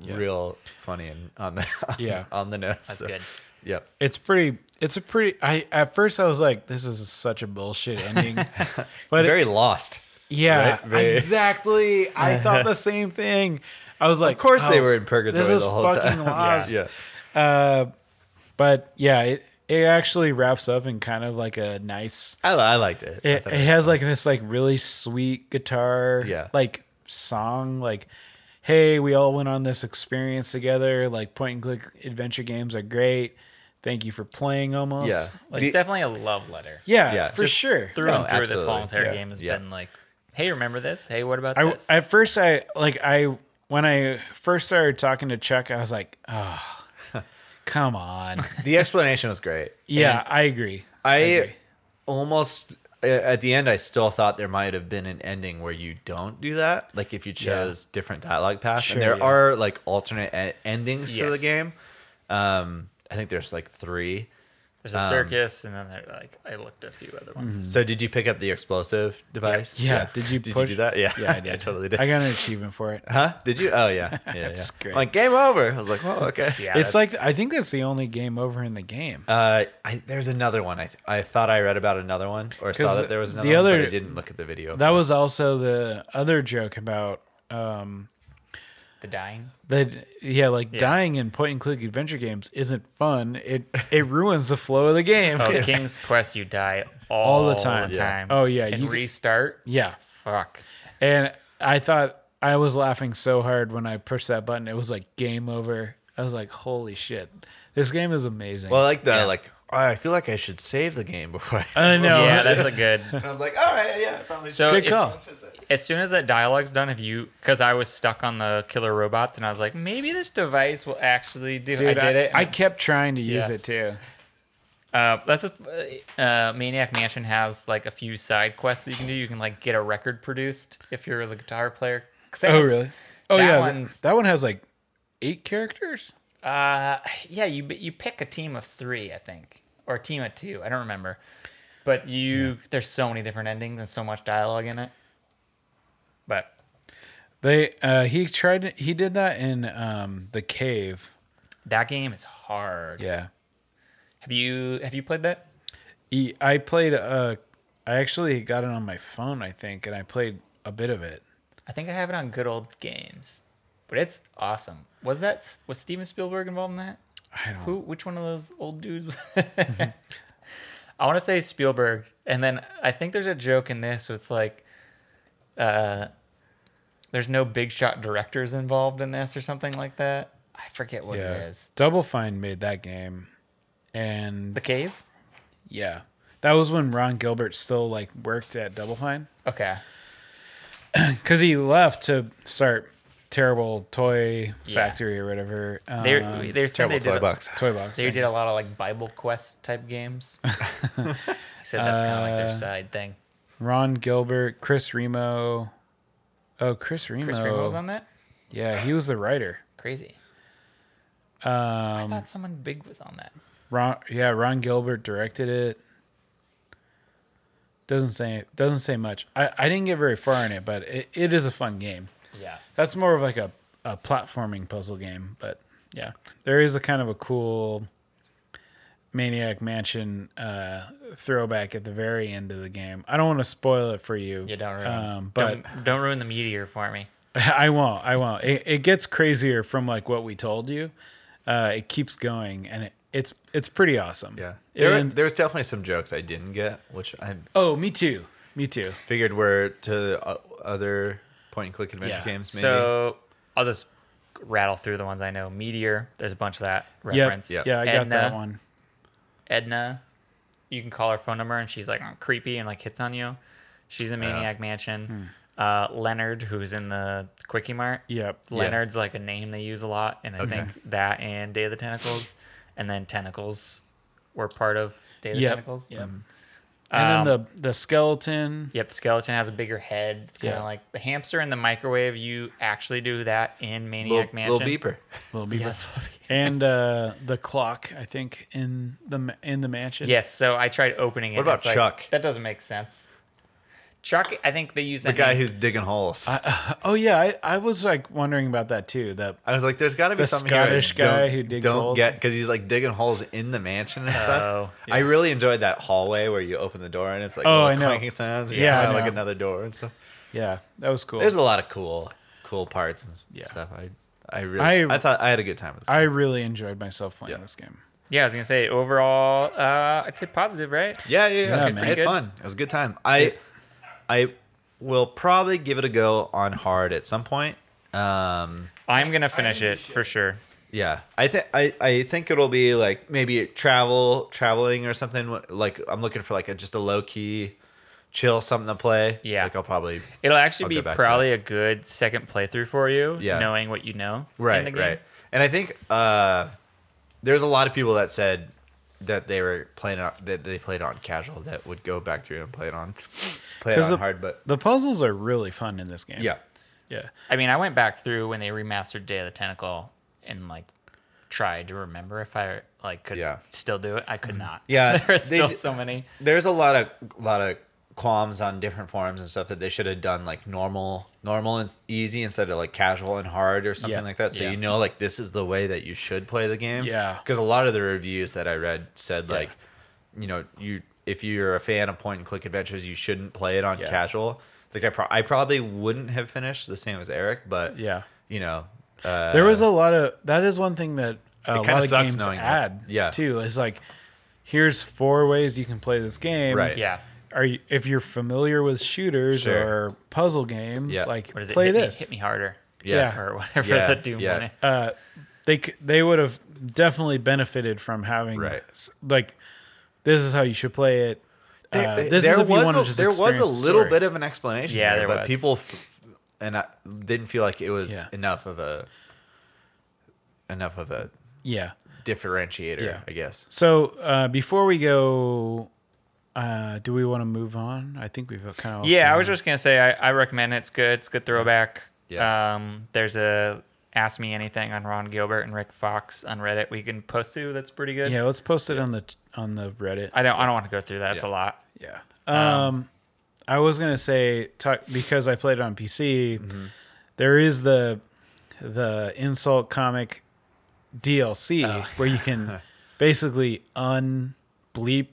[SPEAKER 1] real funny and on the <laughs>
[SPEAKER 2] Yeah.
[SPEAKER 1] on the nose.
[SPEAKER 3] That's good.
[SPEAKER 1] Yep.
[SPEAKER 2] It's pretty it's a pretty I at first I was like, this is such a bullshit
[SPEAKER 1] <laughs>
[SPEAKER 2] ending. but
[SPEAKER 1] Very lost.
[SPEAKER 2] yeah,
[SPEAKER 1] right? Very-
[SPEAKER 2] exactly. I
[SPEAKER 1] <laughs>
[SPEAKER 2] thought the same thing. I was like,
[SPEAKER 1] Of course, they
[SPEAKER 2] "Oh,
[SPEAKER 1] were in purgatory
[SPEAKER 2] This is
[SPEAKER 1] the whole
[SPEAKER 2] fucking
[SPEAKER 1] time. <laughs>
[SPEAKER 2] lost.
[SPEAKER 1] yeah.
[SPEAKER 2] Uh but yeah, it it actually wraps up in kind of like a nice
[SPEAKER 1] I, li- I liked it. I
[SPEAKER 2] it,
[SPEAKER 1] thought
[SPEAKER 2] it has like this like really sweet guitar
[SPEAKER 1] Yeah.
[SPEAKER 2] like song like hey we all went on this experience together like point and click adventure games are great thank you for playing almost
[SPEAKER 1] Yeah.
[SPEAKER 2] like,
[SPEAKER 1] The-
[SPEAKER 3] It's definitely a love letter.
[SPEAKER 2] yeah,
[SPEAKER 1] yeah,
[SPEAKER 2] for
[SPEAKER 1] just
[SPEAKER 2] sure
[SPEAKER 3] Through
[SPEAKER 1] No,
[SPEAKER 3] and through this whole
[SPEAKER 1] absolutely.
[SPEAKER 3] entire
[SPEAKER 2] Yeah.
[SPEAKER 3] game has
[SPEAKER 1] Yeah.
[SPEAKER 3] been like, hey, remember this? Hey, what about
[SPEAKER 2] I,
[SPEAKER 3] this?
[SPEAKER 2] at first i like i when i first started talking to chuck i was like oh come on
[SPEAKER 1] the explanation was great.
[SPEAKER 2] yeah i agree
[SPEAKER 1] I
[SPEAKER 2] agree.
[SPEAKER 1] almost at the end. I still thought there might have been an ending where you don't do that. Like if you chose different dialogue paths,
[SPEAKER 2] Sure,
[SPEAKER 1] and there
[SPEAKER 2] yeah.
[SPEAKER 1] are like alternate e- endings to the
[SPEAKER 3] Yes.
[SPEAKER 1] game. Um, I think there's like three.
[SPEAKER 3] There's
[SPEAKER 1] Um,
[SPEAKER 3] a circus, and then they're like, I looked at a few other ones.
[SPEAKER 2] Mm-hmm.
[SPEAKER 1] So did you pick up the explosive device?
[SPEAKER 2] Yeah, did you
[SPEAKER 1] did
[SPEAKER 2] push-
[SPEAKER 1] you do that? Yeah,
[SPEAKER 2] yeah <laughs> i did
[SPEAKER 1] <laughs> I totally did.
[SPEAKER 2] i got an achievement for it
[SPEAKER 1] Huh? Did you? Oh
[SPEAKER 2] <laughs>
[SPEAKER 1] yeah, yeah, yeah.
[SPEAKER 2] That's great.
[SPEAKER 1] Like game over. I was like, whoa, okay.
[SPEAKER 3] Yeah,
[SPEAKER 2] it's
[SPEAKER 3] that's-
[SPEAKER 2] like i think that's the only game over in the game
[SPEAKER 1] Uh, I, there's another one. I th- I thought I read about another one or saw
[SPEAKER 2] 'Cause
[SPEAKER 1] that there was
[SPEAKER 2] the
[SPEAKER 1] another. The other, one,
[SPEAKER 2] other-
[SPEAKER 1] but I didn't look at the video.
[SPEAKER 2] That was also the other joke about um
[SPEAKER 3] The
[SPEAKER 2] <laughs>
[SPEAKER 3] dying.
[SPEAKER 2] that yeah, like dying in point and click adventure games isn't fun. It it <laughs> ruins the flow of the game.
[SPEAKER 3] Oh, King's Quest, you die all,
[SPEAKER 2] All the time.
[SPEAKER 1] Yeah.
[SPEAKER 2] Oh, yeah,
[SPEAKER 3] And
[SPEAKER 2] you-
[SPEAKER 3] restart.
[SPEAKER 2] Yeah.
[SPEAKER 3] Fuck.
[SPEAKER 2] And I thought I was laughing so hard when I pushed that button. It was like game over. I was like, holy shit. This game is amazing.
[SPEAKER 1] well, I like the
[SPEAKER 3] Yeah.
[SPEAKER 1] like. Oh, I feel like I should save the game before. I,
[SPEAKER 2] <laughs>
[SPEAKER 1] <laughs>
[SPEAKER 2] I know.
[SPEAKER 3] Yeah,
[SPEAKER 2] <laughs>
[SPEAKER 3] that's a good.
[SPEAKER 1] I was like, all right, yeah, probably.
[SPEAKER 3] So
[SPEAKER 2] good
[SPEAKER 3] if-
[SPEAKER 2] call.
[SPEAKER 3] as soon as that dialogue's done, have you? Because I was stuck on the killer robots, and I was like, maybe this device will actually do.
[SPEAKER 2] Dude,
[SPEAKER 3] I did it.
[SPEAKER 2] I kept trying to use
[SPEAKER 3] Yeah.
[SPEAKER 2] it too.
[SPEAKER 3] Uh, that's a uh, Maniac Mansion has like a few side quests that you can do. You can like get a record produced if you're the guitar player. 'Cause that
[SPEAKER 2] Oh
[SPEAKER 3] was-
[SPEAKER 2] really? Oh
[SPEAKER 3] that
[SPEAKER 2] yeah. th-
[SPEAKER 3] one's-
[SPEAKER 2] that one has like eight characters.
[SPEAKER 3] Uh, yeah, you you pick a team of three, I think, or a team of two. I don't remember. But you, there's so many different endings and so much dialogue in it. But
[SPEAKER 2] They uh he tried he did that in um the cave.
[SPEAKER 3] that game is hard.
[SPEAKER 2] Yeah.
[SPEAKER 3] Have you have you played that?
[SPEAKER 2] E- I played uh I actually got it on my phone, I think, and I played a bit of it.
[SPEAKER 3] I think I have it on Good Old Games, but it's awesome. Was that was Steven Spielberg involved in that?
[SPEAKER 2] I don't
[SPEAKER 3] Who? Which one of those old dudes? <laughs> I want to say Spielberg, and then I think there's a joke in this. So it's like, uh, there's no big shot directors involved in this, or something like that. I forget what
[SPEAKER 2] yeah.
[SPEAKER 3] it is.
[SPEAKER 2] Double Fine made that game. And
[SPEAKER 3] The cave.
[SPEAKER 2] yeah. That was when Ron Gilbert still like worked at Double Fine
[SPEAKER 3] Okay.
[SPEAKER 2] cuz he left to start Terrible Toy
[SPEAKER 3] Yeah.
[SPEAKER 2] Factory or whatever. Um,
[SPEAKER 3] They're they're
[SPEAKER 1] terrible
[SPEAKER 3] saying they
[SPEAKER 1] toy
[SPEAKER 3] did. A,
[SPEAKER 1] box.
[SPEAKER 2] toy box.
[SPEAKER 3] they
[SPEAKER 2] thing.
[SPEAKER 3] did a lot of like Bible quest type games. I said that's kind of like their
[SPEAKER 2] Uh,
[SPEAKER 3] side thing.
[SPEAKER 2] Ron Gilbert, Chris Remo. Oh, Chris Remo.
[SPEAKER 3] Chris Remo's on that.
[SPEAKER 2] Yeah, he was the writer.
[SPEAKER 3] Crazy. I
[SPEAKER 2] Um,
[SPEAKER 3] thought someone big was on that.
[SPEAKER 2] Ron, yeah, Ron Gilbert directed it. Doesn't say doesn't say much. I, I didn't get very far in it, but it, it is a fun game.
[SPEAKER 3] Yeah.
[SPEAKER 2] That's more of like a, a platforming puzzle game, but Yeah, there is a kind of a cool Maniac Mansion uh, throwback at the very end of the game. I don't want to spoil it for you.
[SPEAKER 3] Yeah, don't ruin.
[SPEAKER 2] Um, but
[SPEAKER 3] don't, don't ruin the meteor for me.
[SPEAKER 2] <laughs> I won't. I won't. It, it gets crazier from like what we told you. Uh, it keeps going, and it, it's it's pretty awesome.
[SPEAKER 1] <laughs> Yeah. There,
[SPEAKER 2] And-
[SPEAKER 1] there was definitely some jokes I didn't get, which I
[SPEAKER 2] oh, me too. Me too.
[SPEAKER 1] figured were to uh, other point and click adventure
[SPEAKER 2] Yeah.
[SPEAKER 1] games. Maybe.
[SPEAKER 3] So I'll just rattle through the ones I know. Meteor, there's a bunch of that reference.
[SPEAKER 1] Yep. uh,
[SPEAKER 2] Yeah, I got that
[SPEAKER 3] Edna.
[SPEAKER 2] one.
[SPEAKER 3] Edna, you can call her phone number and she's like creepy and like hits on you. She's in Maniac
[SPEAKER 2] Hmm.
[SPEAKER 3] Mansion. Uh, Leonard, who's in the Quickie Mart.
[SPEAKER 2] Yep.
[SPEAKER 3] Leonard's like a name they use a lot, and I think that and Day of the Tentacles, and then Tentacles were part of Day of the
[SPEAKER 2] Yep.
[SPEAKER 3] Tentacles.
[SPEAKER 2] Yep.
[SPEAKER 1] Mm-hmm.
[SPEAKER 2] And
[SPEAKER 1] Um,
[SPEAKER 2] then the the skeleton.
[SPEAKER 3] Yep, the skeleton has a bigger head. It's kind of
[SPEAKER 2] Yeah.
[SPEAKER 3] like the hamster in the microwave. You actually do that in
[SPEAKER 1] Lil, Lil
[SPEAKER 3] Maniac Mansion.
[SPEAKER 1] Beeper.
[SPEAKER 2] Little Beaver. and uh, the clock, I think, in the ma- in the mansion.
[SPEAKER 3] Yes, so I tried opening it.
[SPEAKER 1] What about
[SPEAKER 3] It's like,
[SPEAKER 1] Chuck?
[SPEAKER 3] that doesn't make sense. Chuck, I think they use
[SPEAKER 1] The guy who's digging holes. I,
[SPEAKER 2] Oh yeah, I, I was like wondering about that too. That
[SPEAKER 1] was like, there's got to be
[SPEAKER 2] The
[SPEAKER 1] something
[SPEAKER 2] Scottish
[SPEAKER 1] here I
[SPEAKER 2] guy
[SPEAKER 1] don't,
[SPEAKER 2] who digs
[SPEAKER 1] don't
[SPEAKER 2] holes.
[SPEAKER 1] get because he's like digging holes in the mansion and stuff.
[SPEAKER 3] Oh,
[SPEAKER 1] I really enjoyed that hallway where you open the door and it's like
[SPEAKER 2] Oh,
[SPEAKER 1] little
[SPEAKER 2] I know.
[SPEAKER 1] clanking sounds.
[SPEAKER 2] Yeah, I
[SPEAKER 1] Yeah, like
[SPEAKER 2] know.
[SPEAKER 1] another door and stuff.
[SPEAKER 2] yeah, that was cool.
[SPEAKER 1] There's a lot of cool, cool parts and s-
[SPEAKER 2] Yeah.
[SPEAKER 1] stuff. I, I really, I,
[SPEAKER 2] I-
[SPEAKER 1] thought I had a good time with this.
[SPEAKER 2] I really enjoyed myself playing
[SPEAKER 1] Yeah.
[SPEAKER 2] this game.
[SPEAKER 3] Yeah, I was gonna say overall, uh, I'd say positive, right?
[SPEAKER 1] Yeah, yeah, yeah.
[SPEAKER 2] Yeah,
[SPEAKER 1] Okay,
[SPEAKER 2] man.
[SPEAKER 1] I
[SPEAKER 3] Pretty
[SPEAKER 1] had
[SPEAKER 3] good.
[SPEAKER 1] fun. It was a good time. I, I will probably give it a go on hard at some point. Um,
[SPEAKER 3] I'm gonna finish it for sure.
[SPEAKER 1] yeah, I think I I think it'll be like maybe travel traveling or something. Like I'm looking for like a just a low key, chill something to play.
[SPEAKER 3] Yeah.
[SPEAKER 1] like I'll probably
[SPEAKER 3] It'll actually
[SPEAKER 1] I'll
[SPEAKER 3] be
[SPEAKER 1] go back to
[SPEAKER 3] probably a good second playthrough for you,
[SPEAKER 1] Yeah.
[SPEAKER 3] knowing what you know. in the
[SPEAKER 1] right
[SPEAKER 3] game.
[SPEAKER 1] right. And I think uh, there's a lot of people that said that they were playing on, that they played on casual that would go back through and play it on play it
[SPEAKER 2] 'Cause
[SPEAKER 1] on
[SPEAKER 2] the-
[SPEAKER 1] hard, but
[SPEAKER 2] The puzzles are really fun in this game.
[SPEAKER 1] yeah.
[SPEAKER 2] yeah,
[SPEAKER 3] I mean, I went back through when they remastered Day of the Tentacle and like tried to remember if I like could
[SPEAKER 1] Yeah.
[SPEAKER 3] still do it. I
[SPEAKER 2] Mm-hmm.
[SPEAKER 3] could not.
[SPEAKER 1] Yeah,
[SPEAKER 3] <laughs> there are
[SPEAKER 1] they
[SPEAKER 3] still
[SPEAKER 1] d-
[SPEAKER 3] so many.
[SPEAKER 1] there's a lot of lot of qualms on different forums and stuff that they should have done like normal normal and easy instead of like casual and hard or something
[SPEAKER 2] Yeah.
[SPEAKER 1] like that so
[SPEAKER 3] Yeah.
[SPEAKER 1] you know like this is the way that you should play the game
[SPEAKER 2] Yeah.
[SPEAKER 1] because a lot of the reviews that i read said like you know you if you're a fan of point and click adventures you shouldn't play it on
[SPEAKER 2] Yeah.
[SPEAKER 1] casual like I, pro- I probably wouldn't have finished the same as eric but
[SPEAKER 2] yeah.
[SPEAKER 1] you know uh,
[SPEAKER 2] There was a lot of that is one thing that uh, a
[SPEAKER 1] kinda
[SPEAKER 2] lot of
[SPEAKER 1] sucks
[SPEAKER 2] games
[SPEAKER 1] knowing that.
[SPEAKER 2] add.
[SPEAKER 1] Yeah.
[SPEAKER 2] too is like here's four ways you can play this game.
[SPEAKER 1] Right.
[SPEAKER 3] Yeah.
[SPEAKER 2] Are you, if you're familiar with shooters
[SPEAKER 1] Sure.
[SPEAKER 2] or puzzle games,
[SPEAKER 1] Yeah.
[SPEAKER 2] like
[SPEAKER 3] What is it?
[SPEAKER 2] play
[SPEAKER 3] hit
[SPEAKER 2] this.
[SPEAKER 3] Me, hit me harder.
[SPEAKER 1] yeah
[SPEAKER 2] yeah.
[SPEAKER 3] <laughs> Or whatever
[SPEAKER 1] Yeah,
[SPEAKER 3] the Doom
[SPEAKER 1] yeah.
[SPEAKER 3] one is.
[SPEAKER 2] uh, they c- they would have definitely benefited from having
[SPEAKER 1] Right.
[SPEAKER 2] s- like this is how you should play it.
[SPEAKER 1] There,
[SPEAKER 2] Uh,
[SPEAKER 1] there-
[SPEAKER 2] this
[SPEAKER 1] there
[SPEAKER 2] is if
[SPEAKER 1] was
[SPEAKER 2] you want
[SPEAKER 1] a,
[SPEAKER 2] to just
[SPEAKER 1] there was a
[SPEAKER 2] experience the
[SPEAKER 1] little
[SPEAKER 2] story.
[SPEAKER 1] bit of an explanation.
[SPEAKER 3] Yeah,
[SPEAKER 1] there,
[SPEAKER 3] there
[SPEAKER 1] but
[SPEAKER 3] was.
[SPEAKER 1] people f- f- and I didn't feel like it was
[SPEAKER 2] Yeah.
[SPEAKER 1] enough of a enough of a
[SPEAKER 2] yeah.
[SPEAKER 1] differentiator.
[SPEAKER 2] Yeah.
[SPEAKER 1] I guess.
[SPEAKER 2] So uh, before we go, uh, do we want to move on? I think we've kind of
[SPEAKER 3] yeah, I was just gonna say I, I recommend it. It's good. It's a good throwback.
[SPEAKER 1] Yeah.
[SPEAKER 3] Um, there's a Ask Me Anything on Ron Gilbert and Rick Fox on Reddit. We can post to. That's pretty good.
[SPEAKER 2] yeah. Let's post it on the on the Reddit.
[SPEAKER 3] I don't. I don't want to go through that. It's a lot.
[SPEAKER 2] Yeah. Um, I was gonna say talk, because I played it on PC. there is the the insult comic DLC where you can basically unbleep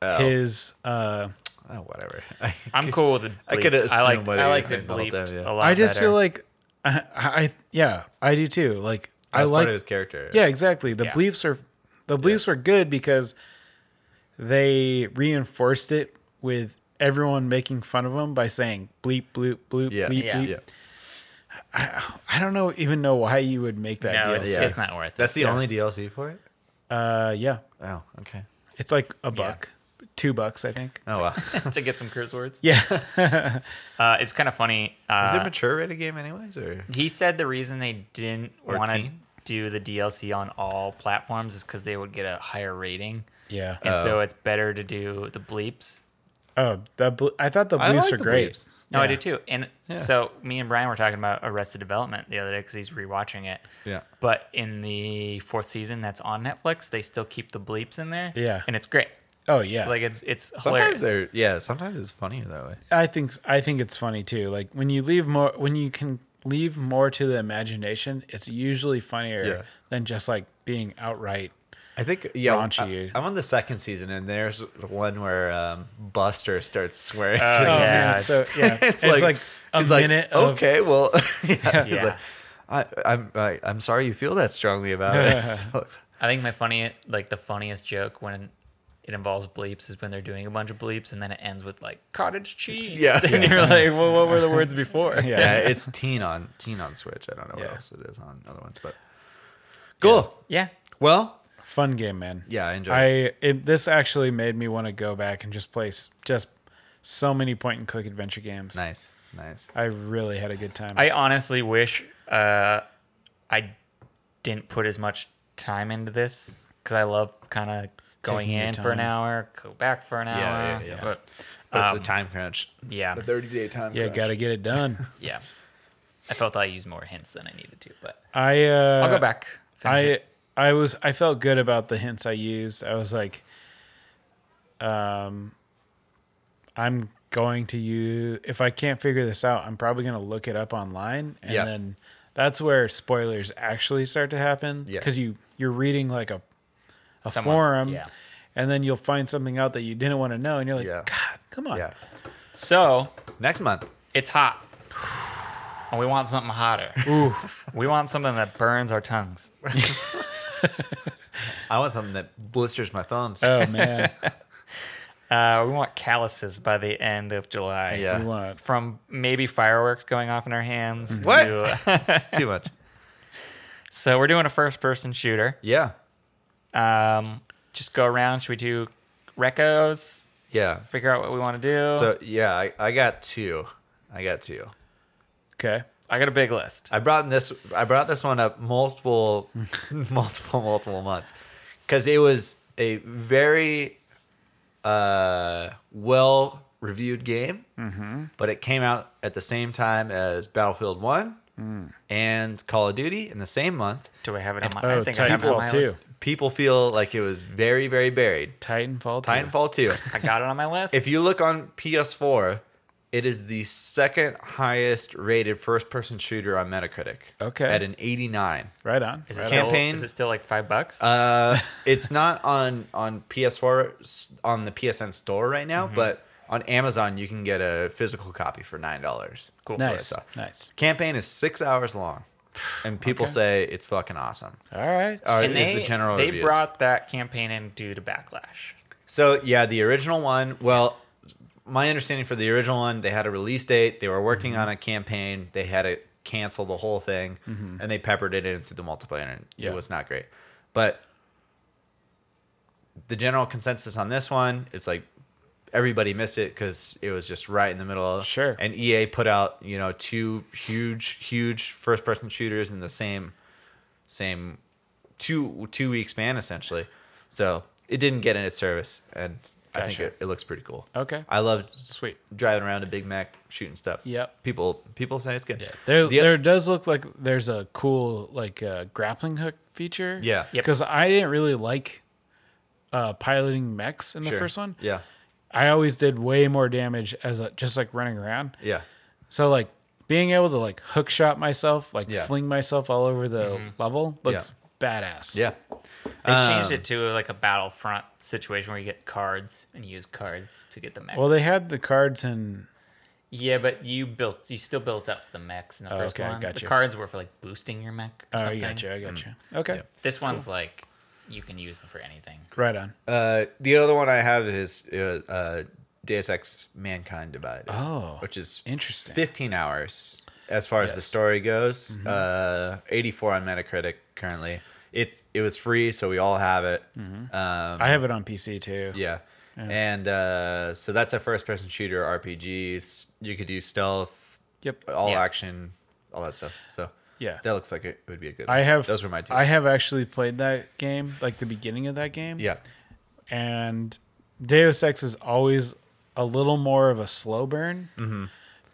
[SPEAKER 2] his. Uh,
[SPEAKER 1] Oh, whatever. <laughs>
[SPEAKER 3] I'm cool with it.
[SPEAKER 1] I could assume
[SPEAKER 3] I like.
[SPEAKER 1] what
[SPEAKER 3] I
[SPEAKER 1] it
[SPEAKER 3] like
[SPEAKER 1] is
[SPEAKER 3] it
[SPEAKER 1] the whole
[SPEAKER 3] bleeped
[SPEAKER 1] time, yeah.
[SPEAKER 3] a lot.
[SPEAKER 2] I just
[SPEAKER 3] better.
[SPEAKER 2] feel like I, I yeah I do too. Like I
[SPEAKER 1] That's part
[SPEAKER 2] like
[SPEAKER 1] of his character.
[SPEAKER 2] yeah exactly the
[SPEAKER 3] Yeah.
[SPEAKER 2] bleeps are the bleeps were good because they reinforced it with everyone making fun of him by saying bleep bloop bloop
[SPEAKER 1] Yeah.
[SPEAKER 2] bleep
[SPEAKER 1] Yeah.
[SPEAKER 2] bleep. <laughs> I don't know even know why you would make that
[SPEAKER 3] no, it's,
[SPEAKER 2] DLC.
[SPEAKER 1] Yeah.
[SPEAKER 3] it's not worth it.
[SPEAKER 1] That's the
[SPEAKER 3] Yeah.
[SPEAKER 1] only DLC for it.
[SPEAKER 2] Uh, yeah,
[SPEAKER 1] Oh, okay.
[SPEAKER 2] It's like a buck, two bucks, I think.
[SPEAKER 1] Oh
[SPEAKER 2] <laughs>
[SPEAKER 1] well. Is
[SPEAKER 3] <laughs> to get some curse words.
[SPEAKER 2] Yeah,
[SPEAKER 3] <laughs> Uh, it's kind of funny.
[SPEAKER 1] it a
[SPEAKER 3] Uh,
[SPEAKER 1] mature rated game anyways, or
[SPEAKER 3] he said the reason they didn't
[SPEAKER 1] Or
[SPEAKER 3] want to
[SPEAKER 1] teen?
[SPEAKER 3] do the DLC on all platforms is because they would get a higher rating,
[SPEAKER 2] yeah.
[SPEAKER 3] and
[SPEAKER 1] Oh.
[SPEAKER 3] so it's better to do the bleeps.
[SPEAKER 2] oh, the ble- I thought the
[SPEAKER 1] I
[SPEAKER 2] blues
[SPEAKER 1] like
[SPEAKER 2] are
[SPEAKER 1] the
[SPEAKER 2] great.
[SPEAKER 1] bleeps.
[SPEAKER 3] No, I
[SPEAKER 2] Yeah.
[SPEAKER 3] do too. And so me and Brian were talking about Arrested Development the other day because he's rewatching it.
[SPEAKER 1] Yeah.
[SPEAKER 3] But in the fourth season that's on Netflix, they still keep the bleeps in there.
[SPEAKER 2] Yeah.
[SPEAKER 3] And it's great.
[SPEAKER 2] Oh yeah,
[SPEAKER 3] Like it's it's
[SPEAKER 1] sometimes
[SPEAKER 3] hilarious.
[SPEAKER 1] they're yeah. Sometimes it's funnier that way.
[SPEAKER 2] I think I think it's funny too. Like when you leave more, when you can leave more to the imagination, it's usually funnier
[SPEAKER 1] Yeah.
[SPEAKER 2] than just like being outright.
[SPEAKER 1] I think yeah,
[SPEAKER 2] Raunchy.
[SPEAKER 1] I, am on the second season, and there's one where um, Buster starts swearing. <laughs>
[SPEAKER 3] Oh, yeah.
[SPEAKER 2] and so yeah, it's, like, a
[SPEAKER 1] he's like,
[SPEAKER 2] minute of
[SPEAKER 1] okay, well, <laughs> yeah. he's
[SPEAKER 3] Yeah.
[SPEAKER 1] like, I, I'm I, I'm sorry you feel that strongly about
[SPEAKER 2] <laughs>
[SPEAKER 1] it. <laughs> So-
[SPEAKER 3] I think my funny, like the funniest joke when it involves bleeps is when they're doing a bunch of bleeps and then it ends with like cottage cheese.
[SPEAKER 1] Yeah.
[SPEAKER 3] <laughs> and you're like, well, what were the words before?
[SPEAKER 2] Yeah.
[SPEAKER 1] yeah, it's teen on teen on Switch. I don't know what
[SPEAKER 2] Yeah.
[SPEAKER 1] else it is on other ones, but cool.
[SPEAKER 3] yeah.
[SPEAKER 1] Well,
[SPEAKER 2] fun game, man.
[SPEAKER 1] yeah, I enjoy. it.
[SPEAKER 2] I it, this actually made me want to go back and just play s- just so many point and click adventure games.
[SPEAKER 1] Nice, nice.
[SPEAKER 2] I really had a good time.
[SPEAKER 3] I honestly wish uh, I didn't put as much time into this because I love kind of going
[SPEAKER 2] Taking your
[SPEAKER 3] in for an
[SPEAKER 2] time.
[SPEAKER 3] hour, go back for an hour.
[SPEAKER 1] Yeah, yeah, yeah. But, um, but it's the time crunch.
[SPEAKER 3] yeah.
[SPEAKER 1] thirty day time.
[SPEAKER 2] yeah, gotta get
[SPEAKER 1] <laughs>
[SPEAKER 2] it done.
[SPEAKER 3] Yeah. I felt I used more hints than I needed to, but
[SPEAKER 2] I uh,
[SPEAKER 3] I'll go back. finish
[SPEAKER 2] I
[SPEAKER 3] it.
[SPEAKER 2] I was I felt good about the hints I used. I was like, um, I'm going to use if I can't figure this out, I'm probably going to look it up online, and
[SPEAKER 1] Yeah.
[SPEAKER 2] then that's where spoilers actually start to happen
[SPEAKER 1] Yeah.
[SPEAKER 2] because you you're reading like a a
[SPEAKER 3] Someone's-
[SPEAKER 2] forum,
[SPEAKER 3] yeah.
[SPEAKER 2] and then you'll find something out that you didn't want to know, and you're like,
[SPEAKER 1] Yeah.
[SPEAKER 2] God, come on,
[SPEAKER 1] Yeah.
[SPEAKER 3] So
[SPEAKER 1] Next month.
[SPEAKER 3] it's hot. And we want something hotter. We want something that burns our tongues.
[SPEAKER 1] I want something that blisters my thumbs.
[SPEAKER 2] oh man,
[SPEAKER 3] Uh, we want calluses by the end of July.
[SPEAKER 1] Yeah.
[SPEAKER 2] we want
[SPEAKER 3] From maybe fireworks going off in our hands.
[SPEAKER 1] Mm-hmm. What?
[SPEAKER 3] To,
[SPEAKER 1] It's too much.
[SPEAKER 3] <laughs> so we're doing a first person shooter.
[SPEAKER 1] <laughs> Yeah.
[SPEAKER 3] Um, just go around. Should we do recos?
[SPEAKER 1] Yeah.
[SPEAKER 3] Figure out what we want to do.
[SPEAKER 1] So yeah, I, I got two. I got two.
[SPEAKER 2] okay,
[SPEAKER 3] I got a big list.
[SPEAKER 1] I brought this. I brought this one up multiple, <laughs> multiple, multiple months, because it was a very uh, well-reviewed game. But it came out at the same time as Battlefield One Mm. and Call of Duty in the same month.
[SPEAKER 3] Do I have it on my? I
[SPEAKER 2] Oh,
[SPEAKER 3] think I have it on my
[SPEAKER 2] Titanfall two,
[SPEAKER 3] list.
[SPEAKER 1] People feel like it was very, very buried.
[SPEAKER 2] Titanfall two,
[SPEAKER 1] Titanfall Two.
[SPEAKER 3] I got it on my
[SPEAKER 1] <laughs>
[SPEAKER 3] list.
[SPEAKER 1] if you look on PS4, it is the second highest rated first person shooter on Metacritic.
[SPEAKER 2] Okay.
[SPEAKER 1] At an 89.
[SPEAKER 2] right on,
[SPEAKER 3] is
[SPEAKER 2] right
[SPEAKER 3] it
[SPEAKER 2] on.
[SPEAKER 3] still,
[SPEAKER 1] Campaign?
[SPEAKER 3] Is it still like five
[SPEAKER 2] <laughs>
[SPEAKER 3] bucks?
[SPEAKER 1] Uh, it's not on on PS4 s- on the PSN store right now,
[SPEAKER 2] Mm-hmm.
[SPEAKER 1] but on Amazon you can get a physical copy for nine dollars.
[SPEAKER 3] cool.
[SPEAKER 2] nice,
[SPEAKER 1] so.
[SPEAKER 2] nice.
[SPEAKER 1] Campaign is six hours long, and people
[SPEAKER 2] Okay.
[SPEAKER 1] say it's fucking awesome.
[SPEAKER 2] All right,
[SPEAKER 1] All right.
[SPEAKER 3] And
[SPEAKER 1] is the
[SPEAKER 3] they,
[SPEAKER 1] general
[SPEAKER 3] they
[SPEAKER 1] reviews.
[SPEAKER 3] brought that campaign in due to backlash.
[SPEAKER 1] So yeah, the original one. Well, my understanding for the original one, they had a release date. They were working on a campaign. They had to cancel the whole thing, and they peppered it into the multiplayer, and
[SPEAKER 2] Mm-hmm. Yeah.
[SPEAKER 1] it was not great. But the general consensus on this one, it's like everybody missed it because it was just right in the middle. of-
[SPEAKER 2] Sure.
[SPEAKER 1] And EA put out you know two huge, huge first-person shooters in the same, same two two week span essentially. So it didn't get in its service, and I think
[SPEAKER 2] Gotcha.
[SPEAKER 1] it, it looks pretty cool.
[SPEAKER 2] okay,
[SPEAKER 1] I love
[SPEAKER 2] sweet.
[SPEAKER 1] driving around a Big Mac shooting stuff.
[SPEAKER 2] Yep.
[SPEAKER 1] People people say it's good.
[SPEAKER 2] Yeah, there,
[SPEAKER 1] The-
[SPEAKER 2] there does look like there's a cool like uh, grappling hook feature.
[SPEAKER 1] Yeah.
[SPEAKER 3] Yep.
[SPEAKER 2] because I didn't really like uh, piloting mechs in the
[SPEAKER 1] Sure.
[SPEAKER 2] first one.
[SPEAKER 1] Yeah.
[SPEAKER 2] I always did way more damage as a, just like running around.
[SPEAKER 1] Yeah.
[SPEAKER 2] So like being able to like hook shot myself, like
[SPEAKER 1] Yeah.
[SPEAKER 2] fling myself all over the
[SPEAKER 3] Mm-hmm.
[SPEAKER 2] level looks badass.
[SPEAKER 1] Yeah.
[SPEAKER 3] They changed
[SPEAKER 1] Um,
[SPEAKER 3] it to like a battlefront situation where you get cards and use cards to get the mechs.
[SPEAKER 2] Well, they had the cards and
[SPEAKER 3] yeah, but you built you still built up the mechs
[SPEAKER 1] Oh,
[SPEAKER 3] in the first
[SPEAKER 2] okay,
[SPEAKER 3] one.
[SPEAKER 2] gotcha.
[SPEAKER 3] The cards were for like boosting your mech.
[SPEAKER 2] oh,
[SPEAKER 3] Or
[SPEAKER 2] I
[SPEAKER 3] something.
[SPEAKER 2] got you, I
[SPEAKER 1] Mm.
[SPEAKER 2] got you. Okay,
[SPEAKER 3] This one's like you can use them for anything.
[SPEAKER 2] right on.
[SPEAKER 1] Uh, the other one I have is uh, uh, Deus Ex: Mankind Divided.
[SPEAKER 2] Oh,
[SPEAKER 1] Which is
[SPEAKER 2] Interesting.
[SPEAKER 1] 15 hours as far as the
[SPEAKER 2] Yes. Mm-hmm.
[SPEAKER 1] story goes. Uh, 84 on Metacritic currently. It's it was free, so we all have it.
[SPEAKER 2] Mm-hmm.
[SPEAKER 1] Um,
[SPEAKER 2] I have it on PC too.
[SPEAKER 1] Yeah. And uh, so that's a first person shooter RPG. S- You could do stealth,
[SPEAKER 2] Yep.
[SPEAKER 1] all
[SPEAKER 3] Yeah.
[SPEAKER 1] action, all that stuff. So
[SPEAKER 2] Yeah.
[SPEAKER 1] that looks like it would be a good
[SPEAKER 2] I
[SPEAKER 1] one.
[SPEAKER 2] have
[SPEAKER 1] Those were my two.
[SPEAKER 2] I have actually played that game, like the beginning of that game.
[SPEAKER 1] yeah.
[SPEAKER 2] And Deus Ex is always a little more of a slow burn. Mm-hmm.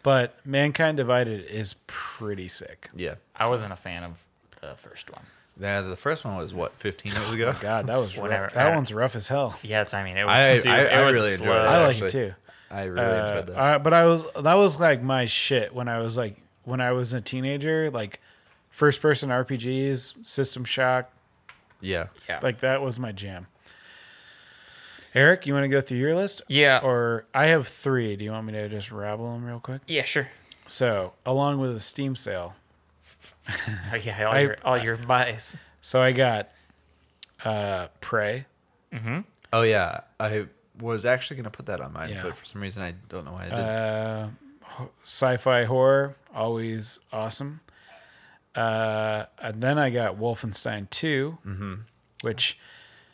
[SPEAKER 2] But Mankind Divided is pretty sick.
[SPEAKER 1] Yeah.
[SPEAKER 3] I wasn't a fan of the first one.
[SPEAKER 1] Yeah, the first one was what, 15
[SPEAKER 2] <laughs>
[SPEAKER 1] years ago?
[SPEAKER 2] Oh God,
[SPEAKER 1] <laughs>
[SPEAKER 2] that was
[SPEAKER 3] Whatever.
[SPEAKER 2] rough. that one's rough as hell.
[SPEAKER 3] Yeah, it's I mean it was
[SPEAKER 1] I-
[SPEAKER 3] su-
[SPEAKER 1] I-
[SPEAKER 3] it
[SPEAKER 1] I
[SPEAKER 3] was
[SPEAKER 1] really
[SPEAKER 3] really
[SPEAKER 1] enjoyed
[SPEAKER 3] slow.
[SPEAKER 1] it.
[SPEAKER 2] I like
[SPEAKER 1] actually,
[SPEAKER 2] it too.
[SPEAKER 1] I really
[SPEAKER 2] Uh,
[SPEAKER 1] enjoyed that.
[SPEAKER 2] I- but I was that was like my shit when I was like when I was a teenager, like first person RPGs, System Shock,
[SPEAKER 1] Yeah.
[SPEAKER 3] Yeah.
[SPEAKER 2] like that was my jam. Eric, you want to go through your list?
[SPEAKER 3] yeah.
[SPEAKER 2] Or I have three. Do you want me to just rabble them real quick?
[SPEAKER 3] yeah, sure. <laughs>
[SPEAKER 2] So, along with a Steam sale,
[SPEAKER 3] Oh, yeah, all
[SPEAKER 2] I-
[SPEAKER 3] your all your buys.
[SPEAKER 2] so I got uh Prey.
[SPEAKER 1] Oh yeah. I was actually gonna put that on mine,
[SPEAKER 2] Yeah.
[SPEAKER 1] but for some reason I don't know why I did.
[SPEAKER 2] uh, ho- sci-fi horror, always awesome. Uh, and then I got Wolfenstein 2
[SPEAKER 1] Mm-hmm.
[SPEAKER 2] which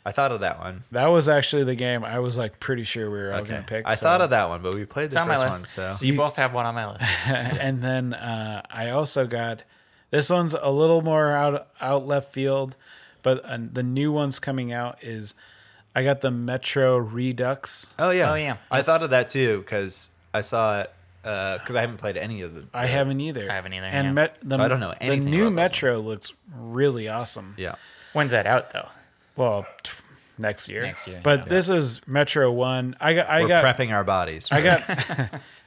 [SPEAKER 1] I thought of that one.
[SPEAKER 2] that was actually the game I was like pretty sure we were all
[SPEAKER 1] Okay.
[SPEAKER 2] gonna pick.
[SPEAKER 1] I thought of that one, but we played
[SPEAKER 3] It's
[SPEAKER 1] the
[SPEAKER 3] on my
[SPEAKER 1] first
[SPEAKER 3] list.
[SPEAKER 1] one, so
[SPEAKER 3] so you both have one
[SPEAKER 1] <laughs>
[SPEAKER 3] on my list.
[SPEAKER 2] that. <laughs> and then uh, I also got this one's a little more out out left field, but uh, the new one's coming out is I got the Metro Redux.
[SPEAKER 1] Oh yeah.
[SPEAKER 3] Oh, yeah.
[SPEAKER 1] I thought of that too because I saw it because I haven't played any of the.
[SPEAKER 2] I haven't either.
[SPEAKER 3] I haven't either,
[SPEAKER 2] And
[SPEAKER 3] yeah.
[SPEAKER 2] Met, the,
[SPEAKER 1] So I don't know
[SPEAKER 2] the
[SPEAKER 1] anything
[SPEAKER 2] new
[SPEAKER 1] about those
[SPEAKER 2] Metro looks really awesome.
[SPEAKER 1] Yeah.
[SPEAKER 3] When's that out though?
[SPEAKER 2] Well, t- next year.
[SPEAKER 3] Next year,
[SPEAKER 2] But
[SPEAKER 3] yeah.
[SPEAKER 2] this is Metro One. I got. I
[SPEAKER 1] We're
[SPEAKER 2] got.
[SPEAKER 1] prepping our bodies.
[SPEAKER 2] I got.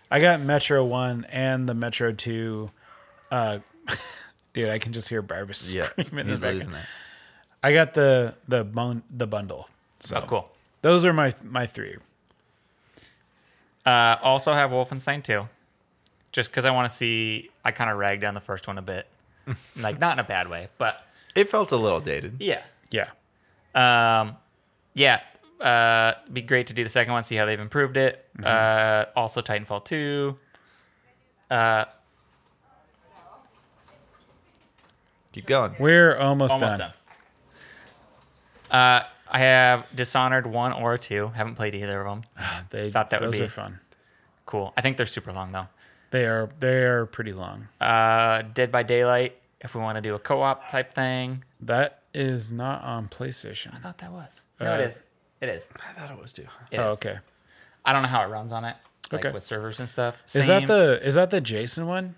[SPEAKER 2] I got Metro One and the Metro Two. Uh, <laughs> dude, I can just hear Barbas
[SPEAKER 1] <laughs>
[SPEAKER 2] <laughs>
[SPEAKER 1] yeah.
[SPEAKER 2] screaming in the
[SPEAKER 1] He's
[SPEAKER 2] background.
[SPEAKER 1] losing it.
[SPEAKER 2] I got the the bun the bundle. So
[SPEAKER 3] Oh, cool.
[SPEAKER 2] Those are my my three.
[SPEAKER 3] Uh, also have Wolfenstein 2, just because I want to see. I kind of ragged on the first one
[SPEAKER 2] <laughs>
[SPEAKER 3] a bit, like not in a bad way, but
[SPEAKER 1] It felt a little dated.
[SPEAKER 3] yeah,
[SPEAKER 2] Yeah.
[SPEAKER 3] um, yeah. Uh, be great to do the second one, see how they've improved it.
[SPEAKER 2] Mm-hmm.
[SPEAKER 3] Uh, also Titanfall 2. Uh,
[SPEAKER 1] Keep going.
[SPEAKER 2] We're almost,
[SPEAKER 3] almost
[SPEAKER 2] done.
[SPEAKER 3] done. Uh, I have Dishonored 1 or 2. Haven't played either of them.
[SPEAKER 2] They
[SPEAKER 3] Thought that would
[SPEAKER 2] those
[SPEAKER 3] be-
[SPEAKER 2] are fun.
[SPEAKER 3] Cool. I think they're super long though.
[SPEAKER 2] They are they are pretty long.
[SPEAKER 3] Uh, Dead by Daylight, if we want to do a co-op type thing.
[SPEAKER 2] That is not on PlayStation.
[SPEAKER 3] I thought that was. No, it
[SPEAKER 2] Uh,
[SPEAKER 3] is. It is.
[SPEAKER 1] I thought it was too.
[SPEAKER 3] It is.
[SPEAKER 2] Oh, okay.
[SPEAKER 3] I don't know how it runs on it. Like
[SPEAKER 2] Okay.
[SPEAKER 3] with servers and stuff.
[SPEAKER 2] Is
[SPEAKER 3] Same-
[SPEAKER 2] that the is that the Jason one?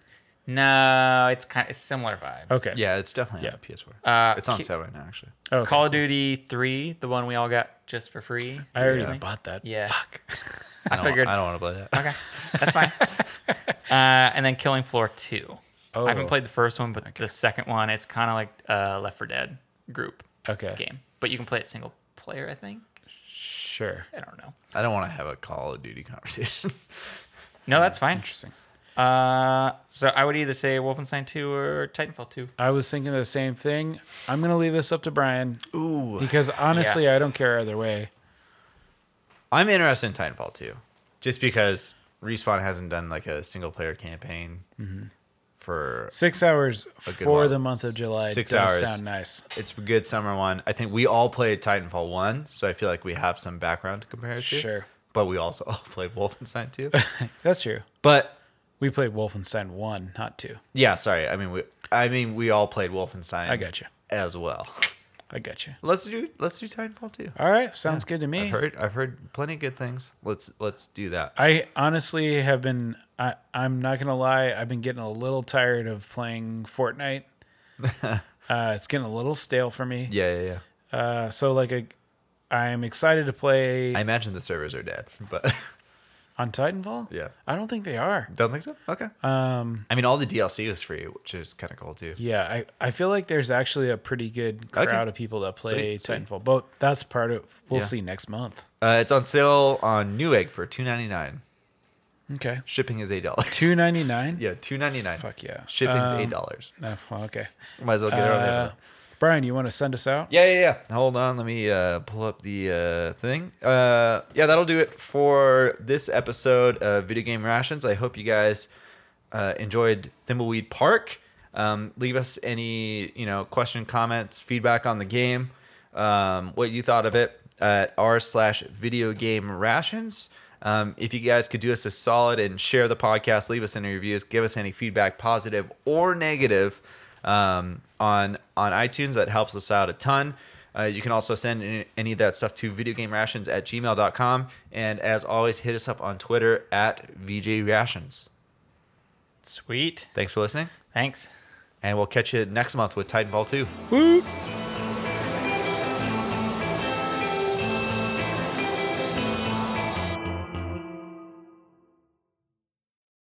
[SPEAKER 3] No, it's kind of it's similar vibe.
[SPEAKER 2] Okay.
[SPEAKER 1] Yeah, it's definitely yeah.
[SPEAKER 2] Yeah.
[SPEAKER 1] PS4.
[SPEAKER 3] Uh,
[SPEAKER 1] it's on
[SPEAKER 3] ki-
[SPEAKER 1] sale right now, actually.
[SPEAKER 2] Okay.
[SPEAKER 3] Call of Duty 3, the one we all got just for free.
[SPEAKER 2] I already
[SPEAKER 3] recently.
[SPEAKER 2] bought that.
[SPEAKER 3] Yeah.
[SPEAKER 2] Fuck.
[SPEAKER 1] I, don't,
[SPEAKER 3] figured-
[SPEAKER 1] I don't want to play that.
[SPEAKER 3] Okay.
[SPEAKER 2] <laughs>
[SPEAKER 3] That's fine. uh, and then Killing Floor 2. <laughs> I haven't
[SPEAKER 2] Oh.
[SPEAKER 3] played the first one, but the second one, it's kind of like uh, Left 4 Dead group
[SPEAKER 2] Okay.
[SPEAKER 3] game. But you can play it single player, I think.
[SPEAKER 2] Sure.
[SPEAKER 3] I don't know.
[SPEAKER 1] I don't want to have a Call of Duty <laughs> conversation.
[SPEAKER 3] No, that's fine.
[SPEAKER 2] Interesting.
[SPEAKER 3] Uh, so I would either say Wolfenstein 2 or Titanfall 2.
[SPEAKER 2] I was thinking the same thing. I'm gonna leave this up to Brian
[SPEAKER 1] Ooh.
[SPEAKER 2] because honestly, I don't care either way.
[SPEAKER 1] I'm interested in Titanfall 2, just because Respawn hasn't done like a single player campaign for.
[SPEAKER 2] Six hours
[SPEAKER 1] good
[SPEAKER 2] for
[SPEAKER 1] one.
[SPEAKER 2] the month of July
[SPEAKER 1] Six
[SPEAKER 2] does
[SPEAKER 1] hours.
[SPEAKER 2] sound nice.
[SPEAKER 1] It's a good summer one. I think we all played Titanfall 1, so I feel like we have some background to compare it to.
[SPEAKER 2] Sure,
[SPEAKER 1] But we also <laughs> all played Wolfenstein 2.
[SPEAKER 2] that's true.
[SPEAKER 1] but
[SPEAKER 2] We played Wolfenstein one, not two.
[SPEAKER 1] yeah, sorry. I mean we I mean we all played Wolfenstein
[SPEAKER 3] Mm.
[SPEAKER 2] I got you.
[SPEAKER 1] as well. <laughs>
[SPEAKER 2] I got you.
[SPEAKER 1] Let's do let's do Titanfall 2.
[SPEAKER 2] All right, sounds good to
[SPEAKER 1] I've
[SPEAKER 2] me.
[SPEAKER 1] heard I've heard plenty of good things. Let's let's do that.
[SPEAKER 2] I honestly have been. I, I'm not gonna lie. I've been getting a little tired of playing
[SPEAKER 1] <laughs>
[SPEAKER 2] Fortnite. uh, it's getting a little stale for me.
[SPEAKER 1] Yeah, yeah, yeah.
[SPEAKER 2] Uh, so like a, I'm excited to play
[SPEAKER 1] I imagine the servers are dead, <laughs> but
[SPEAKER 2] on Titanfall.
[SPEAKER 1] yeah.
[SPEAKER 2] I don't think they are.
[SPEAKER 1] Don't think so? Okay.
[SPEAKER 2] Um,
[SPEAKER 1] I mean all the DLC was free, which is kinda cool too.
[SPEAKER 2] yeah, I, I feel like there's actually a pretty good crowd
[SPEAKER 1] Okay.
[SPEAKER 2] of people that play
[SPEAKER 1] Sweet, sweet.
[SPEAKER 2] Titanfall, but that's part of we'll
[SPEAKER 1] Yeah.
[SPEAKER 2] see next month.
[SPEAKER 1] Uh, it's on sale on Newegg for two ninety nine.
[SPEAKER 2] Okay,
[SPEAKER 1] Shipping is eight dollars.
[SPEAKER 2] two ninety nine.
[SPEAKER 1] <laughs> yeah, two ninety nine.
[SPEAKER 2] Fuck yeah.
[SPEAKER 1] Shipping's
[SPEAKER 2] Um,
[SPEAKER 1] eight dollars.
[SPEAKER 2] Oh, well, okay.
[SPEAKER 1] Might as well get it on
[SPEAKER 2] Uh,
[SPEAKER 1] there.
[SPEAKER 2] Brian, you want to send us out?
[SPEAKER 1] Yeah, yeah, yeah. Hold on, let me uh, pull up the uh, thing. Uh, yeah, that'll do it for this episode of Video Game Rations. I hope you guys uh, enjoyed Thimbleweed Park. Um, leave us any you know question, comments, feedback on the game, um, what you thought of it at r slash Video Game Rations. Um, if you guys could do us a solid and share the podcast, leave us any reviews, give us any feedback, positive or negative, um, on on iTunes. That helps us out a ton. Uh, you can also send any, any of that stuff to videogamerations at gmail.com. And as always, hit us up on Twitter at VJRations.
[SPEAKER 3] Sweet.
[SPEAKER 1] Thanks for listening,
[SPEAKER 3] Thanks.
[SPEAKER 1] and we'll catch you next month with Titanfall 2.
[SPEAKER 2] Woo!